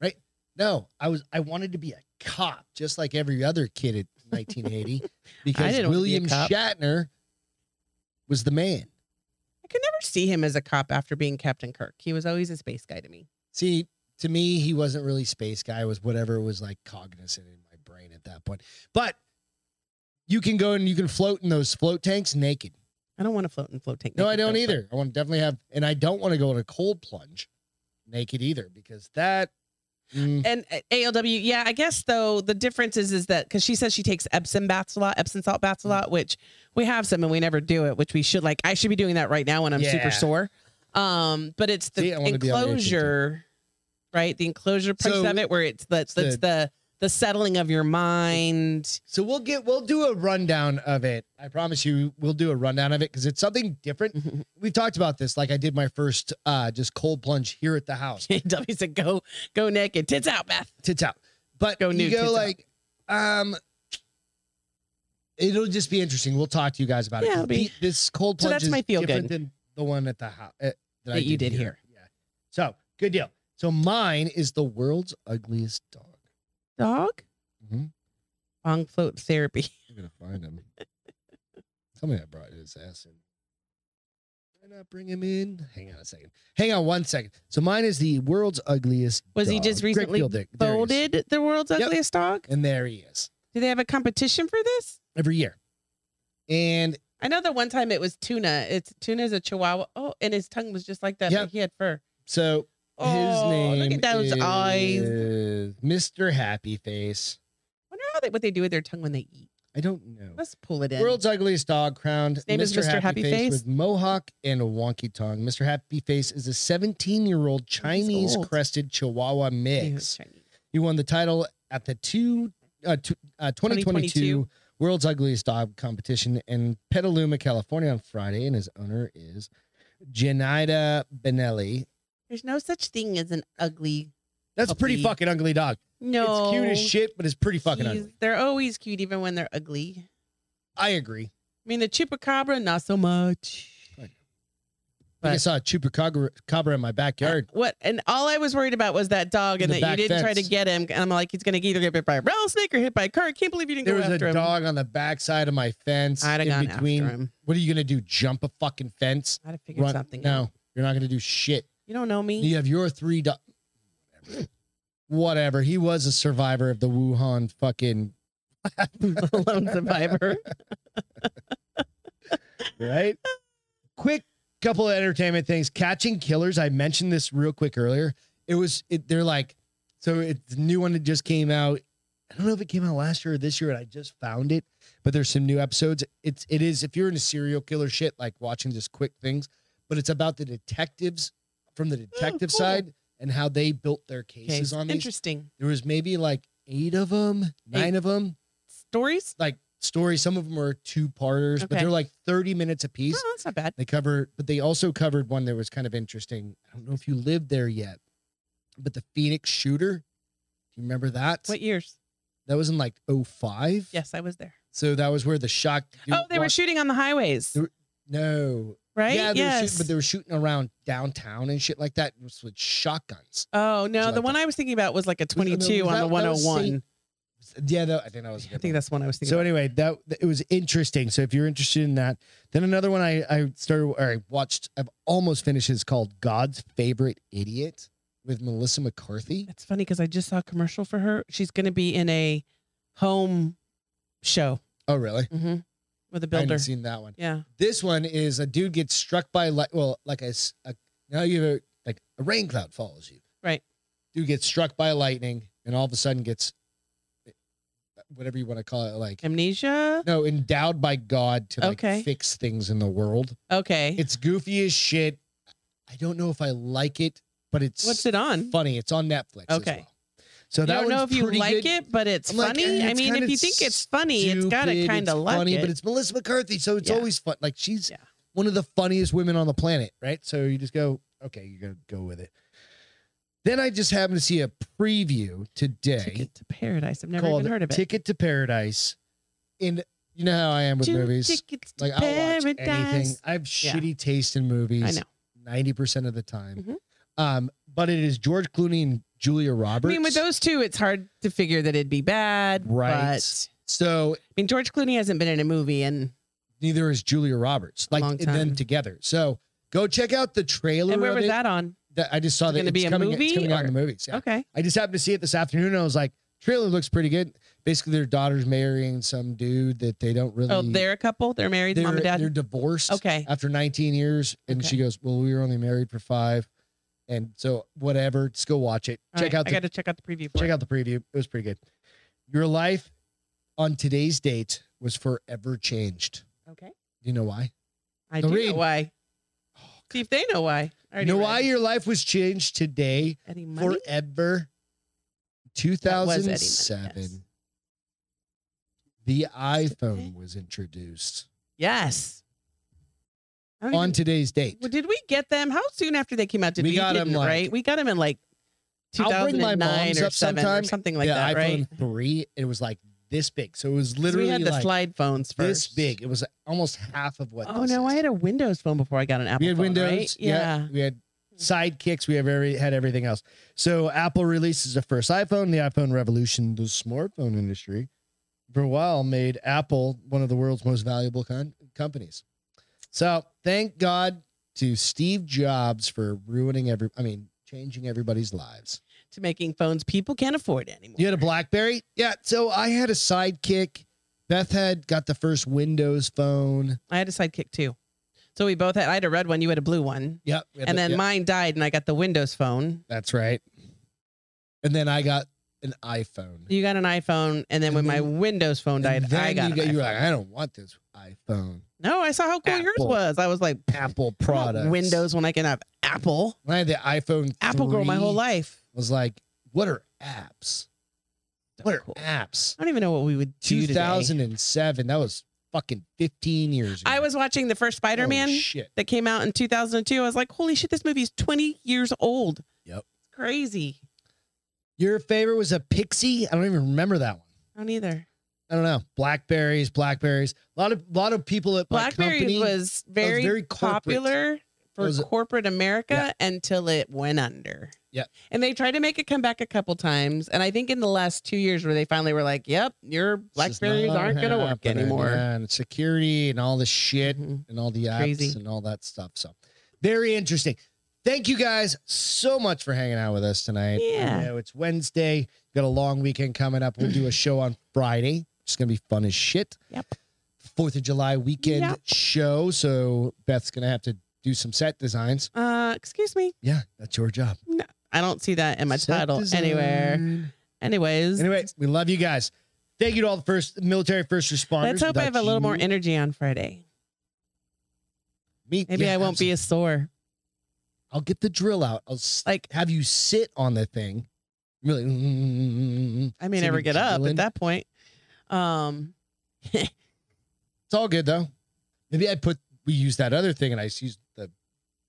Speaker 1: right? No, I was, I wanted to be a cop just like every other kid in 1980 because
Speaker 2: didn't want to be a
Speaker 1: William
Speaker 2: cop.
Speaker 1: Shatner was the man.
Speaker 2: I could never see him as a cop after being Captain Kirk. He was always a space guy to me.
Speaker 1: See, to me, he wasn't really space guy. It was whatever was like cognizant in my brain at that point. But you can go and you can float in those float tanks naked.
Speaker 2: I don't want to float in float tank.
Speaker 1: No, I
Speaker 2: naked,
Speaker 1: don't
Speaker 2: though,
Speaker 1: either. I want to definitely have, and I don't want to go in a cold plunge naked either because that. mm,
Speaker 2: but- And uh, ALW, yeah, I guess though the difference is is that because she says she takes Epsom baths a lot, Epsom salt baths a
Speaker 1: Mm.
Speaker 2: lot, which we have some and we never do it, which we should like. I should be doing that right now when I'm
Speaker 1: Yeah.
Speaker 2: super sore. Um, but it's the
Speaker 1: See, I wanna be on vacation, too.
Speaker 2: enclosure, right? The enclosure piece
Speaker 1: So,
Speaker 2: of it, where it's the, it's
Speaker 1: the-
Speaker 2: the the settling of your mind.
Speaker 1: so we'll get, we'll do a rundown of it. I promise you, we'll do a rundown of it because it's something different. We've talked about this. Like I did my first uh just cold plunge here at the house.
Speaker 2: AW said, "Go, go naked, tits out, bath."
Speaker 1: tits out. But
Speaker 2: Go
Speaker 1: you
Speaker 2: nude, tits
Speaker 1: go
Speaker 2: out.
Speaker 1: like, um, it'll just be interesting. We'll talk to you guys about
Speaker 2: Yeah,
Speaker 1: it. 'cause
Speaker 2: it'll be-
Speaker 1: the- this cold
Speaker 2: So
Speaker 1: plunge
Speaker 2: that's
Speaker 1: is
Speaker 2: my feel
Speaker 1: different
Speaker 2: good.
Speaker 1: than the one at the house that, I
Speaker 2: That you did here.
Speaker 1: Yeah. So good deal. So mine is the world's ugliest dog.
Speaker 2: Dog,
Speaker 1: Mhm.
Speaker 2: long float therapy.
Speaker 1: I'm gonna find him. Tell me I brought his ass in. Did I not bring him in? Hang on a second. Hang on one second. So mine is the world's ugliest.
Speaker 2: Was he
Speaker 1: dog.
Speaker 2: just
Speaker 1: Greg
Speaker 2: recently
Speaker 1: Fieldick. There he is.
Speaker 2: voted the world's
Speaker 1: Yep.
Speaker 2: ugliest dog?
Speaker 1: And there he is.
Speaker 2: Do they have a competition for this?
Speaker 1: Every year. And
Speaker 2: I know that one time it was tuna. It's tuna's a chihuahua. Oh, and his tongue was just like that.
Speaker 1: Yeah.
Speaker 2: but he had fur.
Speaker 1: So his
Speaker 2: Oh,
Speaker 1: name
Speaker 2: Look at those eyes.
Speaker 1: is Mr. Happy Face.
Speaker 2: Wonder how they what they do with their tongue when they eat.
Speaker 1: I don't know.
Speaker 2: Let's pull it in.
Speaker 1: World's ugliest dog crowned
Speaker 2: name
Speaker 1: Mr.
Speaker 2: is Mr.
Speaker 1: Happy,
Speaker 2: Happy
Speaker 1: Face,
Speaker 2: Face?
Speaker 1: with mohawk and a wonky tongue. Mr. Happy Face is a 17-year-old Chinese
Speaker 2: old.
Speaker 1: crested Chihuahua
Speaker 2: Ew,
Speaker 1: mix.
Speaker 2: Chinese.
Speaker 1: He won the title at the two, uh, two, uh, 2022,
Speaker 2: 2022.
Speaker 1: World's Ugliest Dog competition in Petaluma, California on Friday, and his owner is Janida Benelli.
Speaker 2: There's no such thing as an ugly.
Speaker 1: That's a pretty
Speaker 2: Puppy.
Speaker 1: fucking ugly dog.
Speaker 2: No.
Speaker 1: It's cute as shit, but it's pretty fucking
Speaker 2: He's-
Speaker 1: ugly.
Speaker 2: They're always cute, even when they're ugly.
Speaker 1: I agree.
Speaker 2: I mean, the chupacabra, not so much.
Speaker 1: I think I
Speaker 2: But-
Speaker 1: saw a chupacabra cabra in my backyard.
Speaker 2: Uh, What? And all I was worried about was that dog,
Speaker 1: In
Speaker 2: and
Speaker 1: the
Speaker 2: that
Speaker 1: back
Speaker 2: you didn't try to
Speaker 1: fence.
Speaker 2: get him. And I'm like, he's gonna either get bit by a rattlesnake or hit by a car. I can't believe you didn't
Speaker 1: there
Speaker 2: go
Speaker 1: was a
Speaker 2: after him.
Speaker 1: dog on the backside of my fence.
Speaker 2: I'd have
Speaker 1: in
Speaker 2: gone
Speaker 1: between.
Speaker 2: after him.
Speaker 1: What are you gonna do? Jump a fucking fence?
Speaker 2: I'd have figured
Speaker 1: Run?
Speaker 2: something.
Speaker 1: no,
Speaker 2: out.
Speaker 1: you're not gonna do shit.
Speaker 2: you don't know me.
Speaker 1: You have your three. Do- Whatever. He was a survivor of the Wuhan fucking.
Speaker 2: Lone survivor.
Speaker 1: right? Quick couple of entertainment things. Catching Killers. I mentioned this real quick earlier. It was it, they're like so it's a new one that just came out. I don't know if it came out last year or this year, and I just found it. But there's some new episodes. It's it is if you're into serial killer shit, like watching just quick things, but it's about the detectives from the detective
Speaker 2: Oh, cool.
Speaker 1: side and how they built their
Speaker 2: Okay,
Speaker 1: cases on these.
Speaker 2: interesting
Speaker 1: There was maybe like eight of them, nine of them,
Speaker 2: stories.
Speaker 1: like stories. Some of them were two parters, but
Speaker 2: Okay.
Speaker 1: they're like 30 minutes apiece.
Speaker 2: No, Oh, that's not bad.
Speaker 1: They cover, but they also covered one that was kind of interesting. I don't know if you lived there yet, but the Phoenix shooter. Do you remember that?
Speaker 2: What years?
Speaker 1: That was in like 05.
Speaker 2: Yes, I was there.
Speaker 1: So that was where the shock.
Speaker 2: oh, they were shooting on the highways.
Speaker 1: There- No,
Speaker 2: right?
Speaker 1: Yeah, they were
Speaker 2: yes.
Speaker 1: shooting, but they were shooting around downtown and shit like that with with shotguns.
Speaker 2: oh no,
Speaker 1: Something
Speaker 2: the
Speaker 1: like
Speaker 2: one I was thinking about was like a
Speaker 1: no, was
Speaker 2: 22 on
Speaker 1: that-
Speaker 2: the
Speaker 1: that was
Speaker 2: 101.
Speaker 1: Yeah, that, I think that was. a
Speaker 2: I
Speaker 1: good
Speaker 2: think
Speaker 1: one.
Speaker 2: that's the one I was thinking.
Speaker 1: So anyway, that it was interesting. So if you're interested in that, then another one I I started or I watched. I've almost finished. is called God's Favorite Idiot with Melissa McCarthy.
Speaker 2: It's funny because I just saw a commercial for her. She's going to be in a home show
Speaker 1: Oh really?
Speaker 2: hmm with
Speaker 1: I
Speaker 2: a builder.
Speaker 1: haven't seen that one.
Speaker 2: Yeah.
Speaker 1: This one is a dude gets struck by light. Well, like a, s- a- now you have a, like a rain cloud follows you.
Speaker 2: Right.
Speaker 1: Dude gets struck by lightning and all of a sudden gets whatever you want to call it. Like
Speaker 2: Amnesia.
Speaker 1: no, endowed by God to like
Speaker 2: Okay.
Speaker 1: fix things in the world.
Speaker 2: Okay.
Speaker 1: It's goofy as shit. I don't know if I like it, but it's
Speaker 2: What's it on?
Speaker 1: funny. It's on Netflix. as
Speaker 2: Okay.
Speaker 1: well. So
Speaker 2: I
Speaker 1: that
Speaker 2: don't know if
Speaker 1: one's
Speaker 2: you
Speaker 1: pretty
Speaker 2: like
Speaker 1: good.
Speaker 2: it, but it's
Speaker 1: I'm like,
Speaker 2: funny.
Speaker 1: eh,
Speaker 2: I
Speaker 1: it's
Speaker 2: mean,
Speaker 1: kinda
Speaker 2: if you think it's funny, it's got to
Speaker 1: Stupid,
Speaker 2: kind
Speaker 1: it's
Speaker 2: of like
Speaker 1: funny,
Speaker 2: it.
Speaker 1: but it's Melissa McCarthy, so it's
Speaker 2: Yeah.
Speaker 1: always fun. Like she's
Speaker 2: Yeah.
Speaker 1: one of the funniest women on the planet, right? So you just go, okay, you're gonna go with it. Then I just happened to see a preview today
Speaker 2: Ticket to Paradise. I've never
Speaker 1: called
Speaker 2: even heard of it.
Speaker 1: "Ticket to Paradise," and you know how I am with
Speaker 2: Two
Speaker 1: movies.
Speaker 2: tickets to
Speaker 1: like I'll watch anything. I have
Speaker 2: Yeah.
Speaker 1: shitty taste in movies.
Speaker 2: I know.
Speaker 1: ninety percent of the time.
Speaker 2: Mhm.
Speaker 1: Um, but it is George Clooney and Julia
Speaker 2: I
Speaker 1: Roberts.
Speaker 2: mean, with those two, it's hard to figure that it'd be bad.
Speaker 1: Right.
Speaker 2: But,
Speaker 1: so
Speaker 2: I mean, George Clooney hasn't been in a movie, and
Speaker 1: neither is Julia Roberts. Like
Speaker 2: long
Speaker 1: and them
Speaker 2: time.
Speaker 1: together. So go check out the trailer.
Speaker 2: and where
Speaker 1: of
Speaker 2: was
Speaker 1: it.
Speaker 2: that on?
Speaker 1: That- I just saw that
Speaker 2: gonna
Speaker 1: it's
Speaker 2: be a
Speaker 1: coming, it's
Speaker 2: movie
Speaker 1: coming out in
Speaker 2: or-
Speaker 1: the movies. Yeah.
Speaker 2: Okay.
Speaker 1: I just happened to see it this afternoon and I was like, trailer looks pretty good. Basically, their daughter's marrying some dude that they don't really
Speaker 2: Oh, they're a couple. They're married,
Speaker 1: they're,
Speaker 2: mom and
Speaker 1: they're
Speaker 2: dad.
Speaker 1: divorced.
Speaker 2: Okay.
Speaker 1: after 19 years. And
Speaker 2: Okay.
Speaker 1: she goes, Well, we were only married for five. And so whatever, just go watch it.
Speaker 2: All
Speaker 1: check
Speaker 2: right,
Speaker 1: out
Speaker 2: I
Speaker 1: the
Speaker 2: got to check out the preview for
Speaker 1: check
Speaker 2: it.
Speaker 1: out the preview. It was pretty good. Your life on today's date was forever changed.
Speaker 2: Okay.
Speaker 1: Do you know why?
Speaker 2: I
Speaker 1: The
Speaker 2: do
Speaker 1: read.
Speaker 2: know why. See if they know why.
Speaker 1: You
Speaker 2: I already
Speaker 1: know
Speaker 2: read
Speaker 1: why
Speaker 2: it.
Speaker 1: your life was changed today
Speaker 2: Eddie Money?
Speaker 1: forever?
Speaker 2: That was Eddie Money,
Speaker 1: 2007.
Speaker 2: yes.
Speaker 1: The iPhone was introduced
Speaker 2: Yes. I don't
Speaker 1: on
Speaker 2: even-
Speaker 1: today's date.
Speaker 2: Well, did we get them? How soon after they came out did
Speaker 1: We
Speaker 2: we,
Speaker 1: got 'em,
Speaker 2: didn't,
Speaker 1: like-
Speaker 2: right? We got them in like
Speaker 1: I'll bring my
Speaker 2: 2009
Speaker 1: mom's
Speaker 2: or
Speaker 1: up
Speaker 2: 7 or
Speaker 1: sometime.
Speaker 2: something like
Speaker 1: yeah,
Speaker 2: that, right?
Speaker 1: iPhone 3, it was like this big. So it was
Speaker 2: 'Cause
Speaker 1: literally
Speaker 2: we had the
Speaker 1: like
Speaker 2: slide phones first.
Speaker 1: this big. It was almost half of what
Speaker 2: Oh
Speaker 1: this
Speaker 2: no,
Speaker 1: is.
Speaker 2: I had a Windows phone before I got an Apple.
Speaker 1: we had
Speaker 2: phone,
Speaker 1: Windows.
Speaker 2: right?
Speaker 1: Yeah.
Speaker 2: Yeah.
Speaker 1: We had sidekicks. We have every had everything else. So Apple releases the first iPhone. The iPhone revolutioned the smartphone industry. For a while, made Apple one of the world's most valuable con- companies. So thank God to Steve Jobs for ruining every. I mean, changing everybody's lives.
Speaker 2: To making phones people can't afford anymore.
Speaker 1: You had a BlackBerry, yeah. So I had a sidekick. Beth had got the first Windows phone.
Speaker 2: I had a sidekick too. So we both had I had a red one, you had a blue one.
Speaker 1: Yep. we had
Speaker 2: And
Speaker 1: the-
Speaker 2: then
Speaker 1: yep.
Speaker 2: mine died and I got the Windows phone.
Speaker 1: That's right. And then I got an iPhone.
Speaker 2: You got an iPhone and then
Speaker 1: And
Speaker 2: when my
Speaker 1: then-
Speaker 2: Windows phone
Speaker 1: Mm-hmm. And
Speaker 2: died,
Speaker 1: then
Speaker 2: I got
Speaker 1: you
Speaker 2: an
Speaker 1: get- you're
Speaker 2: iPhone.
Speaker 1: like, I don't want this iPhone.
Speaker 2: No, I saw how cool yours
Speaker 1: Apple.
Speaker 2: was. I was like
Speaker 1: Apple
Speaker 2: I want
Speaker 1: product.
Speaker 2: Windows when I can have Apple.
Speaker 1: When I had the iPhone.
Speaker 2: Apple girl my
Speaker 1: 3,
Speaker 2: whole life.
Speaker 1: Was like, what are apps?
Speaker 2: So
Speaker 1: What are
Speaker 2: cool.
Speaker 1: apps?
Speaker 2: I don't even know what we would do today.
Speaker 1: 2007. That was fucking 15 years. ago.
Speaker 2: I was watching the first
Speaker 1: Holy
Speaker 2: Spider-Man
Speaker 1: Shit.
Speaker 2: that came out in 2002. I was like, "Holy shit, this movie's 20 years old."
Speaker 1: Yep.
Speaker 2: It's crazy.
Speaker 1: Your favorite was a Pixie. I don't even remember that one.
Speaker 2: I don't either.
Speaker 1: I don't know. Blackberries, Blackberries. A lot of lot of people at my
Speaker 2: BlackBerry
Speaker 1: company.
Speaker 2: was
Speaker 1: was
Speaker 2: very,
Speaker 1: very corporate.
Speaker 2: popular for
Speaker 1: It was-
Speaker 2: corporate America until it went under.
Speaker 1: Yeah.
Speaker 2: And they tried to make it come back a couple times. And I think in the last two years where they finally were like, yep, your
Speaker 1: This is
Speaker 2: Blackberries
Speaker 1: not
Speaker 2: aren't going to work
Speaker 1: happening.
Speaker 2: anymore.
Speaker 1: Yeah, and security and all this shit.
Speaker 2: Mhm.
Speaker 1: and all the apps
Speaker 2: Crazy.
Speaker 1: and all that stuff. So very interesting. Thank you guys so much for hanging out with us tonight.
Speaker 2: Yeah.
Speaker 1: I know it's Wednesday. Got a long weekend coming up. We'll do a show on Friday. It's gonna be fun as shit.
Speaker 2: Yep.
Speaker 1: Fourth of July weekend
Speaker 2: Yep.
Speaker 1: show. So Beth's gonna have to do some set designs.
Speaker 2: Uh, excuse me.
Speaker 1: Yeah, that's your job.
Speaker 2: I don't see that in my
Speaker 1: Set
Speaker 2: title
Speaker 1: design.
Speaker 2: anywhere. Anyways,
Speaker 1: Anyway, we love you guys. Thank you to all the first military first responders.
Speaker 2: let's hope I
Speaker 1: Without
Speaker 2: have a little more
Speaker 1: you,
Speaker 2: energy on Friday.
Speaker 1: me-
Speaker 2: Maybe
Speaker 1: yeah,
Speaker 2: I won't be as sore.
Speaker 1: I'll get the drill out. I'll s-
Speaker 2: Like-
Speaker 1: have you sit on the thing. "Mm-hmm." Really, it's
Speaker 2: I may
Speaker 1: So
Speaker 2: never
Speaker 1: you're
Speaker 2: get up
Speaker 1: juggling?
Speaker 2: at that point. Um,
Speaker 1: all good though. Maybe I put we use that other thing and I just use the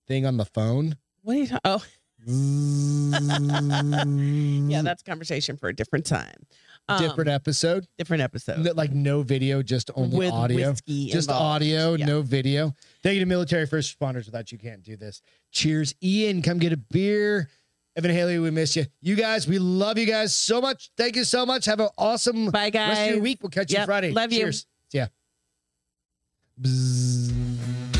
Speaker 1: thing on the phone.
Speaker 2: what do you? Oh, Yeah,
Speaker 1: yeah,
Speaker 2: that's a conversation for a different time. Um,
Speaker 1: Mm. different episode.
Speaker 2: different episode.
Speaker 1: No- like no video, just only
Speaker 2: with
Speaker 1: audio.
Speaker 2: whiskey
Speaker 1: Just
Speaker 2: involved.
Speaker 1: audio,
Speaker 2: Yeah.
Speaker 1: no video. Thank you to military first responders. Without you, can't do this. Cheers, Ian. Come get a beer. Evan Haley, we miss you. You guys, we love you guys so much. Thank you so much. Have an awesome
Speaker 2: Bye, guys.
Speaker 1: rest of your week. We'll catch you
Speaker 2: Yep,
Speaker 1: Friday.
Speaker 2: love you.
Speaker 1: Cheers. Yeah. Bzzz.